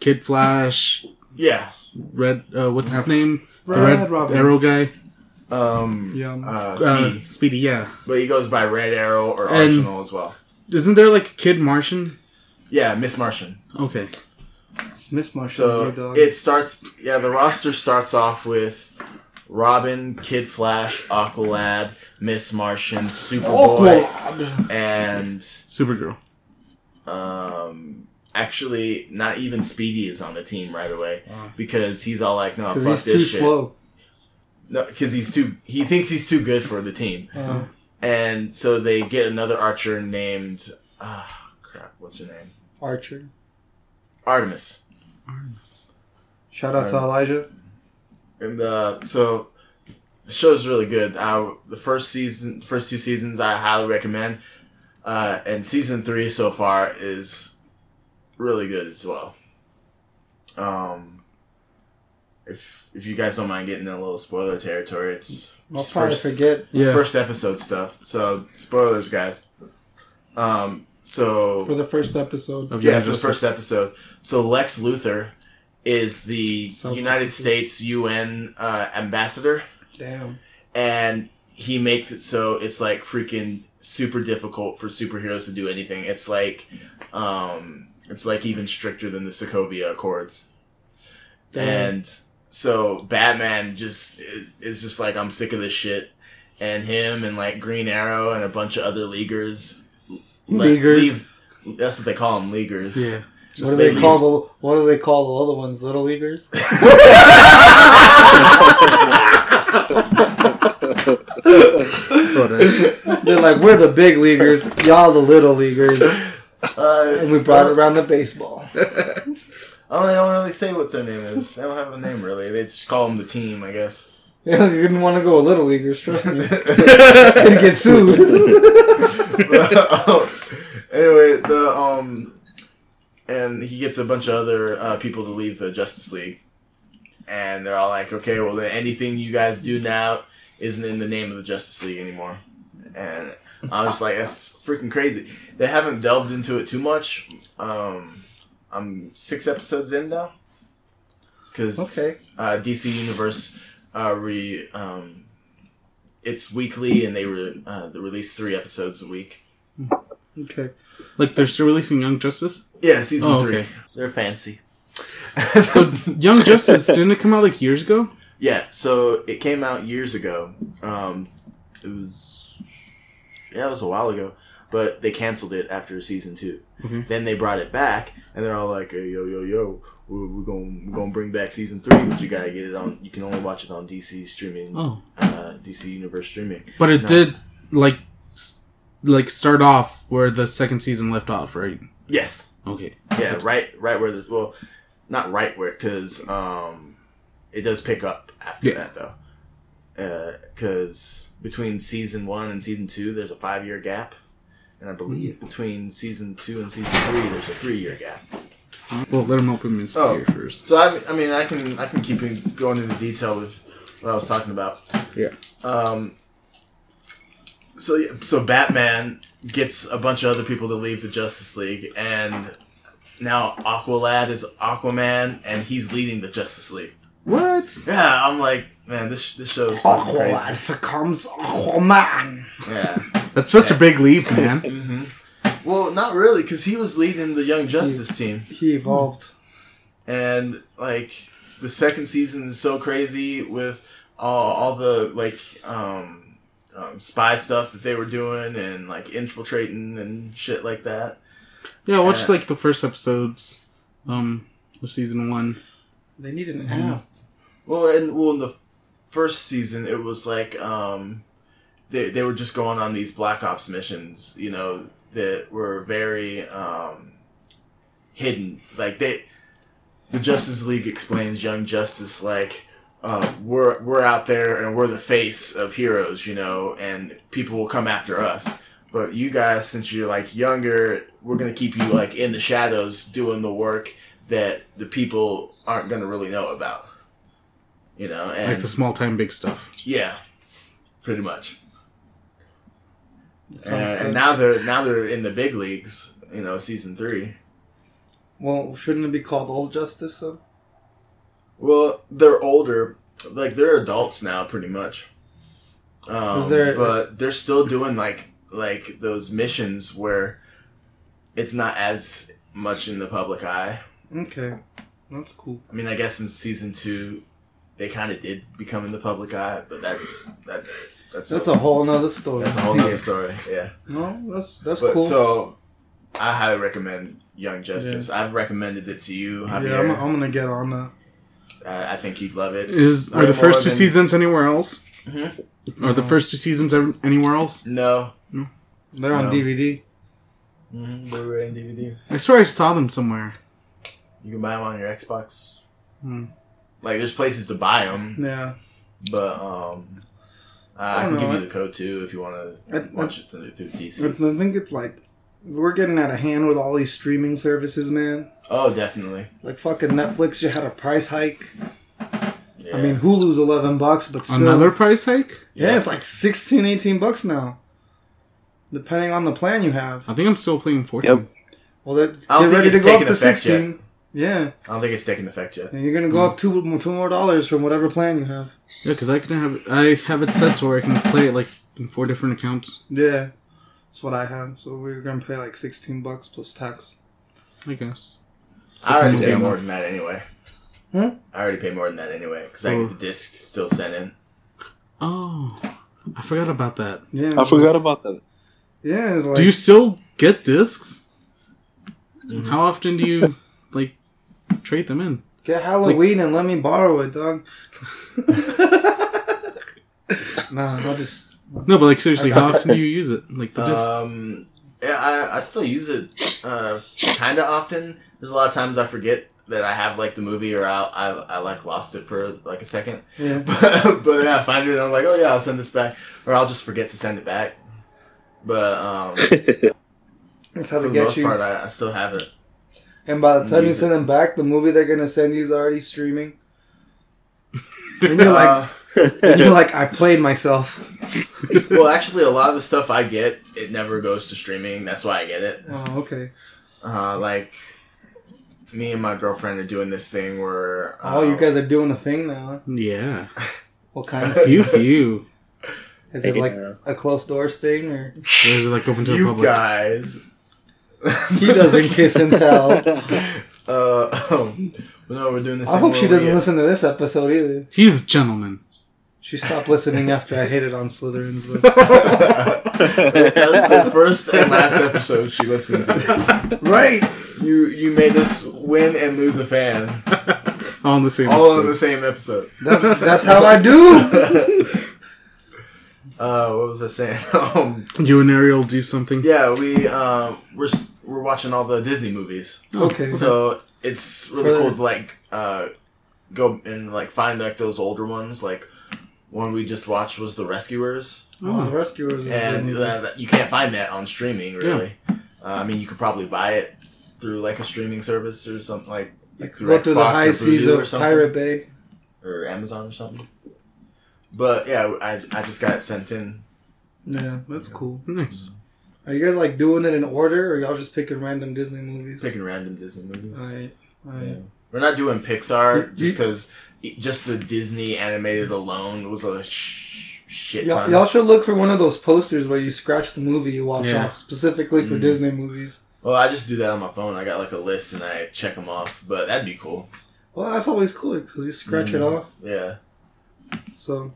Speaker 2: Kid Flash,
Speaker 3: Yeah.
Speaker 2: Red. Uh, what's his name? The
Speaker 1: Red
Speaker 2: Red
Speaker 1: Robin.
Speaker 2: Arrow guy.
Speaker 3: Um.
Speaker 1: Yeah.
Speaker 2: Uh,
Speaker 3: Uh, Speedy,
Speaker 2: Speedy. Yeah.
Speaker 3: but he goes by Red Arrow or
Speaker 2: And-
Speaker 3: Arsenal as well.
Speaker 2: Isn't there like a Kid Martian?
Speaker 3: Yeah, Miss Martian.
Speaker 2: Okay.
Speaker 1: Miss Marshall,
Speaker 3: So it starts. Yeah, the roster starts off with Robin, Kid Flash, Aqualad, Miss Martian,
Speaker 1: Oh,
Speaker 3: Superboy, and
Speaker 2: Supergirl.
Speaker 3: um, actually, not even Speedy is on the team right away because he's all like, "No, fuck
Speaker 1: because he's
Speaker 3: this
Speaker 1: too
Speaker 3: shit."
Speaker 1: slow.
Speaker 3: No, because he's too. He thinks he's too good for the team,
Speaker 1: Uh,
Speaker 3: and so they get another archer named. Ah, crap! What's her name?
Speaker 1: Archer.
Speaker 3: Artemis.
Speaker 2: Arms.
Speaker 1: Shout out to Elijah.
Speaker 3: and uh, so the show's really good. I, the first season, first two seasons, I highly recommend, uh, and season three so far is really good as well. Um, if if you guys don't mind getting in a little spoiler territory, it's
Speaker 1: I'll
Speaker 3: just
Speaker 1: probably forget
Speaker 2: Yeah.
Speaker 3: first episode stuff. So spoilers, guys. Um, so
Speaker 1: for the first episode.
Speaker 2: of
Speaker 3: yeah,
Speaker 2: Young
Speaker 3: for the
Speaker 2: Justice.
Speaker 3: first episode. So Lex Luthor is the
Speaker 1: South
Speaker 3: United
Speaker 1: Africa.
Speaker 3: States UN uh, ambassador,
Speaker 1: Damn.
Speaker 3: and he makes it so it's like freaking super difficult for superheroes to do anything. It's like, um, it's like even stricter than the Sokovia Accords,
Speaker 1: Damn.
Speaker 3: and so Batman just i- is just like I'm sick of this shit, and him and like Green Arrow and a bunch of other leaguers. le-
Speaker 1: Leaguers.
Speaker 3: leave- that's what they call them, leaguers.
Speaker 2: Yeah.
Speaker 1: what do
Speaker 3: just
Speaker 1: they
Speaker 3: like-
Speaker 1: call the What do they call the other ones? Little leaguers.
Speaker 2: Whatever.
Speaker 1: They're like, we're the big leaguers. Y'all the little leaguers.
Speaker 3: Uh,
Speaker 1: And we brought it around to baseball.
Speaker 3: I don't, I don't really say what their name is. They don't have a name really. They just call them the team, I guess.
Speaker 1: you didn't want to go little leaguers. Trust me. Gonna get sued.
Speaker 3: um, anyway, the um, and he gets a bunch of other uh, people to leave the Justice League, and they're all like, "Okay, well, then anything you guys do now isn't in the name of the Justice League anymore." And I'm just like, "That's freaking crazy." They haven't delved into it too much. Um, I'm six episodes in now, because
Speaker 1: okay.
Speaker 3: uh, DC Universe uh, re um, it's weekly and they re- uh, they release three episodes a week.
Speaker 1: Okay.
Speaker 2: like they're still releasing Young Justice.
Speaker 3: Yeah, season
Speaker 2: Oh,
Speaker 3: three.
Speaker 2: okay.
Speaker 3: They're fancy.
Speaker 2: So Young Justice didn't it come out like years ago?
Speaker 3: yeah, so it came out years ago. Um, it was yeah, it was a while ago, but they canceled it after season 2
Speaker 2: Mhm.
Speaker 3: Then they brought it back, and they're all like, hey, "Yo, yo, yo, we're, we're going we're going to bring back season three, but you gotta get it on. You can only watch it on DC streaming,
Speaker 2: Oh,
Speaker 3: uh, DC Universe streaming."
Speaker 2: but it
Speaker 3: No.
Speaker 2: did like s- like start off where the second season left off, right?
Speaker 3: Yes,
Speaker 2: Okay.
Speaker 3: Yeah, right, right where this. Well, not right where because um, it does pick up after
Speaker 2: Yeah.
Speaker 3: that though, because between season one and season two, there's a five year gap, and I believe between season two and season three, there's a three year gap.
Speaker 2: Well, let him open his
Speaker 3: Oh.
Speaker 2: ear first.
Speaker 3: So I, I mean, I can I can keep in- going into detail with what I was talking about.
Speaker 2: Yeah.
Speaker 3: Um. So yeah, so Batman gets a bunch of other people to leave the Justice League, and now Aqualad is Aquaman, and he's leading the Justice League.
Speaker 2: What?
Speaker 3: Yeah, I'm like, man, this this show is fucking crazy.
Speaker 1: Aqualad becomes Aquaman.
Speaker 3: Yeah.
Speaker 2: That's such a big leap, man.
Speaker 3: hmm Well, not really, because he was leading the Young Justice team,
Speaker 1: He evolved.
Speaker 3: and like the second season is so crazy with all, all the like um, um, spy stuff that they were doing and like infiltrating and shit like that.
Speaker 2: Yeah, I watched like the first episodes um of season one.
Speaker 1: They need an app.
Speaker 3: Well, and well, in the first season, it was like um, they they were just going on these black ops missions, you know, that were very um, hidden. Like they, the Justice League explains Young Justice like. Uh, we're we're out there and we're the face of heroes, you know, and people will come after us. But you guys, since you're like younger, we're gonna keep you like in the shadows doing the work that the people aren't gonna really know about you know,
Speaker 2: Like
Speaker 3: and
Speaker 2: the small time big stuff.
Speaker 3: yeah, pretty much.
Speaker 1: Sounds
Speaker 3: And, and
Speaker 1: good.
Speaker 3: now they're now they're in the big leagues, you know, season three.
Speaker 1: well, shouldn't it be called Old Justice though?
Speaker 3: Well, they're older, like they're adults now, pretty much. Um,
Speaker 1: Is there-
Speaker 3: but they're still doing like like those missions where it's not as much in the public eye.
Speaker 1: Okay, that's cool.
Speaker 3: I mean, I guess in season two, they kind of did become in the public eye, but that that that's
Speaker 1: That's a whole nother story.
Speaker 3: that's a whole other story. Yeah.
Speaker 1: No, that's that's
Speaker 3: But
Speaker 1: cool.
Speaker 3: so, I highly recommend Young Justice. I've recommended it to you,
Speaker 1: yeah,
Speaker 3: Javier.
Speaker 1: I'm, I'm gonna get on that.
Speaker 3: I, I think you'd love it.
Speaker 2: Is are
Speaker 3: Way
Speaker 2: the first two
Speaker 3: more than-
Speaker 2: seasons anywhere else?
Speaker 3: Mhm.
Speaker 2: Are the first two seasons ev- anywhere else?
Speaker 3: No,
Speaker 1: They're on
Speaker 3: No.
Speaker 1: DVD.
Speaker 3: mm-hmm. Blu-ray and DVD.
Speaker 2: I swear I saw them somewhere.
Speaker 3: You can buy them on your Xbox.
Speaker 2: Hmm.
Speaker 3: Like, there's places to buy them,
Speaker 1: Yeah,
Speaker 3: but um,
Speaker 1: I
Speaker 3: I, can
Speaker 1: don't
Speaker 3: give
Speaker 1: know,
Speaker 3: you
Speaker 1: I-
Speaker 3: the code too if you want
Speaker 1: I-
Speaker 3: to watch it through, through
Speaker 1: I
Speaker 3: DC.
Speaker 1: think it's like we're getting out of hand with all these streaming services, man.
Speaker 3: Oh, definitely.
Speaker 1: Like fucking Netflix, you had a price hike.
Speaker 3: Yeah.
Speaker 1: I mean, Hulu's eleven bucks, but still,
Speaker 2: Another price hike?
Speaker 1: yeah, it's like 16, 18 bucks now, depending on the plan you have.
Speaker 2: I think I'm still playing Fortnite.
Speaker 1: Well, that
Speaker 3: I don't
Speaker 1: get
Speaker 3: think
Speaker 1: ready to
Speaker 3: it's
Speaker 1: go up
Speaker 3: taken
Speaker 1: to
Speaker 3: effect yet.
Speaker 1: sixteen. Yeah,
Speaker 3: I don't think it's taking effect yet.
Speaker 1: and you're gonna go up two more- two more dollars from whatever plan you have.
Speaker 2: Yeah, because I can have it, I have it set to where I can play it like in four different accounts.
Speaker 1: Yeah, that's what I have. So we were gonna pay like sixteen bucks plus tax.
Speaker 2: I guess.
Speaker 3: I already pay
Speaker 2: Yeah.
Speaker 3: more than that anyway.
Speaker 1: Hmm?
Speaker 3: I already pay more than that anyway because I
Speaker 2: Oh.
Speaker 3: get the disc still sent in.
Speaker 2: Oh, I forgot about that.
Speaker 1: Yeah,
Speaker 4: I forgot about that.
Speaker 1: Yeah, it's like
Speaker 2: do you still get discs? How often do you like trade them in?
Speaker 1: get Halloween and let me borrow it, dog. nah, I'll just
Speaker 2: No, but like seriously, how often do you use it? Like the discs.
Speaker 3: Um, yeah, I, I still use it uh, kind of often. There's a lot of times I forget that I have like the movie or I, I, I like lost it for like a second.
Speaker 1: yeah.
Speaker 3: But, but then I find it and I'm like, oh yeah, I'll send this back. Or I'll just forget to send it back. But um,
Speaker 1: That's how
Speaker 3: for
Speaker 1: to
Speaker 3: the
Speaker 1: get
Speaker 3: most
Speaker 1: you.
Speaker 3: part, I, I still have it.
Speaker 1: And by the time you
Speaker 3: Use
Speaker 1: send
Speaker 3: it.
Speaker 1: them back, the movie they're gonna send you is already streaming. And you're like,
Speaker 3: Uh,
Speaker 1: and you're like, I played myself.
Speaker 3: well, actually, a lot of the stuff I get, it never goes to streaming. That's why I get it.
Speaker 1: Oh, okay.
Speaker 3: Uh, like, me and my girlfriend are doing this thing where. uh,
Speaker 1: Oh, you guys are doing a thing now. huh?
Speaker 3: Um,
Speaker 2: yeah,
Speaker 1: What kind of?
Speaker 2: few few.
Speaker 1: Is it like
Speaker 4: Yeah.
Speaker 1: a closed doors thing, or
Speaker 2: There's like open to the
Speaker 3: you
Speaker 2: public.
Speaker 3: guys.
Speaker 1: he doesn't kiss and tell?
Speaker 3: Uh, um, no, we're doing this.
Speaker 1: I hope she doesn't listen to this episode either.
Speaker 2: He's a gentleman.
Speaker 1: She stopped listening after I hated on Slytherins. though.
Speaker 3: that was the first and last episode she listened to.
Speaker 1: right.
Speaker 3: You you made us win and lose a fan
Speaker 2: All in the same.
Speaker 3: all
Speaker 2: episode.
Speaker 3: in the same episode.
Speaker 1: That's that's how I do.
Speaker 3: Uh, what was I saying? Um,
Speaker 2: You and Ariel do something.
Speaker 3: yeah, we um we're s- we're watching all the Disney movies,
Speaker 1: Okay.
Speaker 3: so it's really
Speaker 1: Really?
Speaker 3: cool to like uh go and like find like those older ones. Like one we just watched was The Rescuers.
Speaker 1: Oh, the rescuers. is
Speaker 3: and
Speaker 1: good.
Speaker 3: uh, you can't find that on streaming really. Uh, I mean, you could probably buy it through like a streaming service or something like,
Speaker 1: You
Speaker 3: like
Speaker 1: could go through the high seas
Speaker 3: Vudu
Speaker 1: of Pirate Bay.
Speaker 3: or Amazon or something. But yeah, I, I just got it sent in.
Speaker 1: Yeah, that's cool.
Speaker 2: Nice.
Speaker 1: Are you guys like doing it in order, or y'all just picking random Disney movies?
Speaker 3: Picking random Disney movies.
Speaker 1: Alright, alright.
Speaker 3: Yeah. We're not doing Pixar
Speaker 1: You- you-
Speaker 3: just because just the Disney animated alone was a sh- shit
Speaker 1: Y'all,
Speaker 3: ton.
Speaker 1: y'all should look for one of those posters where you scratch the movie you watch
Speaker 2: Yeah.
Speaker 1: off, specifically for
Speaker 3: Mm.
Speaker 1: Disney movies.
Speaker 3: Well, I just do that on my phone. I got like a list and I check them off, but that'd be cool.
Speaker 1: Well, that's always cool because you scratch it
Speaker 3: Mm.
Speaker 1: off.
Speaker 3: Yeah.
Speaker 1: So,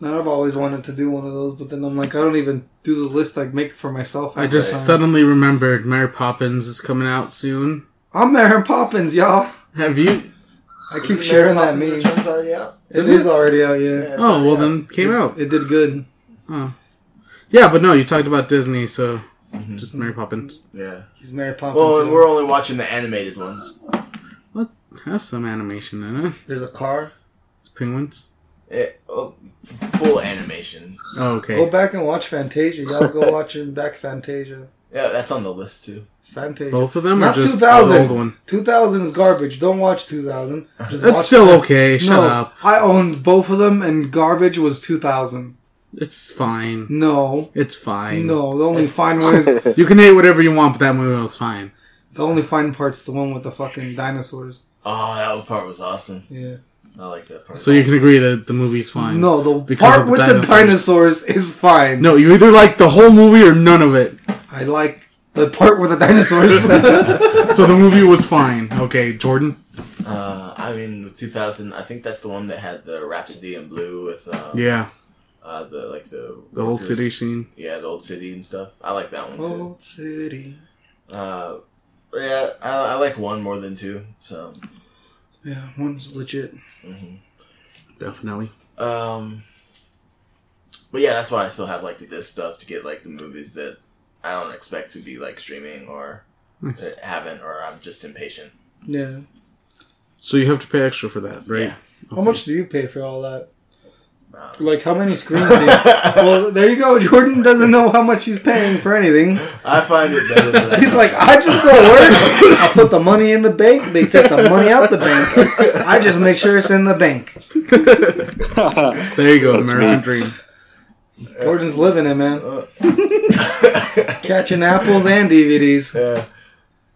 Speaker 1: now I've always wanted to do one of those, but then I'm like, I don't even do the list I make for myself.
Speaker 2: I
Speaker 1: half
Speaker 2: just
Speaker 1: the time.
Speaker 2: suddenly remembered Mary Poppins is coming out soon.
Speaker 1: I'm Mary Poppins, y'all.
Speaker 2: Have you?
Speaker 1: I keep sharing that meme. It
Speaker 3: Returns already out?
Speaker 1: is
Speaker 2: Is
Speaker 1: already out,
Speaker 3: Yeah,
Speaker 1: yeah.
Speaker 3: it's
Speaker 2: oh
Speaker 3: already
Speaker 2: well,
Speaker 3: out.
Speaker 2: then came out. Oh.
Speaker 1: It did good.
Speaker 2: Yeah, but no, you talked about Disney, so
Speaker 3: Mhm.
Speaker 2: just Mary Poppins.
Speaker 3: Yeah.
Speaker 1: He's Mary Poppins.
Speaker 3: Well, and
Speaker 1: yeah.
Speaker 3: we're only watching the animated ones.
Speaker 2: Has some animation in it.
Speaker 1: There's a car.
Speaker 2: It's penguins.
Speaker 3: Eh, oh, f- full animation.
Speaker 2: Oh,
Speaker 1: Go
Speaker 2: okay.
Speaker 1: back and watch Fantasia. Y'all go watch him back Fantasia.
Speaker 3: Yeah, that's on the list too.
Speaker 1: Fantasia.
Speaker 2: Both of them
Speaker 1: Not
Speaker 2: are just
Speaker 1: 2000.
Speaker 2: the old one.
Speaker 1: 2000 is garbage. Don't watch 2000. Just
Speaker 2: That's
Speaker 1: watch
Speaker 2: still
Speaker 1: Fan-
Speaker 2: okay. Shut
Speaker 1: no,
Speaker 2: up.
Speaker 1: I owned both of them, and garbage was 2000.
Speaker 2: It's fine.
Speaker 1: No,
Speaker 2: It's fine.
Speaker 1: no. The only
Speaker 3: It's-
Speaker 1: fine one is the
Speaker 2: You can hate whatever you want, but that movie was fine.
Speaker 1: only fine part's the one with the fucking dinosaurs.
Speaker 3: Oh, that one part was awesome.
Speaker 1: Yeah.
Speaker 3: I like that part.
Speaker 2: So you can agree that the movie's fine.
Speaker 1: No, the
Speaker 2: Because
Speaker 1: part
Speaker 2: of the
Speaker 1: with the dinosaurs
Speaker 2: dinosaurs.
Speaker 1: is fine.
Speaker 2: No, you either like the whole movie or none of it.
Speaker 1: I like the part with the dinosaurs.
Speaker 2: So the movie was fine. Okay, Jordan.
Speaker 3: Uh, I mean, with 2000, I think that's the one that had the Rhapsody in Blue with um,
Speaker 2: Yeah,
Speaker 3: uh, the like the
Speaker 2: the whole
Speaker 3: workers.
Speaker 2: city scene.
Speaker 3: Yeah, the old city and stuff. I like that one too.
Speaker 1: Old city.
Speaker 3: Uh, yeah, I, I like one more than two. So,
Speaker 1: Yeah, one's legit.
Speaker 3: mhm.
Speaker 2: Definitely.
Speaker 3: um, but yeah, that's why I still have like the disc stuff to get like the movies that I don't expect to be like streaming or
Speaker 2: Nice.
Speaker 3: that haven't or I'm just impatient.
Speaker 1: Yeah.
Speaker 2: So you have to pay extra for that, right?
Speaker 3: Yeah.
Speaker 1: How much do you pay for all that?
Speaker 3: Um,
Speaker 1: Like, how many screens? do you- well, there you go. Jordan doesn't know how much he's paying for anything.
Speaker 3: I find it better. Than
Speaker 1: He's like, I just go to work. I put the money in the bank. They take the money out the bank. I just make sure it's in the bank.
Speaker 2: There you go,
Speaker 4: That's
Speaker 2: American
Speaker 4: me.
Speaker 2: Dream.
Speaker 1: Jordan's living it, man.
Speaker 3: Uh,
Speaker 1: Catching apples and DVDs.
Speaker 3: yeah.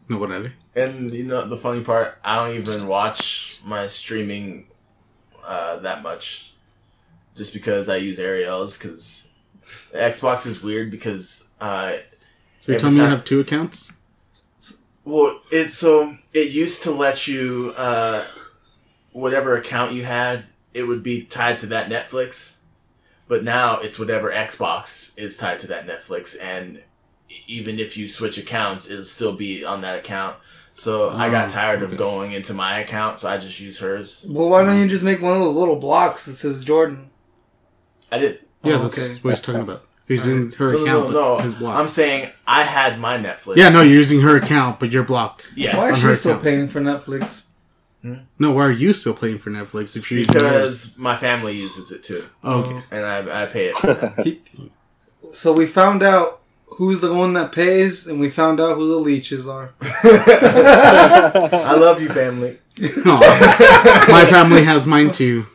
Speaker 2: No, whatever.
Speaker 3: And you know the funny part, I don't even watch my streaming uh, that much, just because I use Ariel's. Because Xbox is weird because uh,
Speaker 2: So you're
Speaker 3: Every
Speaker 2: telling me you
Speaker 3: time-
Speaker 2: have two accounts?
Speaker 3: well, it so it used to let you uh, whatever account you had, it would be tied to that Netflix, but now it's whatever Xbox is tied to that Netflix, and e- even if you switch accounts, it'll still be on that account. So I got
Speaker 2: Oh,
Speaker 3: tired
Speaker 2: okay.
Speaker 3: of going into my account, so I just use hers.
Speaker 1: Well, why don't you just make one of those little blocks that says Jordan?
Speaker 3: I did.
Speaker 2: Yeah,
Speaker 1: Oh,
Speaker 2: that's
Speaker 1: okay.
Speaker 2: what he's talking about. He's using her
Speaker 3: No, no,
Speaker 2: account,
Speaker 3: no,
Speaker 2: but
Speaker 3: no.
Speaker 2: his block.
Speaker 3: I'm saying I had my Netflix.
Speaker 2: yeah, no, you're using her account, but your block.
Speaker 3: Yeah.
Speaker 1: Why
Speaker 2: On
Speaker 1: is
Speaker 2: her
Speaker 1: she still
Speaker 2: account.
Speaker 1: paying for Netflix?
Speaker 2: No, why are you still playing for Netflix if you're using hers?
Speaker 3: Because my family uses it too,
Speaker 2: Oh, okay.
Speaker 3: and I, I pay it. For them.
Speaker 1: So we found out who's the one that pays, and we found out who the leeches are.
Speaker 3: I love you, family.
Speaker 2: Aw. My family has mine too.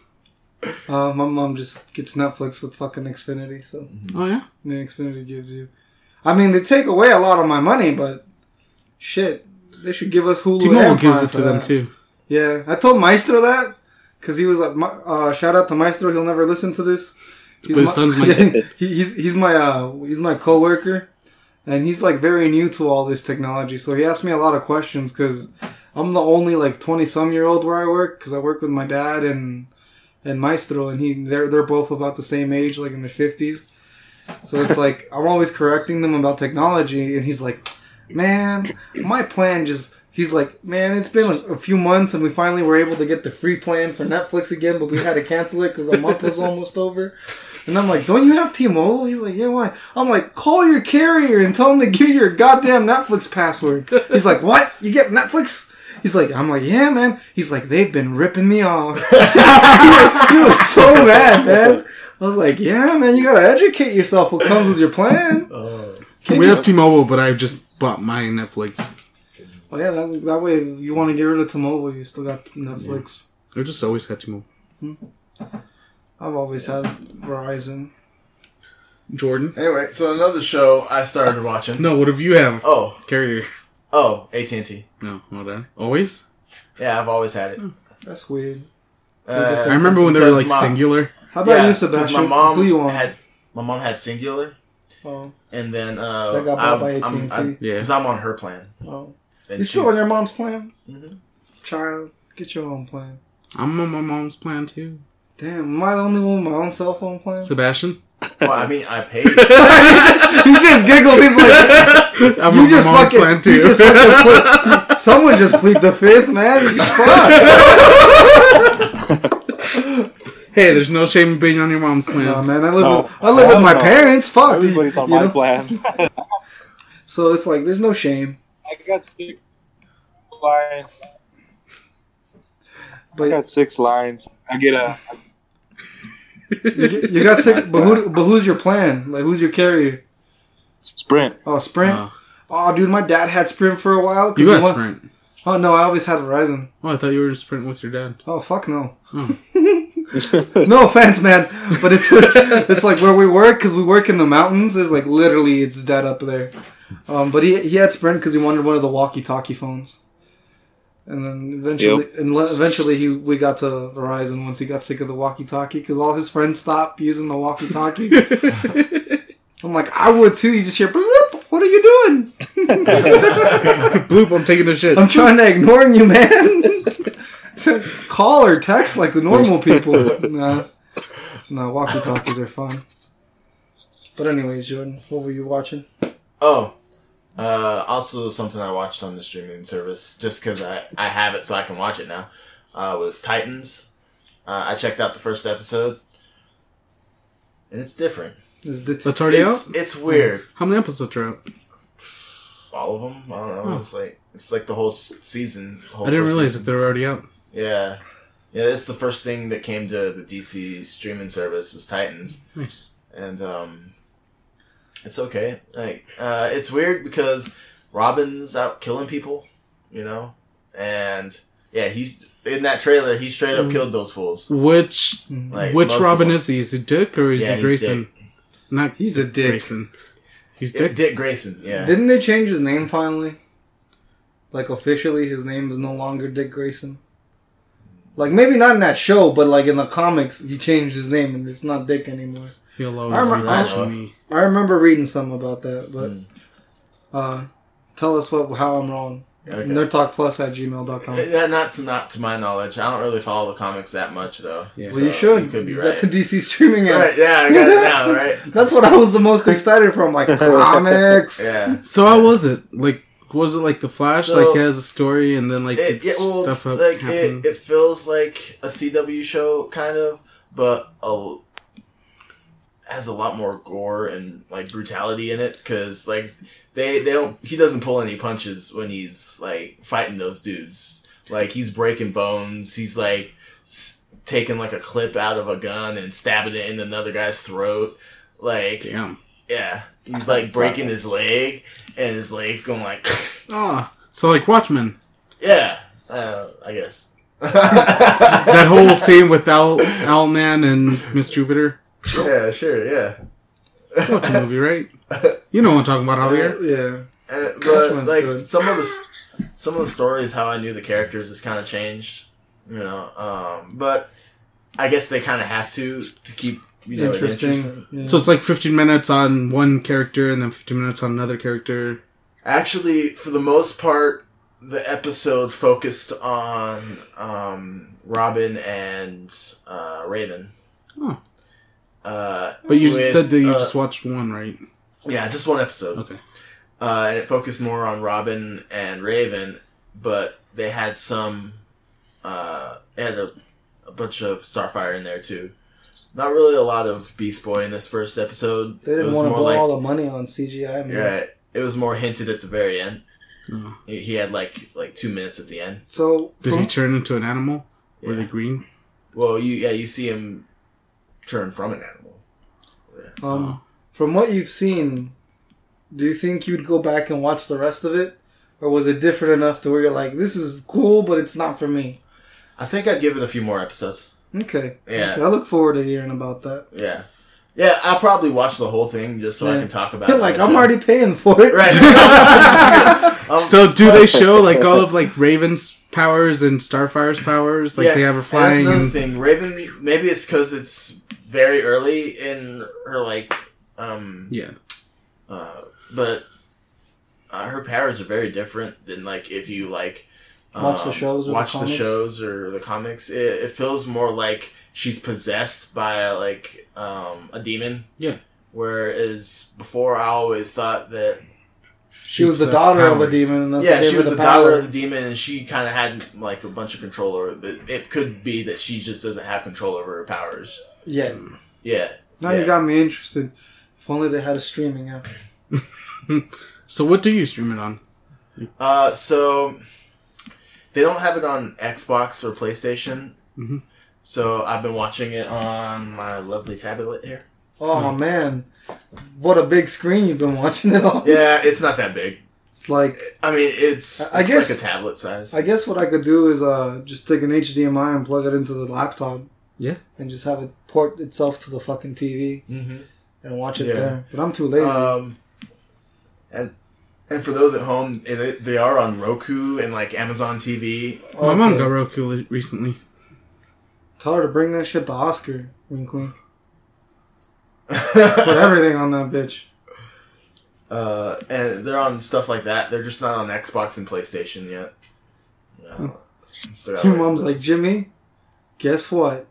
Speaker 1: Uh, my mom just gets Netflix with fucking Xfinity, so
Speaker 2: Oh yeah.
Speaker 1: yeah, Xfinity gives you. I mean, they take away a lot of my money, but shit, they should give us Hulu.
Speaker 2: T-Mobile
Speaker 1: and
Speaker 2: gives
Speaker 1: Prime
Speaker 2: it
Speaker 1: for
Speaker 2: to them
Speaker 1: that.
Speaker 2: too.
Speaker 1: Yeah, I told Maestro that because he was like, my, uh, shout out to Maestro. He'll never listen to this. He's
Speaker 2: But his son's my-
Speaker 1: he, he's he's my uh, he's my coworker, and he's like very new to all this technology. So he asked me a lot of questions because I'm the only like twenty some year old where I work because I work with my dad and and Maestro, and he they're they're both about the same age, like in their fifties. So it's like I'm always correcting them about technology, and he's like, "Man, my plan just." He's like, "Man, it's been like a few months, and we finally were able to get the free plan for Netflix again, but we had to cancel it because a month was almost over." And I'm like, "Don't you have T-Mobile?" He's like, "Yeah, why?" I'm like, "Call your carrier and tell them to give you your goddamn Netflix password." He's like, "What? You get Netflix?" He's like, "I'm like, yeah, man." He's like, "They've been ripping me off." he was so mad, man. I was like, yeah, man, you gotta educate yourself. What comes with your plan?
Speaker 3: Oh.
Speaker 1: Can't
Speaker 2: we
Speaker 1: you-
Speaker 2: have T-Mobile, but I just bought my Netflix.
Speaker 1: oh yeah, that, that way if you want to get rid of T-Mobile, you still got Netflix.
Speaker 2: I just always had T-Mobile.
Speaker 1: I've always had Verizon.
Speaker 2: Jordan.
Speaker 3: Anyway, so another show I started watching.
Speaker 2: No, what have you have?
Speaker 3: Oh,
Speaker 2: Carrier.
Speaker 3: Oh, AT&T.
Speaker 2: No, hold on. Always?
Speaker 3: Yeah, I've always had it.
Speaker 1: Hmm. That's weird.
Speaker 3: Uh,
Speaker 2: I remember when they were
Speaker 3: because
Speaker 2: like
Speaker 3: my-
Speaker 2: singular.
Speaker 1: How about you,
Speaker 3: yeah, 'cause
Speaker 1: Sebastian?
Speaker 3: My mom
Speaker 1: Who you on?
Speaker 3: had my mom had Singular,
Speaker 1: oh,
Speaker 3: and then uh,
Speaker 1: That got bought
Speaker 3: I'm,
Speaker 1: by
Speaker 3: I'm,
Speaker 1: AT&T.
Speaker 2: Yeah.
Speaker 3: because I'm on her plan.
Speaker 1: oh.
Speaker 3: And
Speaker 1: You still on
Speaker 3: she's-
Speaker 1: your mom's plan?
Speaker 3: Mhm.
Speaker 1: Child, get your own plan.
Speaker 2: I'm on my mom's plan too.
Speaker 1: Damn, am I the only one with my own cell phone plan?
Speaker 2: Sebastian?
Speaker 3: Well, I mean, I paid.
Speaker 1: he just giggled. He's like,
Speaker 2: I'm
Speaker 1: you
Speaker 2: on
Speaker 1: just
Speaker 2: my mom's
Speaker 1: fucking,
Speaker 2: plan too.
Speaker 1: you just fucking plead- Someone just plead the fifth, man. He's fucked.
Speaker 2: hey, there's no shame in being on your mom's plan.
Speaker 1: Nah, man, I live
Speaker 4: No.
Speaker 1: with I live with my
Speaker 4: No.
Speaker 1: parents. Fuck,
Speaker 4: Everybody's on
Speaker 1: you
Speaker 4: my
Speaker 1: know?
Speaker 4: plan.
Speaker 1: So it's like there's no shame,
Speaker 4: I got six lines. I
Speaker 1: but
Speaker 4: got six lines. I get a.
Speaker 1: you, get- you got sick. But who? But who's your plan? Like who's your carrier?
Speaker 4: Sprint.
Speaker 1: Oh, Sprint.
Speaker 2: Oh.
Speaker 1: Oh, dude, my dad had Sprint for a while. 'cause
Speaker 2: you
Speaker 1: he
Speaker 2: got
Speaker 1: wa-
Speaker 2: Sprint.
Speaker 1: Oh no, I always had Verizon.
Speaker 2: Oh, I thought you were in Sprint with your dad.
Speaker 1: Oh fuck no.
Speaker 2: Oh.
Speaker 1: no offense, man, but it's it's like where we work because we work in the mountains. Is like literally it's dead up there. Um, but he he had Sprint because he wanted one of the walkie-talkie phones. And then eventually, and le- eventually he we got to Verizon once he got sick of the walkie-talkie because all his friends stopped using the walkie-talkie. I'm like, I would too. You just hear bloop. What are you doing?
Speaker 2: Bloop, I'm taking a shit.
Speaker 1: I'm trying to ignore you, man. So, Call or text like normal people. Nah. Nah, walkie talkies are fun. But anyways, Jordan, what were you watching?
Speaker 3: oh, uh, also something I watched on the streaming service just because I I have it so I can watch it now. Uh, was Titans. Uh, I checked out the first episode, and it's different.
Speaker 1: Is the-
Speaker 2: That's already out?
Speaker 3: It's, it's weird.
Speaker 2: How many episodes are out?
Speaker 3: all of them. I don't know.
Speaker 2: Huh.
Speaker 3: It's like it's like the whole s- season. Whole
Speaker 2: I didn't
Speaker 3: first
Speaker 2: realize that
Speaker 3: season.
Speaker 2: they were already out.
Speaker 3: Yeah, yeah. It's the first thing that came to the DC streaming service was Titans,
Speaker 2: Nice.
Speaker 3: and um, it's okay. Like uh, it's weird because Robin's out killing people, you know, and yeah, he's in that trailer. He straight up killed those fools.
Speaker 2: Which
Speaker 3: Like
Speaker 2: Mm. which
Speaker 3: most of
Speaker 2: Robin
Speaker 3: them.
Speaker 2: is he? Is he Dick or is
Speaker 3: Yeah,
Speaker 2: he
Speaker 3: he's
Speaker 2: Grayson?
Speaker 3: Dick.
Speaker 2: Not
Speaker 1: He's a dick.
Speaker 2: Grayson. He's
Speaker 3: Yeah,
Speaker 2: Dick.
Speaker 3: Dick, Grayson. Yeah.
Speaker 1: Didn't they change his name finally? Like officially, his name is no longer Dick Grayson. Like maybe not in that show, but like in the comics, he changed his name and it's not Dick anymore.
Speaker 2: He'll
Speaker 1: I
Speaker 2: always be
Speaker 1: remember-
Speaker 2: that
Speaker 3: I-
Speaker 2: to me.
Speaker 1: I remember reading something about that, but
Speaker 3: Hmm.
Speaker 1: uh, tell us what how I'm wrong.
Speaker 3: Okay.
Speaker 1: Nerd Talk Plus at gmail.com.
Speaker 3: Yeah, not to not to my knowledge. I don't really follow the comics that much though.
Speaker 2: Yeah.
Speaker 1: Well, you
Speaker 3: So,
Speaker 1: should.
Speaker 3: You could be
Speaker 1: You
Speaker 3: right.
Speaker 1: Got the DC streaming app.
Speaker 3: Right, yeah, I got it now, right?
Speaker 1: That's what I was the most excited for. I'm like comics.
Speaker 3: Yeah.
Speaker 2: So how was it? Like was it like the Flash?
Speaker 3: So-
Speaker 2: like he has a story and then like
Speaker 3: It,
Speaker 2: it's
Speaker 3: yeah, well,
Speaker 2: stuff up
Speaker 3: like
Speaker 2: happening.
Speaker 3: it, it feels like a CW show kind of, but a, has a lot more gore and like brutality in it because like they they don't he doesn't pull any punches when he's like fighting those dudes. Like he's breaking bones. He's like s- taking like a clip out of a gun and stabbing it in another guy's throat. Like
Speaker 2: Damn.
Speaker 3: yeah, he's like breaking his leg and his leg's going like.
Speaker 2: Ah. So like Watchmen.
Speaker 3: Yeah, uh, I guess.
Speaker 2: That whole scene with Al Owlman and Miss Jupiter.
Speaker 3: yeah, sure, yeah.
Speaker 2: Watch a movie, right? You know what I'm talking about, Javier.
Speaker 1: Yeah.
Speaker 3: Uh, but
Speaker 1: Catchman's
Speaker 3: like
Speaker 1: good.
Speaker 3: some of the s- some of the stories, how I knew the characters has kind of changed, you know. Um, but I guess they kind of have to to keep you know, it interesting.
Speaker 1: Interesting. Yeah.
Speaker 2: So it's like 15 minutes on one character and then 15 minutes on another character.
Speaker 3: Actually, for the most part, the episode focused on um, Robin and uh, Raven.
Speaker 2: Oh.
Speaker 3: Uh,
Speaker 2: But you
Speaker 3: with,
Speaker 2: said that you
Speaker 3: uh,
Speaker 2: just watched one, right?
Speaker 3: yeah, just one episode.
Speaker 2: Okay.
Speaker 3: uh, and it focused more on Robin and Raven, but they had some, uh, they had a, a bunch of Starfire in there too. Not really a lot of Beast Boy in this first episode.
Speaker 1: they
Speaker 3: it
Speaker 1: didn't
Speaker 3: was
Speaker 1: want to
Speaker 3: more
Speaker 1: blow
Speaker 3: like,
Speaker 1: all the money on CGI. Man.
Speaker 3: yeah, it was more hinted at the very end.
Speaker 2: Oh.
Speaker 3: He he had like like two minutes at the end.
Speaker 1: So
Speaker 2: Did
Speaker 1: from-
Speaker 2: he turn into an animal? Were they
Speaker 3: Yeah.
Speaker 2: green?
Speaker 3: Well, you yeah you see him turn from an animal.
Speaker 2: Oh.
Speaker 1: um, from what you've seen, do you think you'd go back and watch the rest of it, or was it different enough to where you're like, this is cool, but it's not for me?
Speaker 3: I think I'd give it a few more episodes.
Speaker 1: Okay.
Speaker 3: Yeah.
Speaker 1: Okay, I look forward to hearing about that.
Speaker 3: Yeah. Yeah, I'll probably watch the whole thing just so I
Speaker 1: Yeah.
Speaker 3: can talk about it.
Speaker 1: like
Speaker 3: myself.
Speaker 1: I'm already paying for it.
Speaker 3: right. Um,
Speaker 2: Oh. So do they show like all of like Raven's powers and Starfire's powers? Like they have her
Speaker 3: and
Speaker 2: flying
Speaker 3: That's another
Speaker 2: and
Speaker 3: thing. Raven. Maybe it's because it's very early in her like. Um,
Speaker 2: yeah.
Speaker 3: uh, but uh, her powers are very different than like if you like um,
Speaker 1: Watch the shows or the
Speaker 3: watch the,
Speaker 1: comics.
Speaker 3: shows or the comics. It, it feels more like she's possessed by like um, a demon.
Speaker 2: Yeah.
Speaker 3: Whereas before, I always thought that
Speaker 1: she was the daughter of a demon, and that's
Speaker 3: yeah,
Speaker 1: what gave
Speaker 3: she
Speaker 1: her
Speaker 3: was the,
Speaker 1: the
Speaker 3: daughter
Speaker 1: power.
Speaker 3: of the demon, and she kind of had like a bunch of control over it. But it could be that she just doesn't have control over her powers.
Speaker 1: Yeah.
Speaker 3: Yeah,
Speaker 1: Now
Speaker 3: Yeah.
Speaker 1: you got me interested. If only they had a streaming app.
Speaker 2: So what do you stream it on?
Speaker 3: Uh, so they don't have it on Xbox or PlayStation.
Speaker 1: Mm-hmm.
Speaker 2: Mhm.
Speaker 3: So I've been watching it on my lovely tablet here.
Speaker 1: Oh
Speaker 2: Hmm.
Speaker 1: man, what a big screen you've been watching it on.
Speaker 3: Yeah, it's not that big.
Speaker 1: It's like
Speaker 3: I mean, it's,
Speaker 1: I- I
Speaker 3: it's
Speaker 1: guess-
Speaker 3: like a tablet size.
Speaker 1: I guess what I could do is uh just take an HDMI and plug it into the laptop.
Speaker 2: Yeah.
Speaker 1: And just have it port itself to the fucking TV
Speaker 3: mm-hmm.
Speaker 1: and watch it
Speaker 3: Yeah.
Speaker 1: there. But I'm too lazy.
Speaker 2: Uh,
Speaker 3: Um, and and for those at home, eh, they, they are on Roku and like Amazon TV.
Speaker 2: My mom
Speaker 1: Okay.
Speaker 2: got Roku li- recently.
Speaker 1: Tell her to bring that shit to Oscar, wink wink. Put everything on that bitch.
Speaker 3: uh, and they're on stuff like that. They're just not on Xbox and PlayStation yet. No. Still gotta
Speaker 1: Hmm. Your
Speaker 3: wait for
Speaker 1: mom's
Speaker 3: those.
Speaker 1: like, Jimmy, guess what?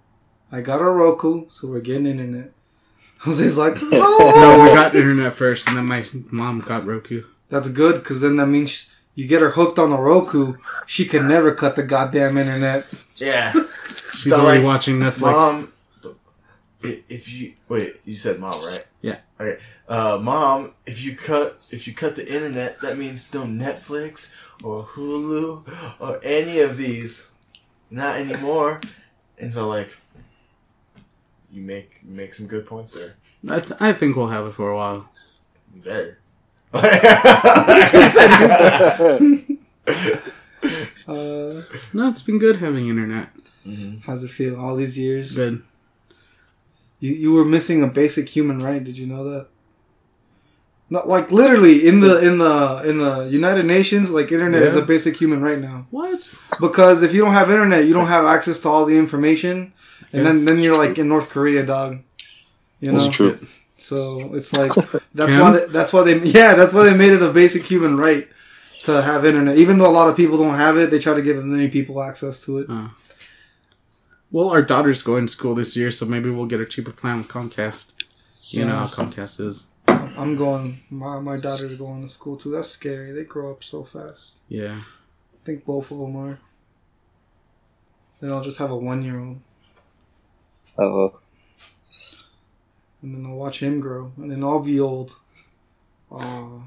Speaker 1: I got a Roku, so we're getting internet. Jose's like,
Speaker 2: No, we
Speaker 1: oh!
Speaker 2: got internet first, and then my s- mom got Roku.
Speaker 1: That's good, because then that means sh- you get her hooked on the Roku. She can never cut the goddamn internet.
Speaker 3: yeah.
Speaker 2: She's
Speaker 3: So,
Speaker 2: already
Speaker 3: like,
Speaker 2: watching Netflix.
Speaker 3: Mom, i- if you wait, you said mom, right?
Speaker 2: Yeah.
Speaker 3: Okay, uh, mom, if you cut if you cut the internet, that means no Netflix or Hulu or any of these, not anymore. And so, like, you make you make some good points there.
Speaker 2: I, th- I think we'll have it for a while.
Speaker 3: You better. Mhm.
Speaker 1: Uh,
Speaker 2: No, it's been good having internet.
Speaker 1: how's it feel all these years?
Speaker 2: Good.
Speaker 1: You, you were missing a basic human right. Did you know that? Not like literally in the in the in the United Nations, like internet is
Speaker 2: Yeah.
Speaker 1: a basic human right now.
Speaker 2: What?
Speaker 1: Because if you don't have internet, you don't have access to all the information, and then
Speaker 2: Yes.
Speaker 1: then you're like in North Korea, dog. You
Speaker 4: That's
Speaker 1: know,
Speaker 4: true.
Speaker 1: so it's like that's
Speaker 2: Kim?
Speaker 1: why they, that's why they yeah that's why they made it a basic human right to have internet. Even though a lot of people don't have it, they try to give as many people access to it.
Speaker 2: Uh, Well, our daughter's going to school this year, so maybe we'll get a cheaper plan with Comcast. You know how Comcast is.
Speaker 1: I'm going. My my daughter's going to school too. That's scary. They grow up so fast.
Speaker 2: Yeah.
Speaker 1: I think both of them are. Then I'll just have a one year old,
Speaker 4: Uh,
Speaker 1: and then I'll watch him grow, and then I'll be old. Uh,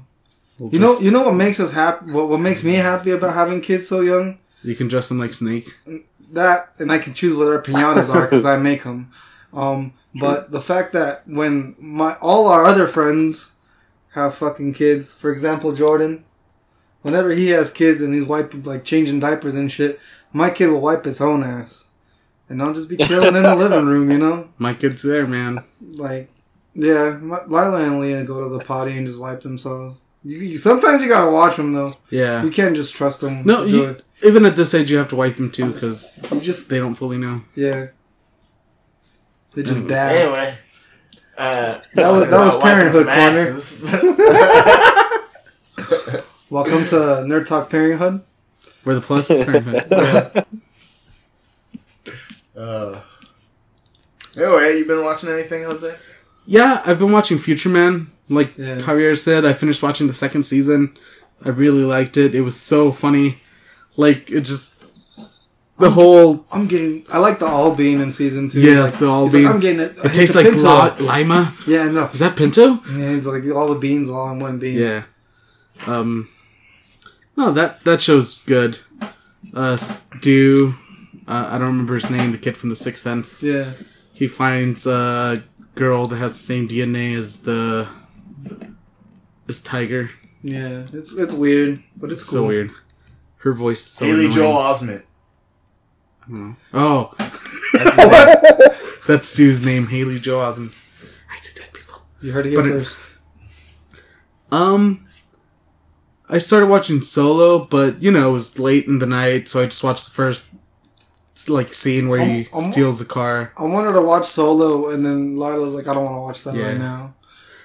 Speaker 2: We'll
Speaker 1: you know,
Speaker 2: dress-
Speaker 1: you know what makes us happy. What, what makes me happy about having kids so young?
Speaker 2: you can dress them like Snake.
Speaker 1: That, and I can choose what our pinatas are because I make them. Um, but the fact that when my all our other friends have fucking kids, for example, Jordan, whenever he has kids and he's wiping like changing diapers and shit, my kid will wipe his own ass, and I'll just be chilling in the living room, you know.
Speaker 2: My kid's there, man.
Speaker 1: like yeah my, lila and leah go to the potty and just wipe themselves you, you sometimes you gotta watch them though
Speaker 2: Yeah.
Speaker 1: you can't just trust them
Speaker 2: No,
Speaker 1: to do
Speaker 2: you,
Speaker 1: it.
Speaker 2: even at this age, you have to wipe them too because
Speaker 1: you just
Speaker 2: they don't fully know.
Speaker 1: yeah they just
Speaker 2: Anyways.
Speaker 1: dab
Speaker 3: anyway, uh,
Speaker 1: That was- that was
Speaker 3: about wiping some
Speaker 1: parenthood,
Speaker 3: asses.
Speaker 1: welcome to nerd talk parenthood
Speaker 2: Where the plus is parenthood.
Speaker 3: Uh, anyway, you been watching anything, Jose?
Speaker 2: Yeah, I've been watching Future Man. Like
Speaker 1: Yeah.
Speaker 2: Javier said, I finished watching the second season. I really liked it. It was so funny. Like it just the whole
Speaker 1: i'm getting i like the all bean in season two
Speaker 2: Yes,
Speaker 1: He's like-
Speaker 2: the all
Speaker 1: he's
Speaker 2: bean.
Speaker 1: like, i'm getting it I
Speaker 2: it
Speaker 1: hate
Speaker 2: tastes
Speaker 1: the
Speaker 2: like
Speaker 1: pinto.
Speaker 2: la- lima.
Speaker 1: yeah no
Speaker 2: Is that pinto?
Speaker 1: yeah it's like all the beans all in one bean
Speaker 2: Yeah. Um. No, that that show's good. Uh, Stu. Uh, I don't remember his name. The kid from The Sixth Sense.
Speaker 1: yeah
Speaker 2: He finds a girl that has the same DNA as the as Tiger.
Speaker 1: yeah it's it's weird but it's,
Speaker 2: It's
Speaker 1: cool
Speaker 2: so weird. Her voice is so
Speaker 3: Haley
Speaker 2: annoying.
Speaker 3: Joel Osment.
Speaker 2: Oh,
Speaker 3: That's his name.
Speaker 2: that's Stu's name, Haley Joel Osment. I did
Speaker 1: You heard it here
Speaker 2: But it-
Speaker 1: first.
Speaker 2: Um, I started watching Solo, but you know it was late in the night, so I just watched the first like scene where he
Speaker 1: Um, um,
Speaker 2: steals the car.
Speaker 1: I wanted to watch Solo, and then Lila was like, "I don't want to watch that
Speaker 2: Yeah.
Speaker 1: right now."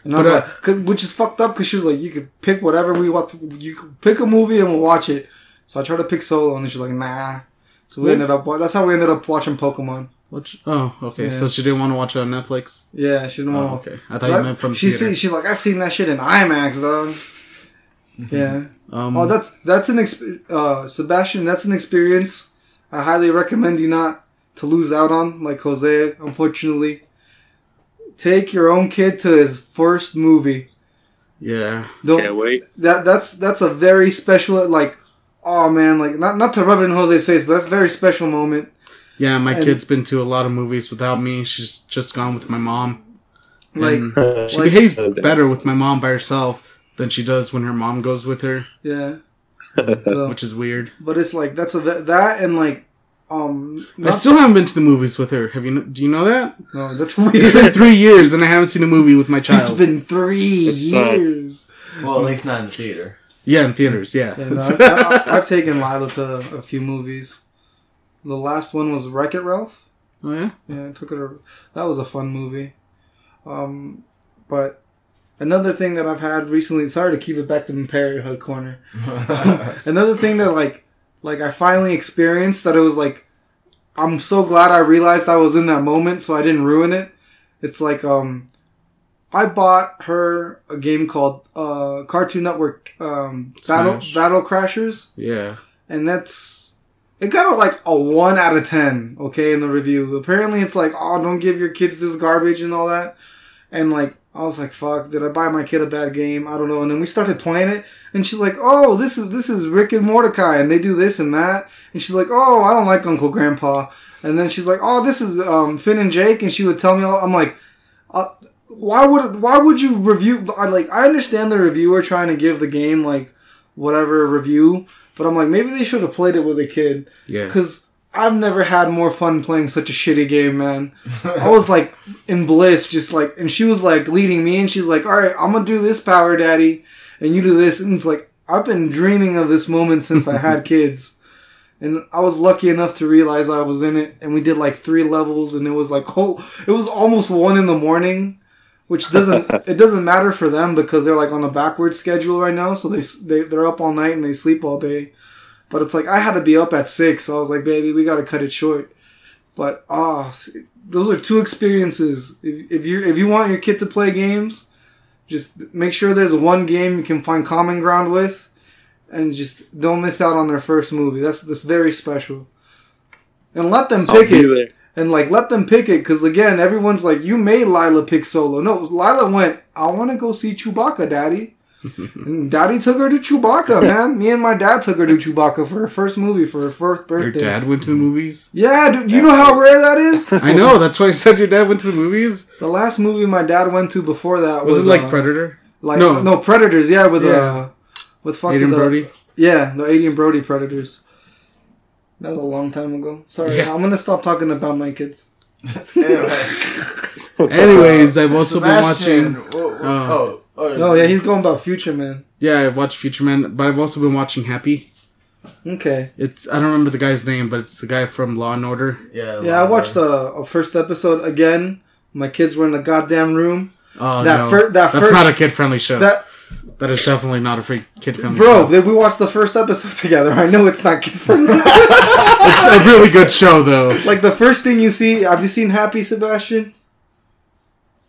Speaker 1: And I was
Speaker 2: But, uh,
Speaker 1: like, 'cause- which is fucked up because she was like, "You could pick whatever we want. You could pick a movie and we'll watch it." So I tried to pick Solo, and then she's like, "Nah." So we
Speaker 2: Wait.
Speaker 1: ended up. wa- That's how we ended up watching Pokemon.
Speaker 2: Which oh okay,
Speaker 1: Yeah.
Speaker 2: so she didn't want to watch it on Netflix.
Speaker 1: Yeah, she didn't
Speaker 2: Oh,
Speaker 1: want.
Speaker 2: okay, I
Speaker 1: to
Speaker 2: thought you meant from
Speaker 1: she
Speaker 2: she
Speaker 1: see,
Speaker 2: theater.
Speaker 1: she's like, "I seen that shit in IMAX though." yeah.
Speaker 2: Um,
Speaker 1: Oh, that's that's an exp- uh, Sebastian. That's an experience I highly recommend you not to lose out on. Like Jose, unfortunately, take your own kid to his first movie.
Speaker 2: yeah.
Speaker 1: Don't
Speaker 4: Can't wait.
Speaker 1: that that's that's a very special like. Oh man, like not not to rub it in Jose's face, but that's a very special moment.
Speaker 2: Yeah, my
Speaker 1: And-
Speaker 2: kid's been to a lot of movies without me. She's just gone with my mom.
Speaker 1: Like
Speaker 2: And she
Speaker 4: Like,
Speaker 2: behaves
Speaker 4: uh,
Speaker 2: better with my mom by herself than she does when her mom goes with her,
Speaker 1: yeah. So,
Speaker 2: which is weird.
Speaker 1: but it's like that's a ve- that and like um
Speaker 2: I
Speaker 1: not-
Speaker 2: still haven't been to the movies with her. Have you? kn- Do you know that?
Speaker 1: no that's
Speaker 2: It's been
Speaker 1: weird.
Speaker 2: three years and I haven't seen a movie with my child.
Speaker 1: it's been three
Speaker 4: It's not-
Speaker 1: years.
Speaker 3: Well, at least not in the theater.
Speaker 2: yeah, in theaters. Yeah.
Speaker 1: Yeah, no, I, I, I've taken Lila to a few movies. The last one was Wreck It Ralph.
Speaker 2: oh yeah.
Speaker 1: Yeah, I took her. to- That was a fun movie. Um, but another thing that I've had recently. Sorry to keep it back to the parenthood corner. another thing that like, like I finally experienced that it was like, I'm so glad I realized I was in that moment, so I didn't ruin it. It's like um, I bought her a game called uh, Cartoon Network um, Battle
Speaker 2: Smash.
Speaker 1: Battle Crashers
Speaker 2: Yeah.
Speaker 1: and that's it got a, like a one out of ten. Okay, in the review. Apparently, it's like, oh, don't give your kids this garbage and all that. And like, I was like, fuck, did I buy my kid a bad game? I don't know. And then we started playing it, and she's like, oh, this is this is Rick and Mordecai, and they do this and that. And she's like, oh, I don't like Uncle Grandpa. And then she's like, oh, this is um, Finn and Jake, and she would tell me, all, I'm like, uh, why would why would you review? I like, I understand the reviewer trying to give the game like whatever review, but I'm like, maybe they should have played it with a kid.
Speaker 2: Yeah.
Speaker 1: Because I've never had more fun playing such a shitty game, man. I was like in bliss, just like, and she was like leading me, and she's like, all right, I'm gonna do this power, daddy, and you do this. And it's like, I've been dreaming of this moment since I had kids. And I was lucky enough to realize I was in it, and we did like three levels, and it was like, oh, it was almost one in the morning. Which doesn't it doesn't matter for them because they're like on the backward schedule right now, so they, s- they they're up all night and they sleep all day. But it's like I had to be up at six, so I was like, baby, we gotta cut it short. But ah, s- those are two experiences. If, if you if you want your kid to play games, just make sure there's one game you can find common ground with, and just don't miss out on their first movie. That's that's very special. And let them
Speaker 4: I'll
Speaker 1: pick
Speaker 4: be
Speaker 1: it
Speaker 4: there.
Speaker 1: and like let them pick it because again everyone's like you made lila pick solo no lila went i want to go see chewbacca daddy and daddy took her to chewbacca man me and my dad took her to chewbacca for her first movie for her first
Speaker 2: Your
Speaker 1: birthday
Speaker 2: dad went to the
Speaker 1: Mm-hmm.
Speaker 2: movies.
Speaker 1: yeah dude you know how rare that is
Speaker 2: I know. That's why I said your dad went to the movies.
Speaker 1: the last movie my dad went to before that
Speaker 2: Was
Speaker 1: was,
Speaker 2: it like
Speaker 1: uh,
Speaker 2: Predator?
Speaker 1: like
Speaker 2: no.
Speaker 1: no. predators yeah with
Speaker 2: Yeah.
Speaker 1: uh with fucking
Speaker 2: Aiden
Speaker 1: the,
Speaker 2: Brody.
Speaker 1: yeah the Adrian brody predators that was a long time ago sorry
Speaker 2: Yeah.
Speaker 1: i'm gonna stop talking about my kids
Speaker 3: anyway,
Speaker 2: Anyways, I've also been
Speaker 3: Sebastian,
Speaker 2: watching.
Speaker 3: wha- wha-
Speaker 2: Oh.
Speaker 3: oh, oh,
Speaker 1: no yeah he's going about future man
Speaker 2: Yeah, I've watched Future Man, but I've also been watching Happy.
Speaker 1: okay
Speaker 2: It's I don't remember the guy's name, but it's the guy from Law and Order.
Speaker 3: yeah.
Speaker 1: Yeah, I watched
Speaker 3: the.
Speaker 1: the uh, first episode again. My kids were in the goddamn room.
Speaker 2: Oh
Speaker 1: That
Speaker 2: no,
Speaker 1: fir- that
Speaker 2: that's
Speaker 1: fir-
Speaker 2: not a kid friendly show.
Speaker 1: That
Speaker 2: that is definitely not a free kid friendly.
Speaker 1: bro,
Speaker 2: show.
Speaker 1: they- we watched the first episode together. I know it's not good for me.
Speaker 2: it's a really good show though.
Speaker 1: like the first thing you see. Have you seen Happy Sebastian?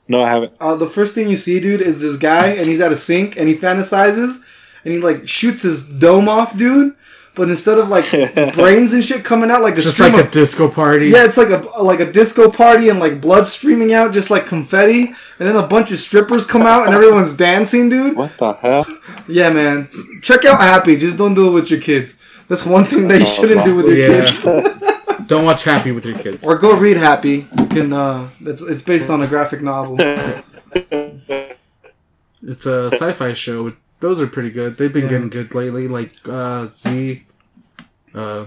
Speaker 4: No, I haven't.
Speaker 1: Uh, the first thing you see, dude, is this guy and he's at a sink and he fantasizes and he like shoots his dome off, dude. But instead of like brains and shit coming out like a
Speaker 2: Just
Speaker 1: stream
Speaker 2: like a
Speaker 1: of
Speaker 2: disco party.
Speaker 1: Yeah, it's like a like a disco party and like blood streaming out, just like confetti, and then a bunch of strippers come out and everyone's dancing, dude.
Speaker 4: What the hell?
Speaker 1: Yeah, man. Check out Happy. Just don't do it with your kids. That's one thing that you shouldn't do with your
Speaker 2: Yeah.
Speaker 1: kids.
Speaker 2: Don't watch Happy with your kids.
Speaker 1: Or go read Happy. You can. Uh, that's it's based on a graphic novel.
Speaker 2: It's a sci-fi show. Those are pretty good. They've been
Speaker 1: Yeah.
Speaker 2: getting good lately, like uh, Z, uh,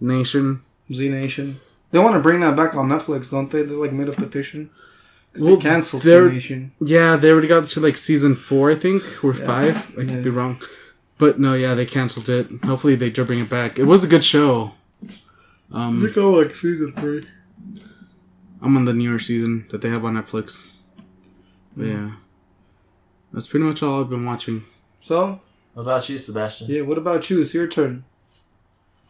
Speaker 2: Nation.
Speaker 1: Z Nation. They want to bring that back on Netflix, don't they? They like made a petition. 'Cause
Speaker 2: Well,
Speaker 1: they canceled
Speaker 2: they're-
Speaker 1: Summation.
Speaker 2: Yeah, they already got to like season four, I think, or five. I could
Speaker 1: Yeah.
Speaker 2: be wrong, but no, yeah, they canceled it. Hopefully, they do bring it back. It was a good show. Um,
Speaker 3: think I like season three.
Speaker 2: I'm on the newer season that they have on Netflix. But yeah, that's pretty much all I've been watching.
Speaker 1: So
Speaker 3: What about you, Sebastian?
Speaker 1: yeah, what about you? It's your turn.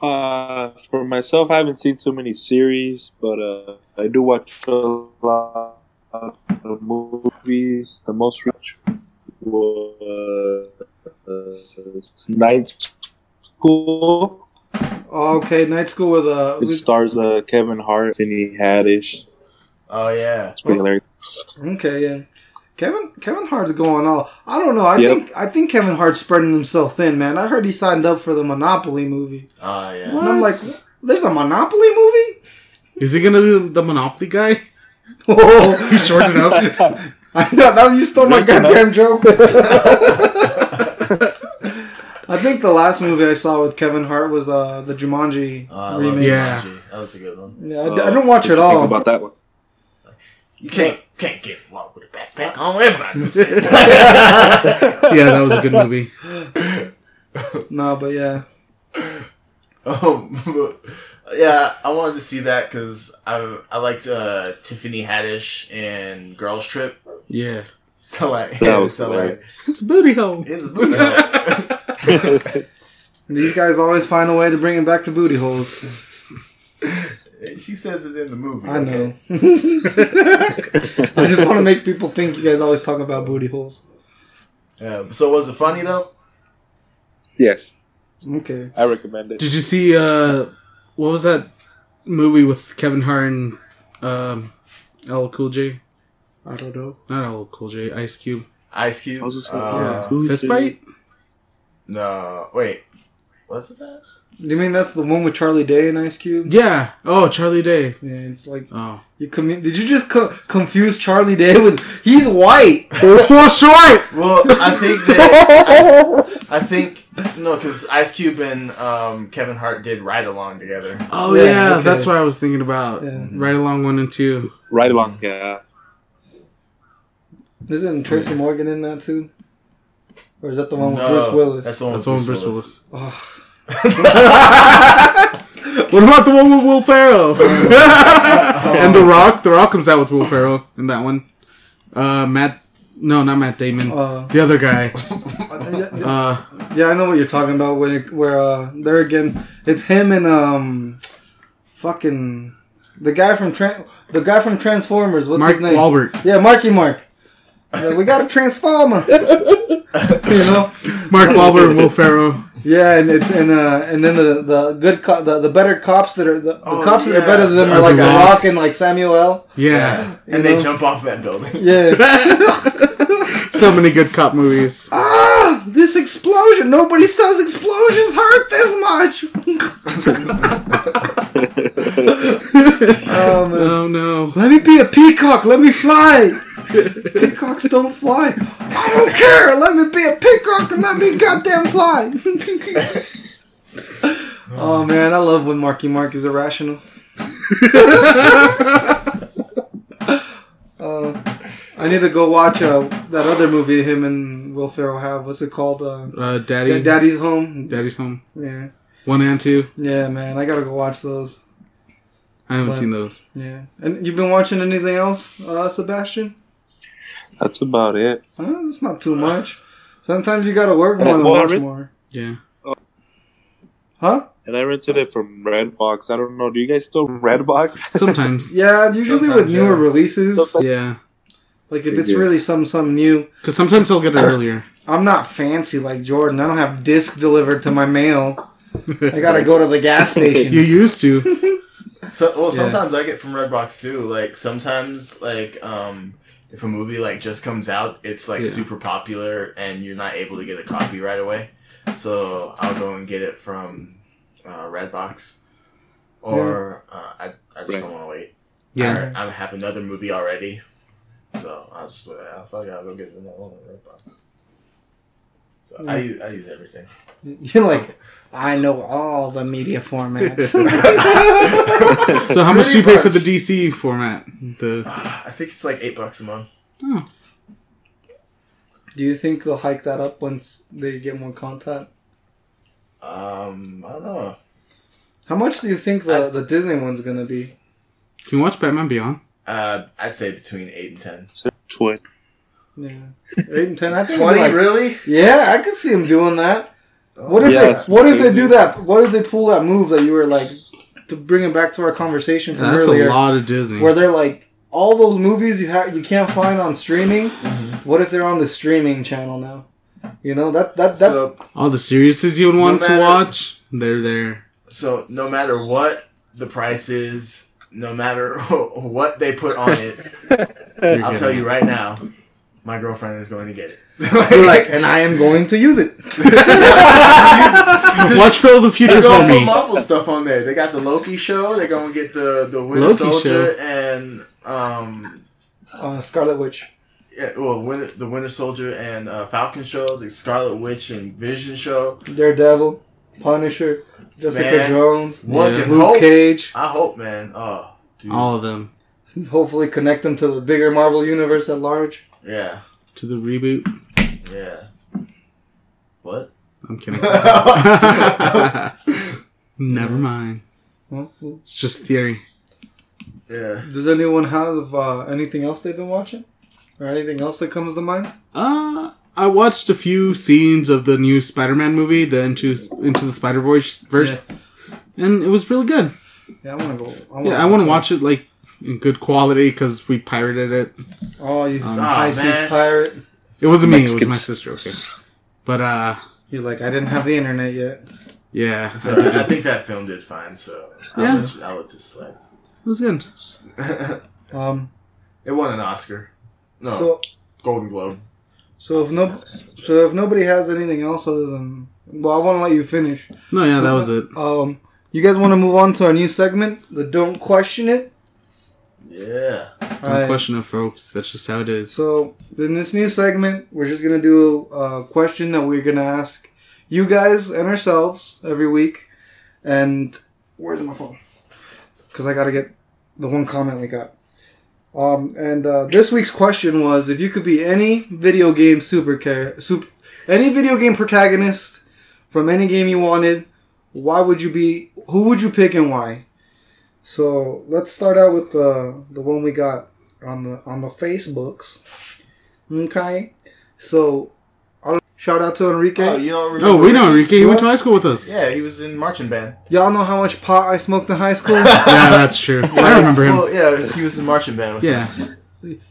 Speaker 4: Uh, for myself, I haven't seen too many series, but uh, I do watch a lot of movies. The most rich was uh, Night School.
Speaker 1: Oh, okay, night school with uh,
Speaker 4: It stars uh, Kevin Hart, Anthony Haddish.
Speaker 3: Oh yeah.
Speaker 4: It's pretty hilarious.
Speaker 1: okay, yeah. Kevin Kevin Hart's going all. I don't know. I
Speaker 4: Yep.
Speaker 1: think I think Kevin Hart's spreading himself thin, man. I heard he signed up for the Monopoly movie,
Speaker 3: Oh yeah.
Speaker 1: and I'm like,
Speaker 2: What?
Speaker 1: there's a Monopoly movie.
Speaker 2: Is he gonna be the Monopoly guy?
Speaker 1: Oh,
Speaker 2: He shorted up.
Speaker 1: I know that you stole my
Speaker 4: Rich enough.
Speaker 1: goddamn joke. I think the last movie I saw with Kevin Hart was uh, the Jumanji
Speaker 3: Oh, I love
Speaker 1: remake.
Speaker 2: Yeah.
Speaker 1: Yeah,
Speaker 3: Jumanji. That was a good one.
Speaker 1: I, d- I didn't watch it
Speaker 4: What Oh, you
Speaker 1: all.
Speaker 4: Think about that one.
Speaker 3: You can't can't get along with a backpack on everybody.
Speaker 2: yeah, that was a good movie.
Speaker 1: no, but yeah,
Speaker 3: um, yeah, I wanted to see that because I I liked uh, Tiffany Haddish in Girls Trip.
Speaker 2: Yeah,
Speaker 3: So like,
Speaker 4: That was
Speaker 3: so like,
Speaker 4: hilarious.
Speaker 2: it's a booty hole.
Speaker 3: it's a booty hole.
Speaker 1: these guys always find a way to bring him back to booty holes.
Speaker 3: she says it's in the movie.
Speaker 1: I know.
Speaker 3: okay?
Speaker 1: I just want to make people think you guys always talk about booty holes.
Speaker 3: Yeah, Um, so was it funny though?
Speaker 4: yes,
Speaker 1: Okay.
Speaker 4: I recommend it.
Speaker 2: Did you see uh, what was that movie with Kevin Hart and um, LL Cool J?
Speaker 1: I don't know.
Speaker 2: Not LL Cool J, Ice Cube.
Speaker 3: Ice Cube.
Speaker 4: I was just
Speaker 3: uh,
Speaker 4: yeah. Cool
Speaker 2: Fist
Speaker 4: J.
Speaker 2: fight?
Speaker 3: No, wait. Was it that?
Speaker 1: You mean that's the one with Charlie Day and Ice Cube?
Speaker 2: Yeah. Oh, Charlie Day.
Speaker 1: Yeah, it's like
Speaker 2: Oh.
Speaker 1: you commu- Did you just co- confuse Charlie Day with? He's white.
Speaker 3: Well, I think that I, I think no, because Ice Cube and um, Kevin Hart did ride along together.
Speaker 2: Oh yeah,
Speaker 1: Yeah, okay.
Speaker 2: that's what I was thinking about.
Speaker 1: Yeah.
Speaker 2: Right along one and two.
Speaker 4: Right along, yeah.
Speaker 1: Isn't Tracy Morgan in that too? Or is that the one with
Speaker 3: No,
Speaker 1: Bruce Willis?
Speaker 3: That's the one.
Speaker 2: That's the
Speaker 3: with
Speaker 2: one
Speaker 3: Bruce
Speaker 2: Bruce
Speaker 3: Willis.
Speaker 2: Willis. What about the one with Will Ferrell? and The Rock. The Rock comes out with Will Ferrell in that one. Uh, Matt. No, not Matt Damon.
Speaker 1: Uh,
Speaker 2: the other guy.
Speaker 1: yeah,
Speaker 2: Uh,
Speaker 1: yeah, I know what you're talking about. Where, where uh, there again, it's him and um, fucking the guy from Tran the guy from Transformers. What's
Speaker 2: Mark
Speaker 1: his name?
Speaker 2: Wahlberg.
Speaker 1: Yeah, Marky Mark. Yeah, we got a transformer. you know.
Speaker 2: Mark Wahlberg and Will Ferrell.
Speaker 1: Yeah, and it's and uh and then the the good co- the, the better cops that are the, the
Speaker 3: Oh,
Speaker 1: cops that
Speaker 3: yeah.
Speaker 1: are better than them
Speaker 2: Are
Speaker 1: are like
Speaker 2: the
Speaker 1: a
Speaker 2: boss.
Speaker 1: rock and like Samuel L.
Speaker 2: Yeah.
Speaker 3: and
Speaker 1: You
Speaker 3: they
Speaker 1: know?
Speaker 3: jump off that building.
Speaker 1: Yeah.
Speaker 2: So many good cop movies.
Speaker 1: ah, this explosion. Nobody says explosions hurt this much. oh man.
Speaker 2: Oh no.
Speaker 1: Let me be a peacock. Let me fly. Peacocks don't fly. I don't care. Let me be a peacock and let me goddamn fly. oh man, I love when Marky Mark is irrational. uh, I need to go watch uh, that other movie him and Will Ferrell have. What's it called? Uh,
Speaker 2: Uh, Daddy.
Speaker 1: Da- Daddy's Home.
Speaker 2: Daddy's Home.
Speaker 1: Yeah,
Speaker 2: One and two.
Speaker 1: yeah, man. I gotta go watch those.
Speaker 2: I haven't
Speaker 1: What?
Speaker 2: seen those.
Speaker 1: Yeah, and you've been watching anything else, uh, Sebastian?
Speaker 4: That's about it.
Speaker 1: Huh, that's not too much. Sometimes you gotta work more
Speaker 4: Yeah,
Speaker 1: than
Speaker 4: well, I
Speaker 1: watch
Speaker 4: read-
Speaker 1: more.
Speaker 2: Yeah.
Speaker 1: Huh?
Speaker 4: And I rented it from Redbox. I don't know. Do you guys still Redbox?
Speaker 2: Sometimes.
Speaker 1: Yeah, usually with
Speaker 3: Sometimes,
Speaker 1: newer
Speaker 3: yeah.
Speaker 1: releases,
Speaker 2: yeah.
Speaker 1: like if it's
Speaker 4: Yeah.
Speaker 1: really some some new,
Speaker 2: Because sometimes I'll get it earlier.
Speaker 1: I'm not fancy like Jordan. I don't have disc delivered to my mail. I gotta go to the gas
Speaker 2: You
Speaker 1: station.
Speaker 2: used to.
Speaker 3: So, well,
Speaker 1: Yeah.
Speaker 3: sometimes I get from Redbox too. Like sometimes, like um, if a movie like just comes out, it's like
Speaker 2: Yeah.
Speaker 3: super popular, and you're not able to get a copy right away. So I'll go and get it from uh, Redbox, or uh, I, I just
Speaker 4: Right.
Speaker 3: don't want to wait.
Speaker 2: Yeah.
Speaker 3: I, I have another movie "Ah, already, so I'll just I'll, fuck it, I'll go get another one at Redbox. So I use I use everything.
Speaker 1: You're like, I know all the media formats.
Speaker 2: So how much do you
Speaker 3: Pretty
Speaker 2: pay for the
Speaker 3: much.
Speaker 2: DC format? The
Speaker 3: I think it's like eight bucks a month.
Speaker 2: oh,
Speaker 1: Do you think they'll hike that up once they get more content?
Speaker 3: Um, I don't know.
Speaker 1: How much do you think the, the Disney one's gonna be?
Speaker 2: can you watch Batman Beyond?
Speaker 3: Uh, I'd say between eight and ten.
Speaker 4: Twit.
Speaker 1: Yeah, eight and ten. I think it'd
Speaker 3: Twenty,
Speaker 1: be like-
Speaker 3: really?
Speaker 1: Yeah, I could see him doing that. What if
Speaker 4: Yeah,
Speaker 1: they,
Speaker 4: it's
Speaker 1: What if they
Speaker 4: crazy.
Speaker 1: do that? What if they pull that move that you were like to bring it back to our conversation from
Speaker 2: That's
Speaker 1: earlier,
Speaker 2: a lot of Disney.
Speaker 1: where they're like all those movies you have you can't find on streaming. What if they're on the streaming channel now? You know that that that
Speaker 3: So,
Speaker 2: All the series you would want to
Speaker 3: matter-
Speaker 2: watch, they're there.
Speaker 3: so no matter what the price is, no matter what they put on it,
Speaker 2: You're
Speaker 3: I'll
Speaker 2: good.
Speaker 3: tell you right now, my girlfriend is going to get it.
Speaker 1: you're like, and I am going to use it.
Speaker 2: Watch Phil the Future
Speaker 3: They're
Speaker 2: for
Speaker 3: gonna put
Speaker 2: me.
Speaker 3: Marvel stuff on there. They got the Loki show. They're gonna get the the Winter
Speaker 2: Loki
Speaker 3: Soldier
Speaker 2: show.
Speaker 3: and um
Speaker 1: Uh, Scarlet Witch.
Speaker 3: yeah, well Winter, the Winter Soldier and uh, Falcon show, the Scarlet Witch and Vision show.
Speaker 1: Daredevil, Punisher, Jessica
Speaker 3: Man.
Speaker 1: Jones,
Speaker 3: One
Speaker 2: Yeah.
Speaker 3: can
Speaker 1: Luke
Speaker 3: hope.
Speaker 1: Cage.
Speaker 3: I hope, man. Oh, dude.
Speaker 2: All of them
Speaker 1: Hopefully, connect them to the bigger Marvel universe at large.
Speaker 3: yeah,
Speaker 2: to the reboot.
Speaker 3: yeah. What?
Speaker 2: I'm kidding. Never mind.
Speaker 1: Well, well,
Speaker 2: It's just theory.
Speaker 3: yeah.
Speaker 1: Does anyone have uh, anything else they've been watching, or anything else that comes to mind?
Speaker 2: Uh, I watched a few scenes of the new Spider-Man movie, the Into Into the Spider Verse, verse, and it was really good.
Speaker 1: Yeah, I want to go. I wanna
Speaker 2: Yeah, I want to
Speaker 1: it.
Speaker 2: watch it like in good quality because we pirated it.
Speaker 1: Oh, you
Speaker 2: Um,
Speaker 1: high seas
Speaker 3: man.
Speaker 1: pirate!
Speaker 2: It wasn't me; it was my
Speaker 4: Mexicans.
Speaker 2: sister. Okay, but uh,
Speaker 1: You're like, I didn't have the internet yet.
Speaker 2: yeah,
Speaker 3: So
Speaker 2: I did
Speaker 3: I,
Speaker 2: it.
Speaker 3: think that film did fine. So
Speaker 2: Yeah.
Speaker 3: I'll, let you, I'll let this slide.
Speaker 2: It was good.
Speaker 1: Um,
Speaker 3: it won an Oscar. No,
Speaker 1: so
Speaker 3: Golden Globe.
Speaker 1: so if no, so if nobody has anything else other than, well, I want to let you finish.
Speaker 2: No, yeah, that was it.
Speaker 1: Um, you guys want to move on to our new segment, the Don't Question It.
Speaker 3: Yeah.
Speaker 2: Don't
Speaker 1: Alright.
Speaker 2: question it, folks. That's just how it is.
Speaker 1: So in this new segment, we're just gonna do a question that we're gonna ask you guys and ourselves every week. And where's my phone? Because I gotta get the one comment we got. Um, and uh, this week's question was: If you could be any video game super care, super, any video game protagonist from any game you wanted, why would you be? Who would you pick and why? So let's start out with the the one we got on the on the Facebooks. Okay, so I'll- shout out to Enrique.
Speaker 3: Oh, you don't remember?
Speaker 2: Oh, we know
Speaker 3: Rich?
Speaker 2: Enrique. He went to high school with us. Yeah,
Speaker 3: Yeah, he was in marching band.
Speaker 1: Y'all know how much pot I smoked in high school.
Speaker 2: that's true. I remember him.
Speaker 3: Well, yeah, he was in marching band with
Speaker 2: Yeah.
Speaker 3: us.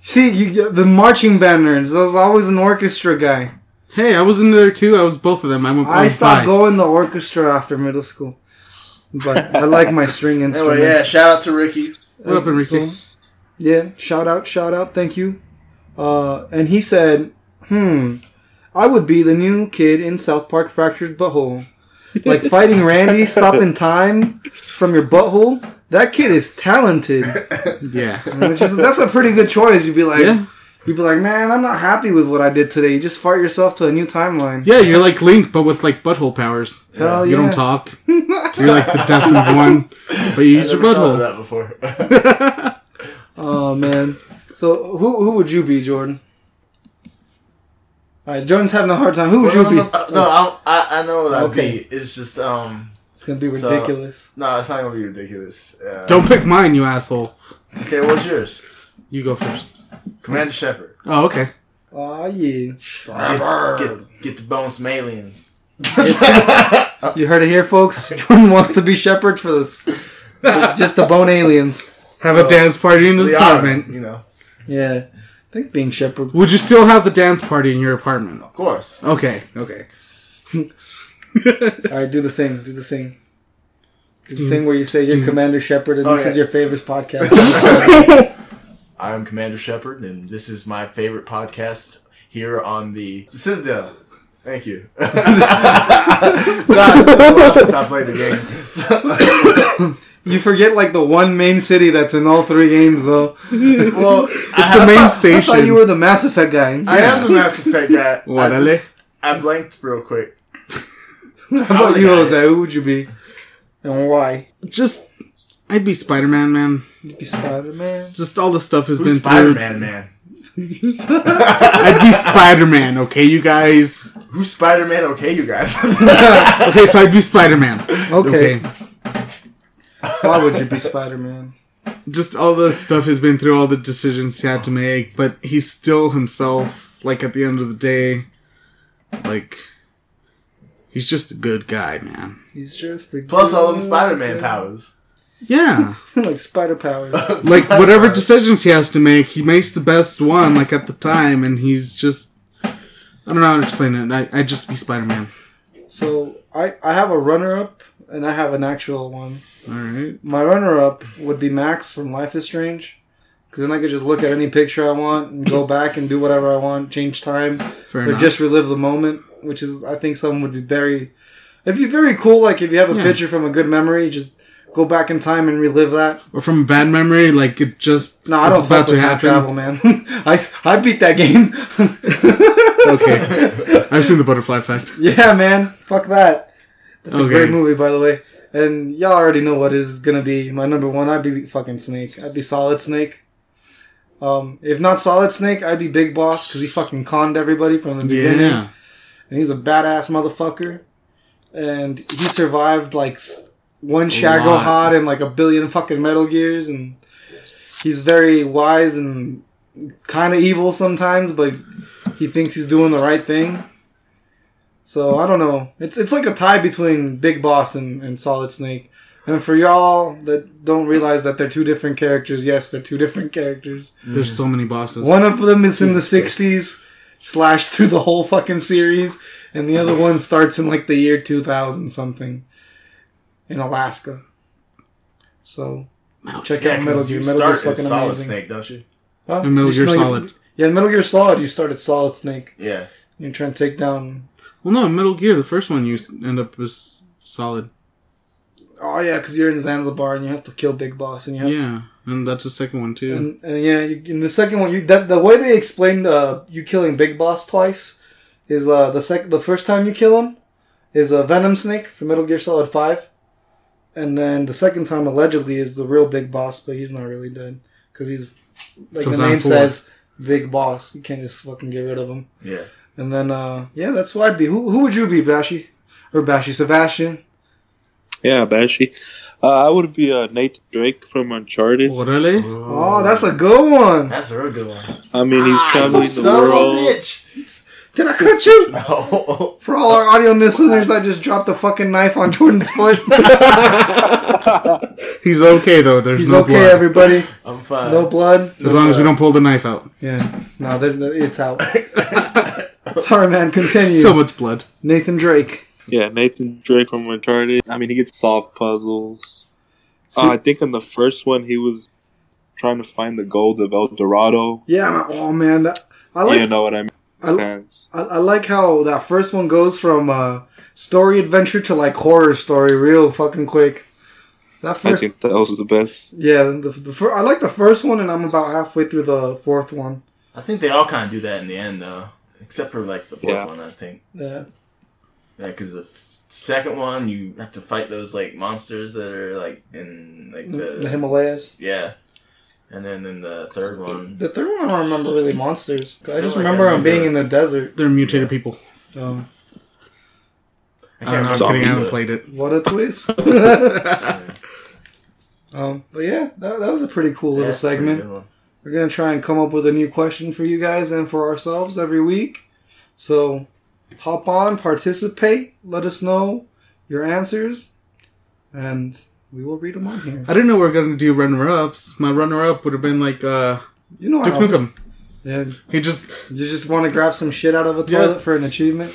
Speaker 1: See, you the marching band nerds. I was always an orchestra guy.
Speaker 2: Hey, I was in there too. I was both of them. I
Speaker 3: Oh,
Speaker 2: went.
Speaker 1: I
Speaker 2: was
Speaker 1: stopped
Speaker 2: bi.
Speaker 1: going to orchestra after middle school, but I like my string instruments.
Speaker 3: Anyway, yeah, shout out to Ricky.
Speaker 2: What up, Enrique?
Speaker 1: Yeah, shout out, shout out, thank you. Uh, and he said, hmm, I would be the new kid in South Park Fractured Butthole. Like fighting Randy, stopping time from your butthole. That kid is talented.
Speaker 2: Yeah.
Speaker 1: And it's just- that's a pretty good choice. You'd be like,
Speaker 2: Yeah.
Speaker 1: you'd be like, man, I'm not happy with what I did today. You just fart yourself to a new timeline.
Speaker 2: Yeah, you're like Link, but with like butthole powers.
Speaker 1: Hell
Speaker 2: You
Speaker 1: yeah.
Speaker 2: don't talk. You're like the destined one, but you use your
Speaker 3: Never thought of
Speaker 2: butthole.
Speaker 3: that before.
Speaker 1: Oh man. So who who would you be, Jordan? All right, Jordan's having a hard time. Who would
Speaker 3: no,
Speaker 1: you
Speaker 3: no,
Speaker 1: be?
Speaker 3: no, no, I'll- I, I know what I'd
Speaker 1: Okay.
Speaker 3: be. It's just um,
Speaker 1: It's gonna be
Speaker 3: So-
Speaker 1: ridiculous.
Speaker 3: no, it's not gonna be ridiculous. Uh,
Speaker 2: Don't pick mine, you asshole.
Speaker 3: Okay, what's yours?
Speaker 2: You go first.
Speaker 3: Commander Shepard.
Speaker 2: Oh, okay.
Speaker 1: Oh yeah.
Speaker 3: Get, get, get the bones from aliens.
Speaker 1: You heard it here, folks. Jordan wants to be Shepherd for this. Just to bone aliens.
Speaker 2: Have
Speaker 1: Oh.
Speaker 2: a dance party in his
Speaker 3: They are,
Speaker 2: apartment.
Speaker 3: you know,
Speaker 1: Yeah. I think being Shepherd.
Speaker 2: Would you still have the dance party in your apartment?
Speaker 3: of course.
Speaker 2: Okay, okay.
Speaker 1: Alright, do the thing. Do the thing. Do the thing where you say you're Commander Shepherd and this
Speaker 3: Okay.
Speaker 1: is your favorite podcast.
Speaker 3: I'm Commander Shepard, and this is my favorite podcast here on the Citadel. Thank you. Sorry, since I played the game. So-
Speaker 1: you forget like the one main city that's in all three games though.
Speaker 3: well,
Speaker 2: It's the main
Speaker 1: I thought you
Speaker 2: station.
Speaker 1: were the Mass Effect guy.
Speaker 3: I am the Mass Effect guy. I
Speaker 2: Orale.
Speaker 3: just, I blanked real quick.
Speaker 1: How about you, Jose? Who would you be, and why?
Speaker 2: Just, I'd be Spider Man, man.
Speaker 1: You'd be Spider Man.
Speaker 2: Just all the stuff has
Speaker 3: Who's
Speaker 2: been through.
Speaker 3: Spider Man, man?
Speaker 2: I'd be Spider Man, okay, you guys.
Speaker 3: Who's Spider Man? Okay, you guys.
Speaker 2: Okay, so I'd be Spider Man.
Speaker 1: Okay. Why would you be Spider Man?
Speaker 2: Just all the stuff he's been through, all the decisions he had to make, but he's still himself. Like at the end of the day, like he's just a good guy, man.
Speaker 1: He's just a
Speaker 3: Plus all them
Speaker 1: good
Speaker 3: Spider Man
Speaker 1: guy.
Speaker 3: powers.
Speaker 2: Yeah.
Speaker 1: like spider powers.
Speaker 2: like whatever decisions he has to make, he makes the best one, like at the time, and he's just I don't know how to explain it. I I just be Spider Man.
Speaker 1: so I I have a runner up and I have an actual one.
Speaker 2: Alright.
Speaker 1: My runner up would be Max from Life is Strange, because then I could just look at any picture I want and go back and do whatever I want, change time,
Speaker 2: Fair
Speaker 1: or
Speaker 2: enough.
Speaker 1: just relive the moment. Which is I think something would be very, it'd be very cool. Like if you have a
Speaker 2: Yeah.
Speaker 1: picture from a good memory, just go back in time and relive that.
Speaker 2: or from a bad memory, like it just
Speaker 1: No, I
Speaker 2: it's
Speaker 1: don't fuck with time travel, man. I, s- I beat that game.
Speaker 2: okay. I've seen the butterfly effect.
Speaker 1: yeah, man. Fuck that. That's a
Speaker 2: Okay.
Speaker 1: great movie, by the way. And y'all already know what is gonna be my number one. I'd be fucking Snake. I'd be Solid Snake. Um, if not Solid Snake, I'd be Big Boss because he fucking conned everybody from the beginning.
Speaker 2: Yeah.
Speaker 1: And he's a badass motherfucker. And he survived like s- one Shago
Speaker 2: lot.
Speaker 1: Hot and like a billion fucking Metal Gears. And he's very wise and kind of evil sometimes, but he thinks he's doing the right thing. So I don't know. It's it's like a tie between Big Boss and, and Solid Snake. And for y'all that don't realize that they're two different characters, yes, they're two different characters.
Speaker 2: There's so many bosses.
Speaker 1: One of them is in the
Speaker 2: Jesus Christ.
Speaker 1: sixties, slashed through the whole fucking series, and the other one starts in like the year two thousand something, in Alaska. So check
Speaker 3: Yeah,
Speaker 1: out Metal
Speaker 3: 'cause
Speaker 1: Gear.
Speaker 3: you
Speaker 1: Metal
Speaker 3: start
Speaker 1: Gear's
Speaker 3: as
Speaker 1: fucking
Speaker 3: Solid
Speaker 1: amazing.
Speaker 3: Snake, don't you?
Speaker 1: Huh?
Speaker 2: And Metal
Speaker 1: You
Speaker 2: Gear
Speaker 1: know you-
Speaker 2: Solid.
Speaker 1: yeah, in Metal Gear Solid, you start at Solid Snake.
Speaker 3: Yeah.
Speaker 1: You're trying to take down.
Speaker 2: Well, no, Metal Gear, the first one you s- end up as solid.
Speaker 1: Oh yeah, because you're in Zanzibar and you have to kill Big Boss, and you have
Speaker 2: Yeah, and that's the second one too.
Speaker 1: And, and yeah, you, in the second one, you that the way they explained uh, you killing Big Boss twice is uh, the sec the first time you kill him is a Venom Snake from Metal Gear Solid Five, and then the second time allegedly is the real Big Boss, but he's not really dead because he's like
Speaker 2: Comes
Speaker 1: the
Speaker 2: out
Speaker 1: name
Speaker 2: four.
Speaker 1: says, Big Boss. You can't just fucking get rid of him.
Speaker 3: Yeah.
Speaker 1: And then uh, yeah, that's who I'd be. Who who would you be, Bashy or Bashy Sebastian?
Speaker 4: Yeah, Bashy. Uh, I would be uh, Nathan Drake from Uncharted.
Speaker 2: Orale?
Speaker 1: Oh, that's a good one.
Speaker 3: That's a real good one.
Speaker 4: I mean, he's
Speaker 1: Ah,
Speaker 4: traveling the
Speaker 3: Son of a
Speaker 4: world.
Speaker 3: bitch.
Speaker 1: Did I cut you?
Speaker 3: No.
Speaker 1: For all our audio listeners, I just dropped a fucking knife on Jordan's foot.
Speaker 2: He's okay though. There's
Speaker 1: He's
Speaker 2: no
Speaker 1: okay,
Speaker 2: blood. Uh,
Speaker 1: everybody.
Speaker 3: I'm fine.
Speaker 1: No blood.
Speaker 2: as long as we don't pull the knife out.
Speaker 1: Yeah. No, there's no, it's out. Sorry, man. Continue.
Speaker 2: So much blood.
Speaker 1: Nathan Drake.
Speaker 4: Yeah, Nathan Drake from Uncharted. I mean, he gets solved puzzles.
Speaker 1: So-
Speaker 4: uh, I think in the first one, he was trying to find the gold of El Dorado.
Speaker 1: yeah. man. Oh man, that, I like.
Speaker 4: you know what I mean?
Speaker 1: I li-
Speaker 4: Pants.
Speaker 1: I, I like how that first one goes from uh, story adventure to like horror story real fucking quick. That
Speaker 4: I
Speaker 1: first,
Speaker 4: think that was the best.
Speaker 1: yeah, the, the fir- I like the first one, and I'm about halfway through the fourth one.
Speaker 3: I think they all kind of do that in the end, though. Except for, like, the fourth
Speaker 4: Yeah.
Speaker 3: one, I think.
Speaker 1: Yeah,
Speaker 3: Yeah, because the th- second one, you have to fight those, like, monsters that are, like, in, like,
Speaker 1: the,
Speaker 3: the.
Speaker 1: the Himalayas.
Speaker 3: yeah. And then in the third one.
Speaker 1: The third one, I don't remember really monsters. I just
Speaker 3: I feel like I
Speaker 1: remember Um, them being in
Speaker 3: remember-
Speaker 1: the desert.
Speaker 2: They're mutated people.
Speaker 1: So.
Speaker 3: I
Speaker 2: I don't know. I'm
Speaker 3: remember
Speaker 2: kidding. I haven't
Speaker 3: the-
Speaker 2: played it.
Speaker 1: What a twist! um, but yeah, that, that was a pretty cool
Speaker 3: Yeah,
Speaker 1: little
Speaker 3: it's a pretty
Speaker 1: segment.
Speaker 3: good one.
Speaker 1: We're gonna try and come up with a new question for you guys and for ourselves every week. So hop on, participate, let us know your answers, and we will read them on here.
Speaker 2: I didn't know we were gonna do runner ups. My runner up would have been like uh
Speaker 1: You know
Speaker 2: Duke
Speaker 1: how
Speaker 2: Nukem.
Speaker 1: yeah,
Speaker 2: He just
Speaker 1: you just want to grab some shit out of a
Speaker 2: Yeah.
Speaker 1: toilet for an achievement.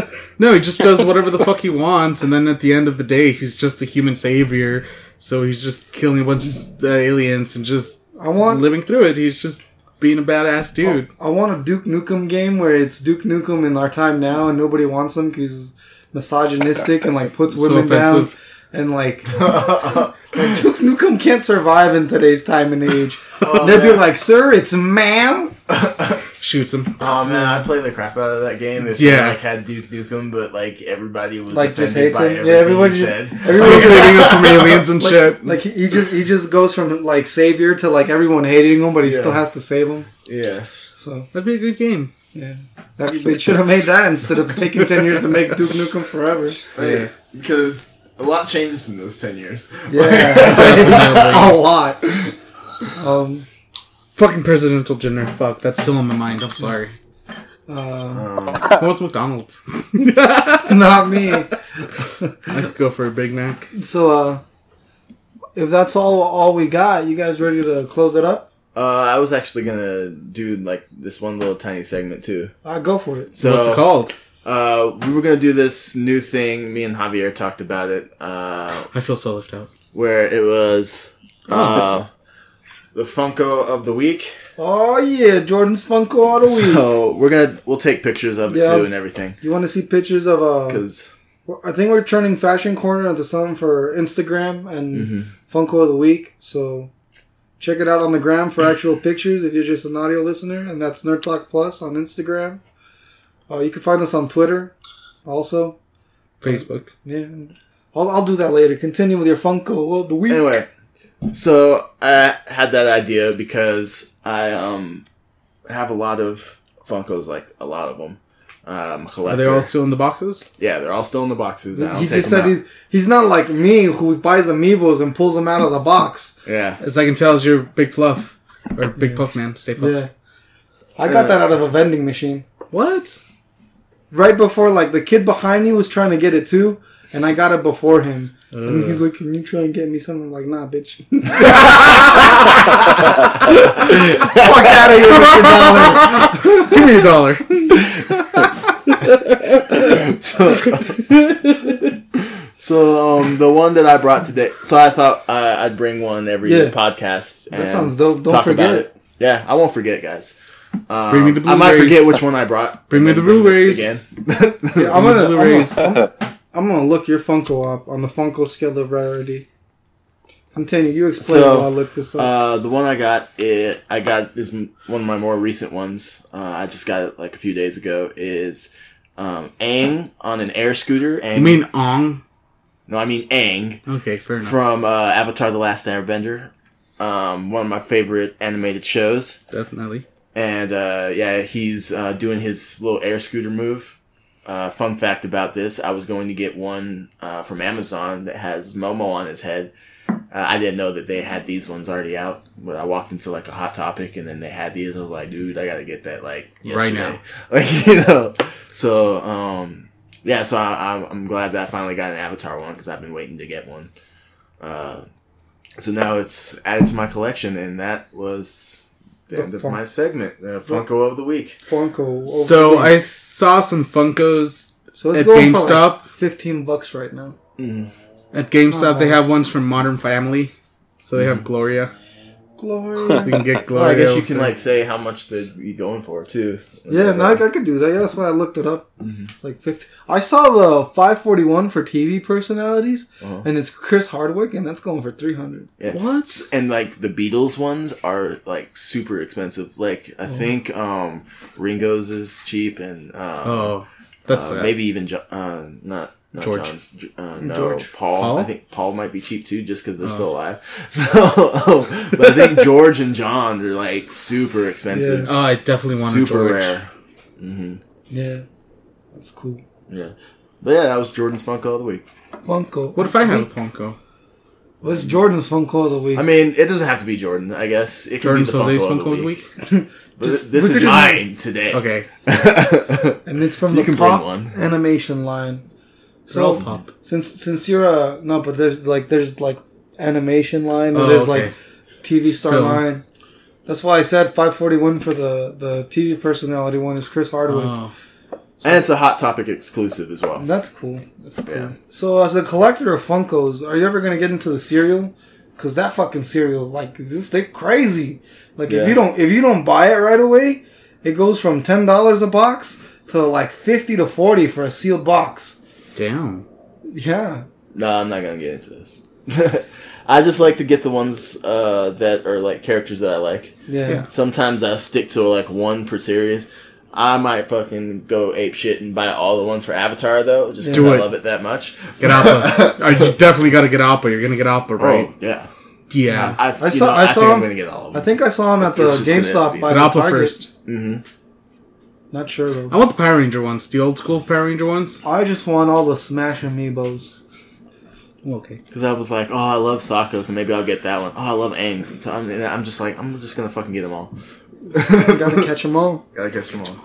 Speaker 2: no, he just does whatever the fuck he wants, and then at the end of the day, he's just a human savior. So he's just killing a bunch of uh, aliens and just
Speaker 1: I want
Speaker 2: living through it. He's just being a badass dude.
Speaker 1: I want a Duke Nukem game where it's Duke Nukem in our time now, and nobody wants him because he's misogynistic and like puts
Speaker 2: So
Speaker 1: women down,
Speaker 2: offensive.
Speaker 1: and like Duke Nukem can't survive in today's time and age. They'd be
Speaker 3: man.
Speaker 1: like, "Sir, it's ma'am."
Speaker 2: shoots him.
Speaker 3: Oh man, I played the crap out of that game. If
Speaker 2: Yeah.
Speaker 3: like had Duke Nukem, but like everybody was
Speaker 1: Like,
Speaker 3: like
Speaker 1: just
Speaker 3: offended
Speaker 1: hates
Speaker 3: by
Speaker 1: him? Yeah,
Speaker 3: everything
Speaker 1: everyone
Speaker 3: he
Speaker 1: just-
Speaker 3: said.
Speaker 1: everyone-
Speaker 2: So saving us from aliens and
Speaker 1: like,
Speaker 2: shit.
Speaker 1: Like he, he just he just goes from like savior to like everyone hating him, but he
Speaker 3: Yeah.
Speaker 1: still has to save him.
Speaker 3: yeah,
Speaker 1: So
Speaker 2: That'd be a good game.
Speaker 1: yeah, that, they should have made that instead of taking ten years to make Duke Nukem Forever.
Speaker 3: yeah, because a lot changed in those ten years.
Speaker 1: Yeah, a lot. Um,
Speaker 2: Fucking presidential dinner. Fuck, that's still in my mind. I'm sorry.
Speaker 1: uh,
Speaker 3: Um,
Speaker 2: What's McDonald's? I
Speaker 1: not me.
Speaker 2: could go for a Big Mac.
Speaker 1: So, uh, if that's all all we got, you guys ready to close it up?
Speaker 3: uh, I was actually gonna do like this one little tiny segment too.
Speaker 1: All right, go for it.
Speaker 3: So
Speaker 2: What's it called?
Speaker 3: Uh, we were gonna do this new thing. Me and Javier talked about it. Uh,
Speaker 2: I feel so left out.
Speaker 3: where it was uh, the Funko of the week.
Speaker 1: Oh yeah, Jordan's Funko all the week.
Speaker 3: So we're gonna we'll take pictures of it
Speaker 1: Yeah.
Speaker 3: too and everything
Speaker 1: you want to see pictures of uh?
Speaker 3: because
Speaker 1: I think we're turning Fashion Corner into something for Instagram and
Speaker 3: mm-hmm.
Speaker 1: Funko of the week. So check it out on the gram for actual pictures if you're just an audio listener, and that's Nerd Talk Plus on Instagram. Uh, you can find us on Twitter, also.
Speaker 2: Facebook.
Speaker 1: Yeah, I'll, I'll do that later. Continue with your Funko of the week.
Speaker 3: anyway. So I had that idea because I um have a lot of Funkos, like a lot of them. Um, collector.
Speaker 2: Are they all still in the boxes?
Speaker 3: yeah, they're all still in the boxes. Now.
Speaker 1: he
Speaker 3: I'll take
Speaker 1: just said
Speaker 3: them
Speaker 1: he, he's not like me who buys amiibos and pulls them out of the box.
Speaker 3: out. yeah.
Speaker 2: As I can tell, is your Big Fluff or Big Puff Man? Stay Puff.
Speaker 1: Yeah, I got that out of a vending machine
Speaker 2: What?
Speaker 1: right before like the kid behind me was trying to get it too, and I got it before him. And he's like, "Can you try and get me something?" I'm like, "Nah, bitch." Fuck out of here with your dollar.
Speaker 2: Give me your dollar.
Speaker 3: So um, the one that I brought today. So I thought uh, I'd bring one every
Speaker 1: Yeah.
Speaker 3: podcast. And
Speaker 1: sounds dope. Don't
Speaker 3: talk about
Speaker 1: forget.
Speaker 3: it. Yeah, I won't forget, guys. Um,
Speaker 2: Bring me the
Speaker 3: I might
Speaker 2: blueberries.
Speaker 3: forget which one I brought.
Speaker 2: Bring me the blueberries.
Speaker 3: again.
Speaker 1: Yeah, I'm gonna, I'm
Speaker 2: Blu-rays.
Speaker 1: gonna, I'm gonna look your Funko up on the Funko scale of rarity. Continue. You explain
Speaker 3: So,
Speaker 1: while I look this up.
Speaker 3: Uh, the one I got, it, I got this m- one of my more recent ones. Uh, I just got it like a few days ago. Is um, Aang on an air scooter? Aang,
Speaker 2: You mean Ong?
Speaker 3: no, I mean Aang
Speaker 2: Okay, fair enough.
Speaker 3: from uh, Avatar: The Last Airbender. Um, one of my favorite animated shows.
Speaker 2: Definitely.
Speaker 3: and uh, yeah, he's uh, doing his little air scooter move. Uh, fun fact about this: I was going to get one uh, from Amazon that has Momo on his head. Uh, I didn't know that they had these ones already out, but I walked into like a Hot Topic and then they had these. I was like, dude, I gotta get that like
Speaker 2: Right
Speaker 3: yesterday. like you know. So um, yeah, so I, I'm, I'm glad that I finally got an Avatar one because I've been waiting to get one. Uh, so now it's added to my collection, and that was the,
Speaker 1: The
Speaker 3: end of
Speaker 1: Fun-
Speaker 3: my segment, the Funko of the week.
Speaker 1: Funko. over
Speaker 2: So
Speaker 1: here.
Speaker 2: I saw some Funkos
Speaker 1: so
Speaker 2: at
Speaker 1: going for, like,
Speaker 2: GameStop.
Speaker 1: fifteen bucks right now.
Speaker 2: At GameStop,
Speaker 1: Aw.
Speaker 2: they have ones from Modern Family. So they have Gloria. You
Speaker 1: Glory.
Speaker 2: can get Gloria.
Speaker 3: Well, Hmm. Oh, I guess you
Speaker 2: with
Speaker 3: can
Speaker 2: the-
Speaker 3: like say how much they'd be going for too.
Speaker 1: yeah, no, I, I could do that. Yeah, that's what I looked it up.
Speaker 2: Mm-hmm.
Speaker 1: Like fifty. I saw the five forty one for TV personalities,
Speaker 3: Uh-huh.
Speaker 1: and it's Chris Hardwick, and that's going for three hundred.
Speaker 3: Yeah.
Speaker 2: What?
Speaker 3: And like the Beatles ones are like super expensive. Like
Speaker 1: Oh.
Speaker 3: I think um Ringo's is cheap, and um,
Speaker 2: Oh, that's
Speaker 3: uh,
Speaker 2: sad.
Speaker 3: maybe even jo- uh, not. Not
Speaker 2: George.
Speaker 3: John's, J- uh, no,
Speaker 1: George.
Speaker 3: Paul.
Speaker 2: Paul? Oh.
Speaker 3: I think Paul might be cheap too, just because they're still alive. So, but I think George and John are like super expensive.
Speaker 2: Oh, I definitely want
Speaker 3: super
Speaker 2: a George.
Speaker 3: rare. hmm
Speaker 1: Yeah, that's cool.
Speaker 3: Yeah, but yeah, that was Jordan's Funko of the week.
Speaker 1: Funko.
Speaker 2: What if I have a Funko?
Speaker 1: What's Jordan's Funko of the week?
Speaker 3: I mean, it doesn't have to be Jordan. I guess it can
Speaker 2: Jordan's
Speaker 3: be the Funko,
Speaker 2: Jose's
Speaker 3: of,
Speaker 2: Funko
Speaker 3: the
Speaker 2: of the
Speaker 3: week.
Speaker 2: week?
Speaker 3: But
Speaker 1: Just-
Speaker 3: this
Speaker 1: we could
Speaker 3: is
Speaker 1: just-
Speaker 3: mine today.
Speaker 2: Okay.
Speaker 1: and it's from
Speaker 3: You
Speaker 1: the
Speaker 3: can bring
Speaker 1: pop
Speaker 3: one.
Speaker 1: animation line.
Speaker 2: They're all pop.
Speaker 1: since since you're a no, but there's like there's like animation line, or
Speaker 2: Oh,
Speaker 1: there's
Speaker 2: okay.
Speaker 1: like TV star
Speaker 2: Film.
Speaker 1: line. That's why I said 541 for the the TV personality one is Chris Hardwick.
Speaker 2: Oh.
Speaker 3: and it's a hot topic exclusive as well.
Speaker 1: That's cool. That's cool.
Speaker 3: Yeah.
Speaker 1: So as a collector of Funkos, are you ever gonna get into the cereal? Cause that fucking cereal, like this, they crazy. Like
Speaker 3: Yeah.
Speaker 1: if you don't if you don't buy it right away, it goes from ten dollars a box to like fifty to forty for a sealed box.
Speaker 2: Damn.
Speaker 1: Yeah.
Speaker 3: No, I'm not gonna get into this. I just like to get the ones uh, that are like characters that I like.
Speaker 1: Yeah.
Speaker 2: Yeah.
Speaker 3: Sometimes I stick to like one per series. I might fucking go ape shit and buy all the ones for Avatar though, just 'cause
Speaker 2: Do
Speaker 3: I
Speaker 2: it.
Speaker 3: love it that much.
Speaker 2: Get Alpha. Uh, you definitely got to get Alpha. You're gonna get Alpha, right?
Speaker 3: Oh yeah,
Speaker 2: Yeah.
Speaker 3: I,
Speaker 1: I
Speaker 3: you
Speaker 1: saw-
Speaker 3: know,
Speaker 1: I
Speaker 3: I
Speaker 1: saw
Speaker 3: think
Speaker 1: him-
Speaker 3: I'm gonna get all of
Speaker 1: I
Speaker 3: them. Mm-hmm.
Speaker 1: think I saw him at the
Speaker 3: It's just gonna
Speaker 1: GameStop
Speaker 3: be-
Speaker 1: by
Speaker 2: Get
Speaker 1: the
Speaker 2: Alpha
Speaker 1: Target.
Speaker 2: first.
Speaker 1: Not sure though.
Speaker 2: I want the Power Ranger ones, the old school Power Ranger ones.
Speaker 1: I just want all the Smash Amiibos.
Speaker 2: Okay.
Speaker 3: Because I was like, oh, I love Sakos, and maybe I'll get that one. Oh, I love Aang. So I'm, and I'm just like, I'm just gonna fucking get them all.
Speaker 1: Gotta catch them all.
Speaker 3: Gotta catch them all.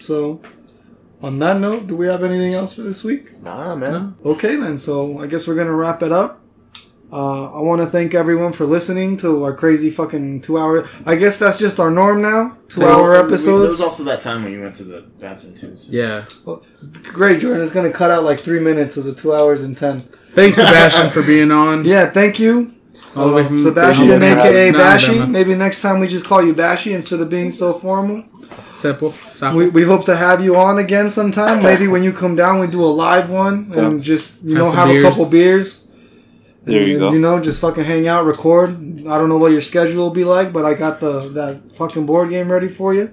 Speaker 1: So, on that note, do we have anything else for this week?
Speaker 3: Nah, man.
Speaker 2: No.
Speaker 1: Okay, then. So I guess we're gonna wrap it up. Uh, I want to thank everyone for listening to our crazy fucking two hour. I guess that's just our norm now. Two
Speaker 3: Well,
Speaker 1: hour
Speaker 3: and we- There was
Speaker 1: episodes.
Speaker 3: also that time when you went to the bathroom too. so-
Speaker 2: Yeah.
Speaker 1: Great, Jordan. It's gonna cut out like three minutes of the two hours and ten.
Speaker 2: Thanks, Sebastian, for being on.
Speaker 1: Yeah, thank you,
Speaker 2: All the way from
Speaker 1: Sebastian,
Speaker 4: Thank you.
Speaker 1: aka
Speaker 2: No,
Speaker 1: Bashy.
Speaker 2: no, no.
Speaker 1: Maybe next time we just call you Bashy instead of being so formal.
Speaker 2: Seppo. Seppo.
Speaker 1: We, we hope to have you on again sometime. Maybe when you come down, we do a live one
Speaker 4: Sounds-
Speaker 1: and just you
Speaker 2: Have
Speaker 1: know
Speaker 2: some
Speaker 1: have
Speaker 2: beers.
Speaker 1: a couple beers.
Speaker 4: There
Speaker 1: And,
Speaker 4: you go.
Speaker 1: You know, just fucking hang out, record. I don't know what your schedule will be like, but I got the that fucking board game ready for you.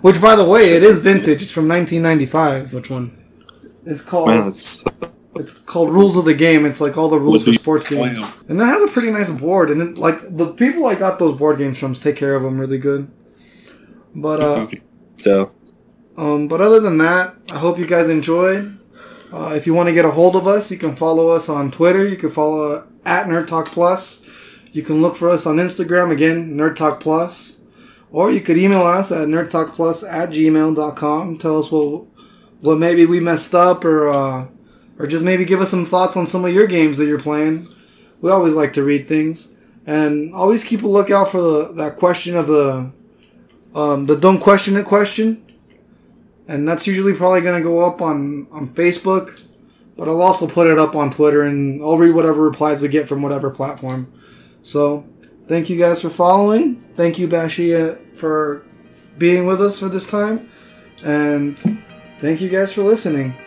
Speaker 1: Which, by the way, it is vintage. It's from 1995.
Speaker 2: Which one?
Speaker 1: It's called
Speaker 4: Man, it's
Speaker 1: it's called Rules of the Game. It's like all the rules
Speaker 4: What do
Speaker 1: for
Speaker 4: you
Speaker 1: sports
Speaker 4: play
Speaker 1: games,
Speaker 4: on?
Speaker 1: and it has a pretty nice board. And it, like the people I got those board games from take care of them really good. But uh,
Speaker 4: so.
Speaker 1: Um, but other than that, I hope you guys enjoyed. Uh, if you want to get a hold of us, you can follow us on Twitter. You can follow uh, at Nerd Talk Plus. You can look for us on Instagram, again, Nerd Talk Plus. Or you could email us at nerdtalkplus at gmail.com. Tell us what, what maybe we messed up or, uh, or just maybe give us some thoughts on some of your games that you're playing. We always like to read things. And always keep a lookout for the, that question of the, um, the don't question it question and that's usually probably going to go up on on Facebook, but I'll also put it up on Twitter and I'll read whatever replies we get from whatever platform. So, thank you guys for following. Thank you Bashia for being with us for this time, and thank you guys for listening.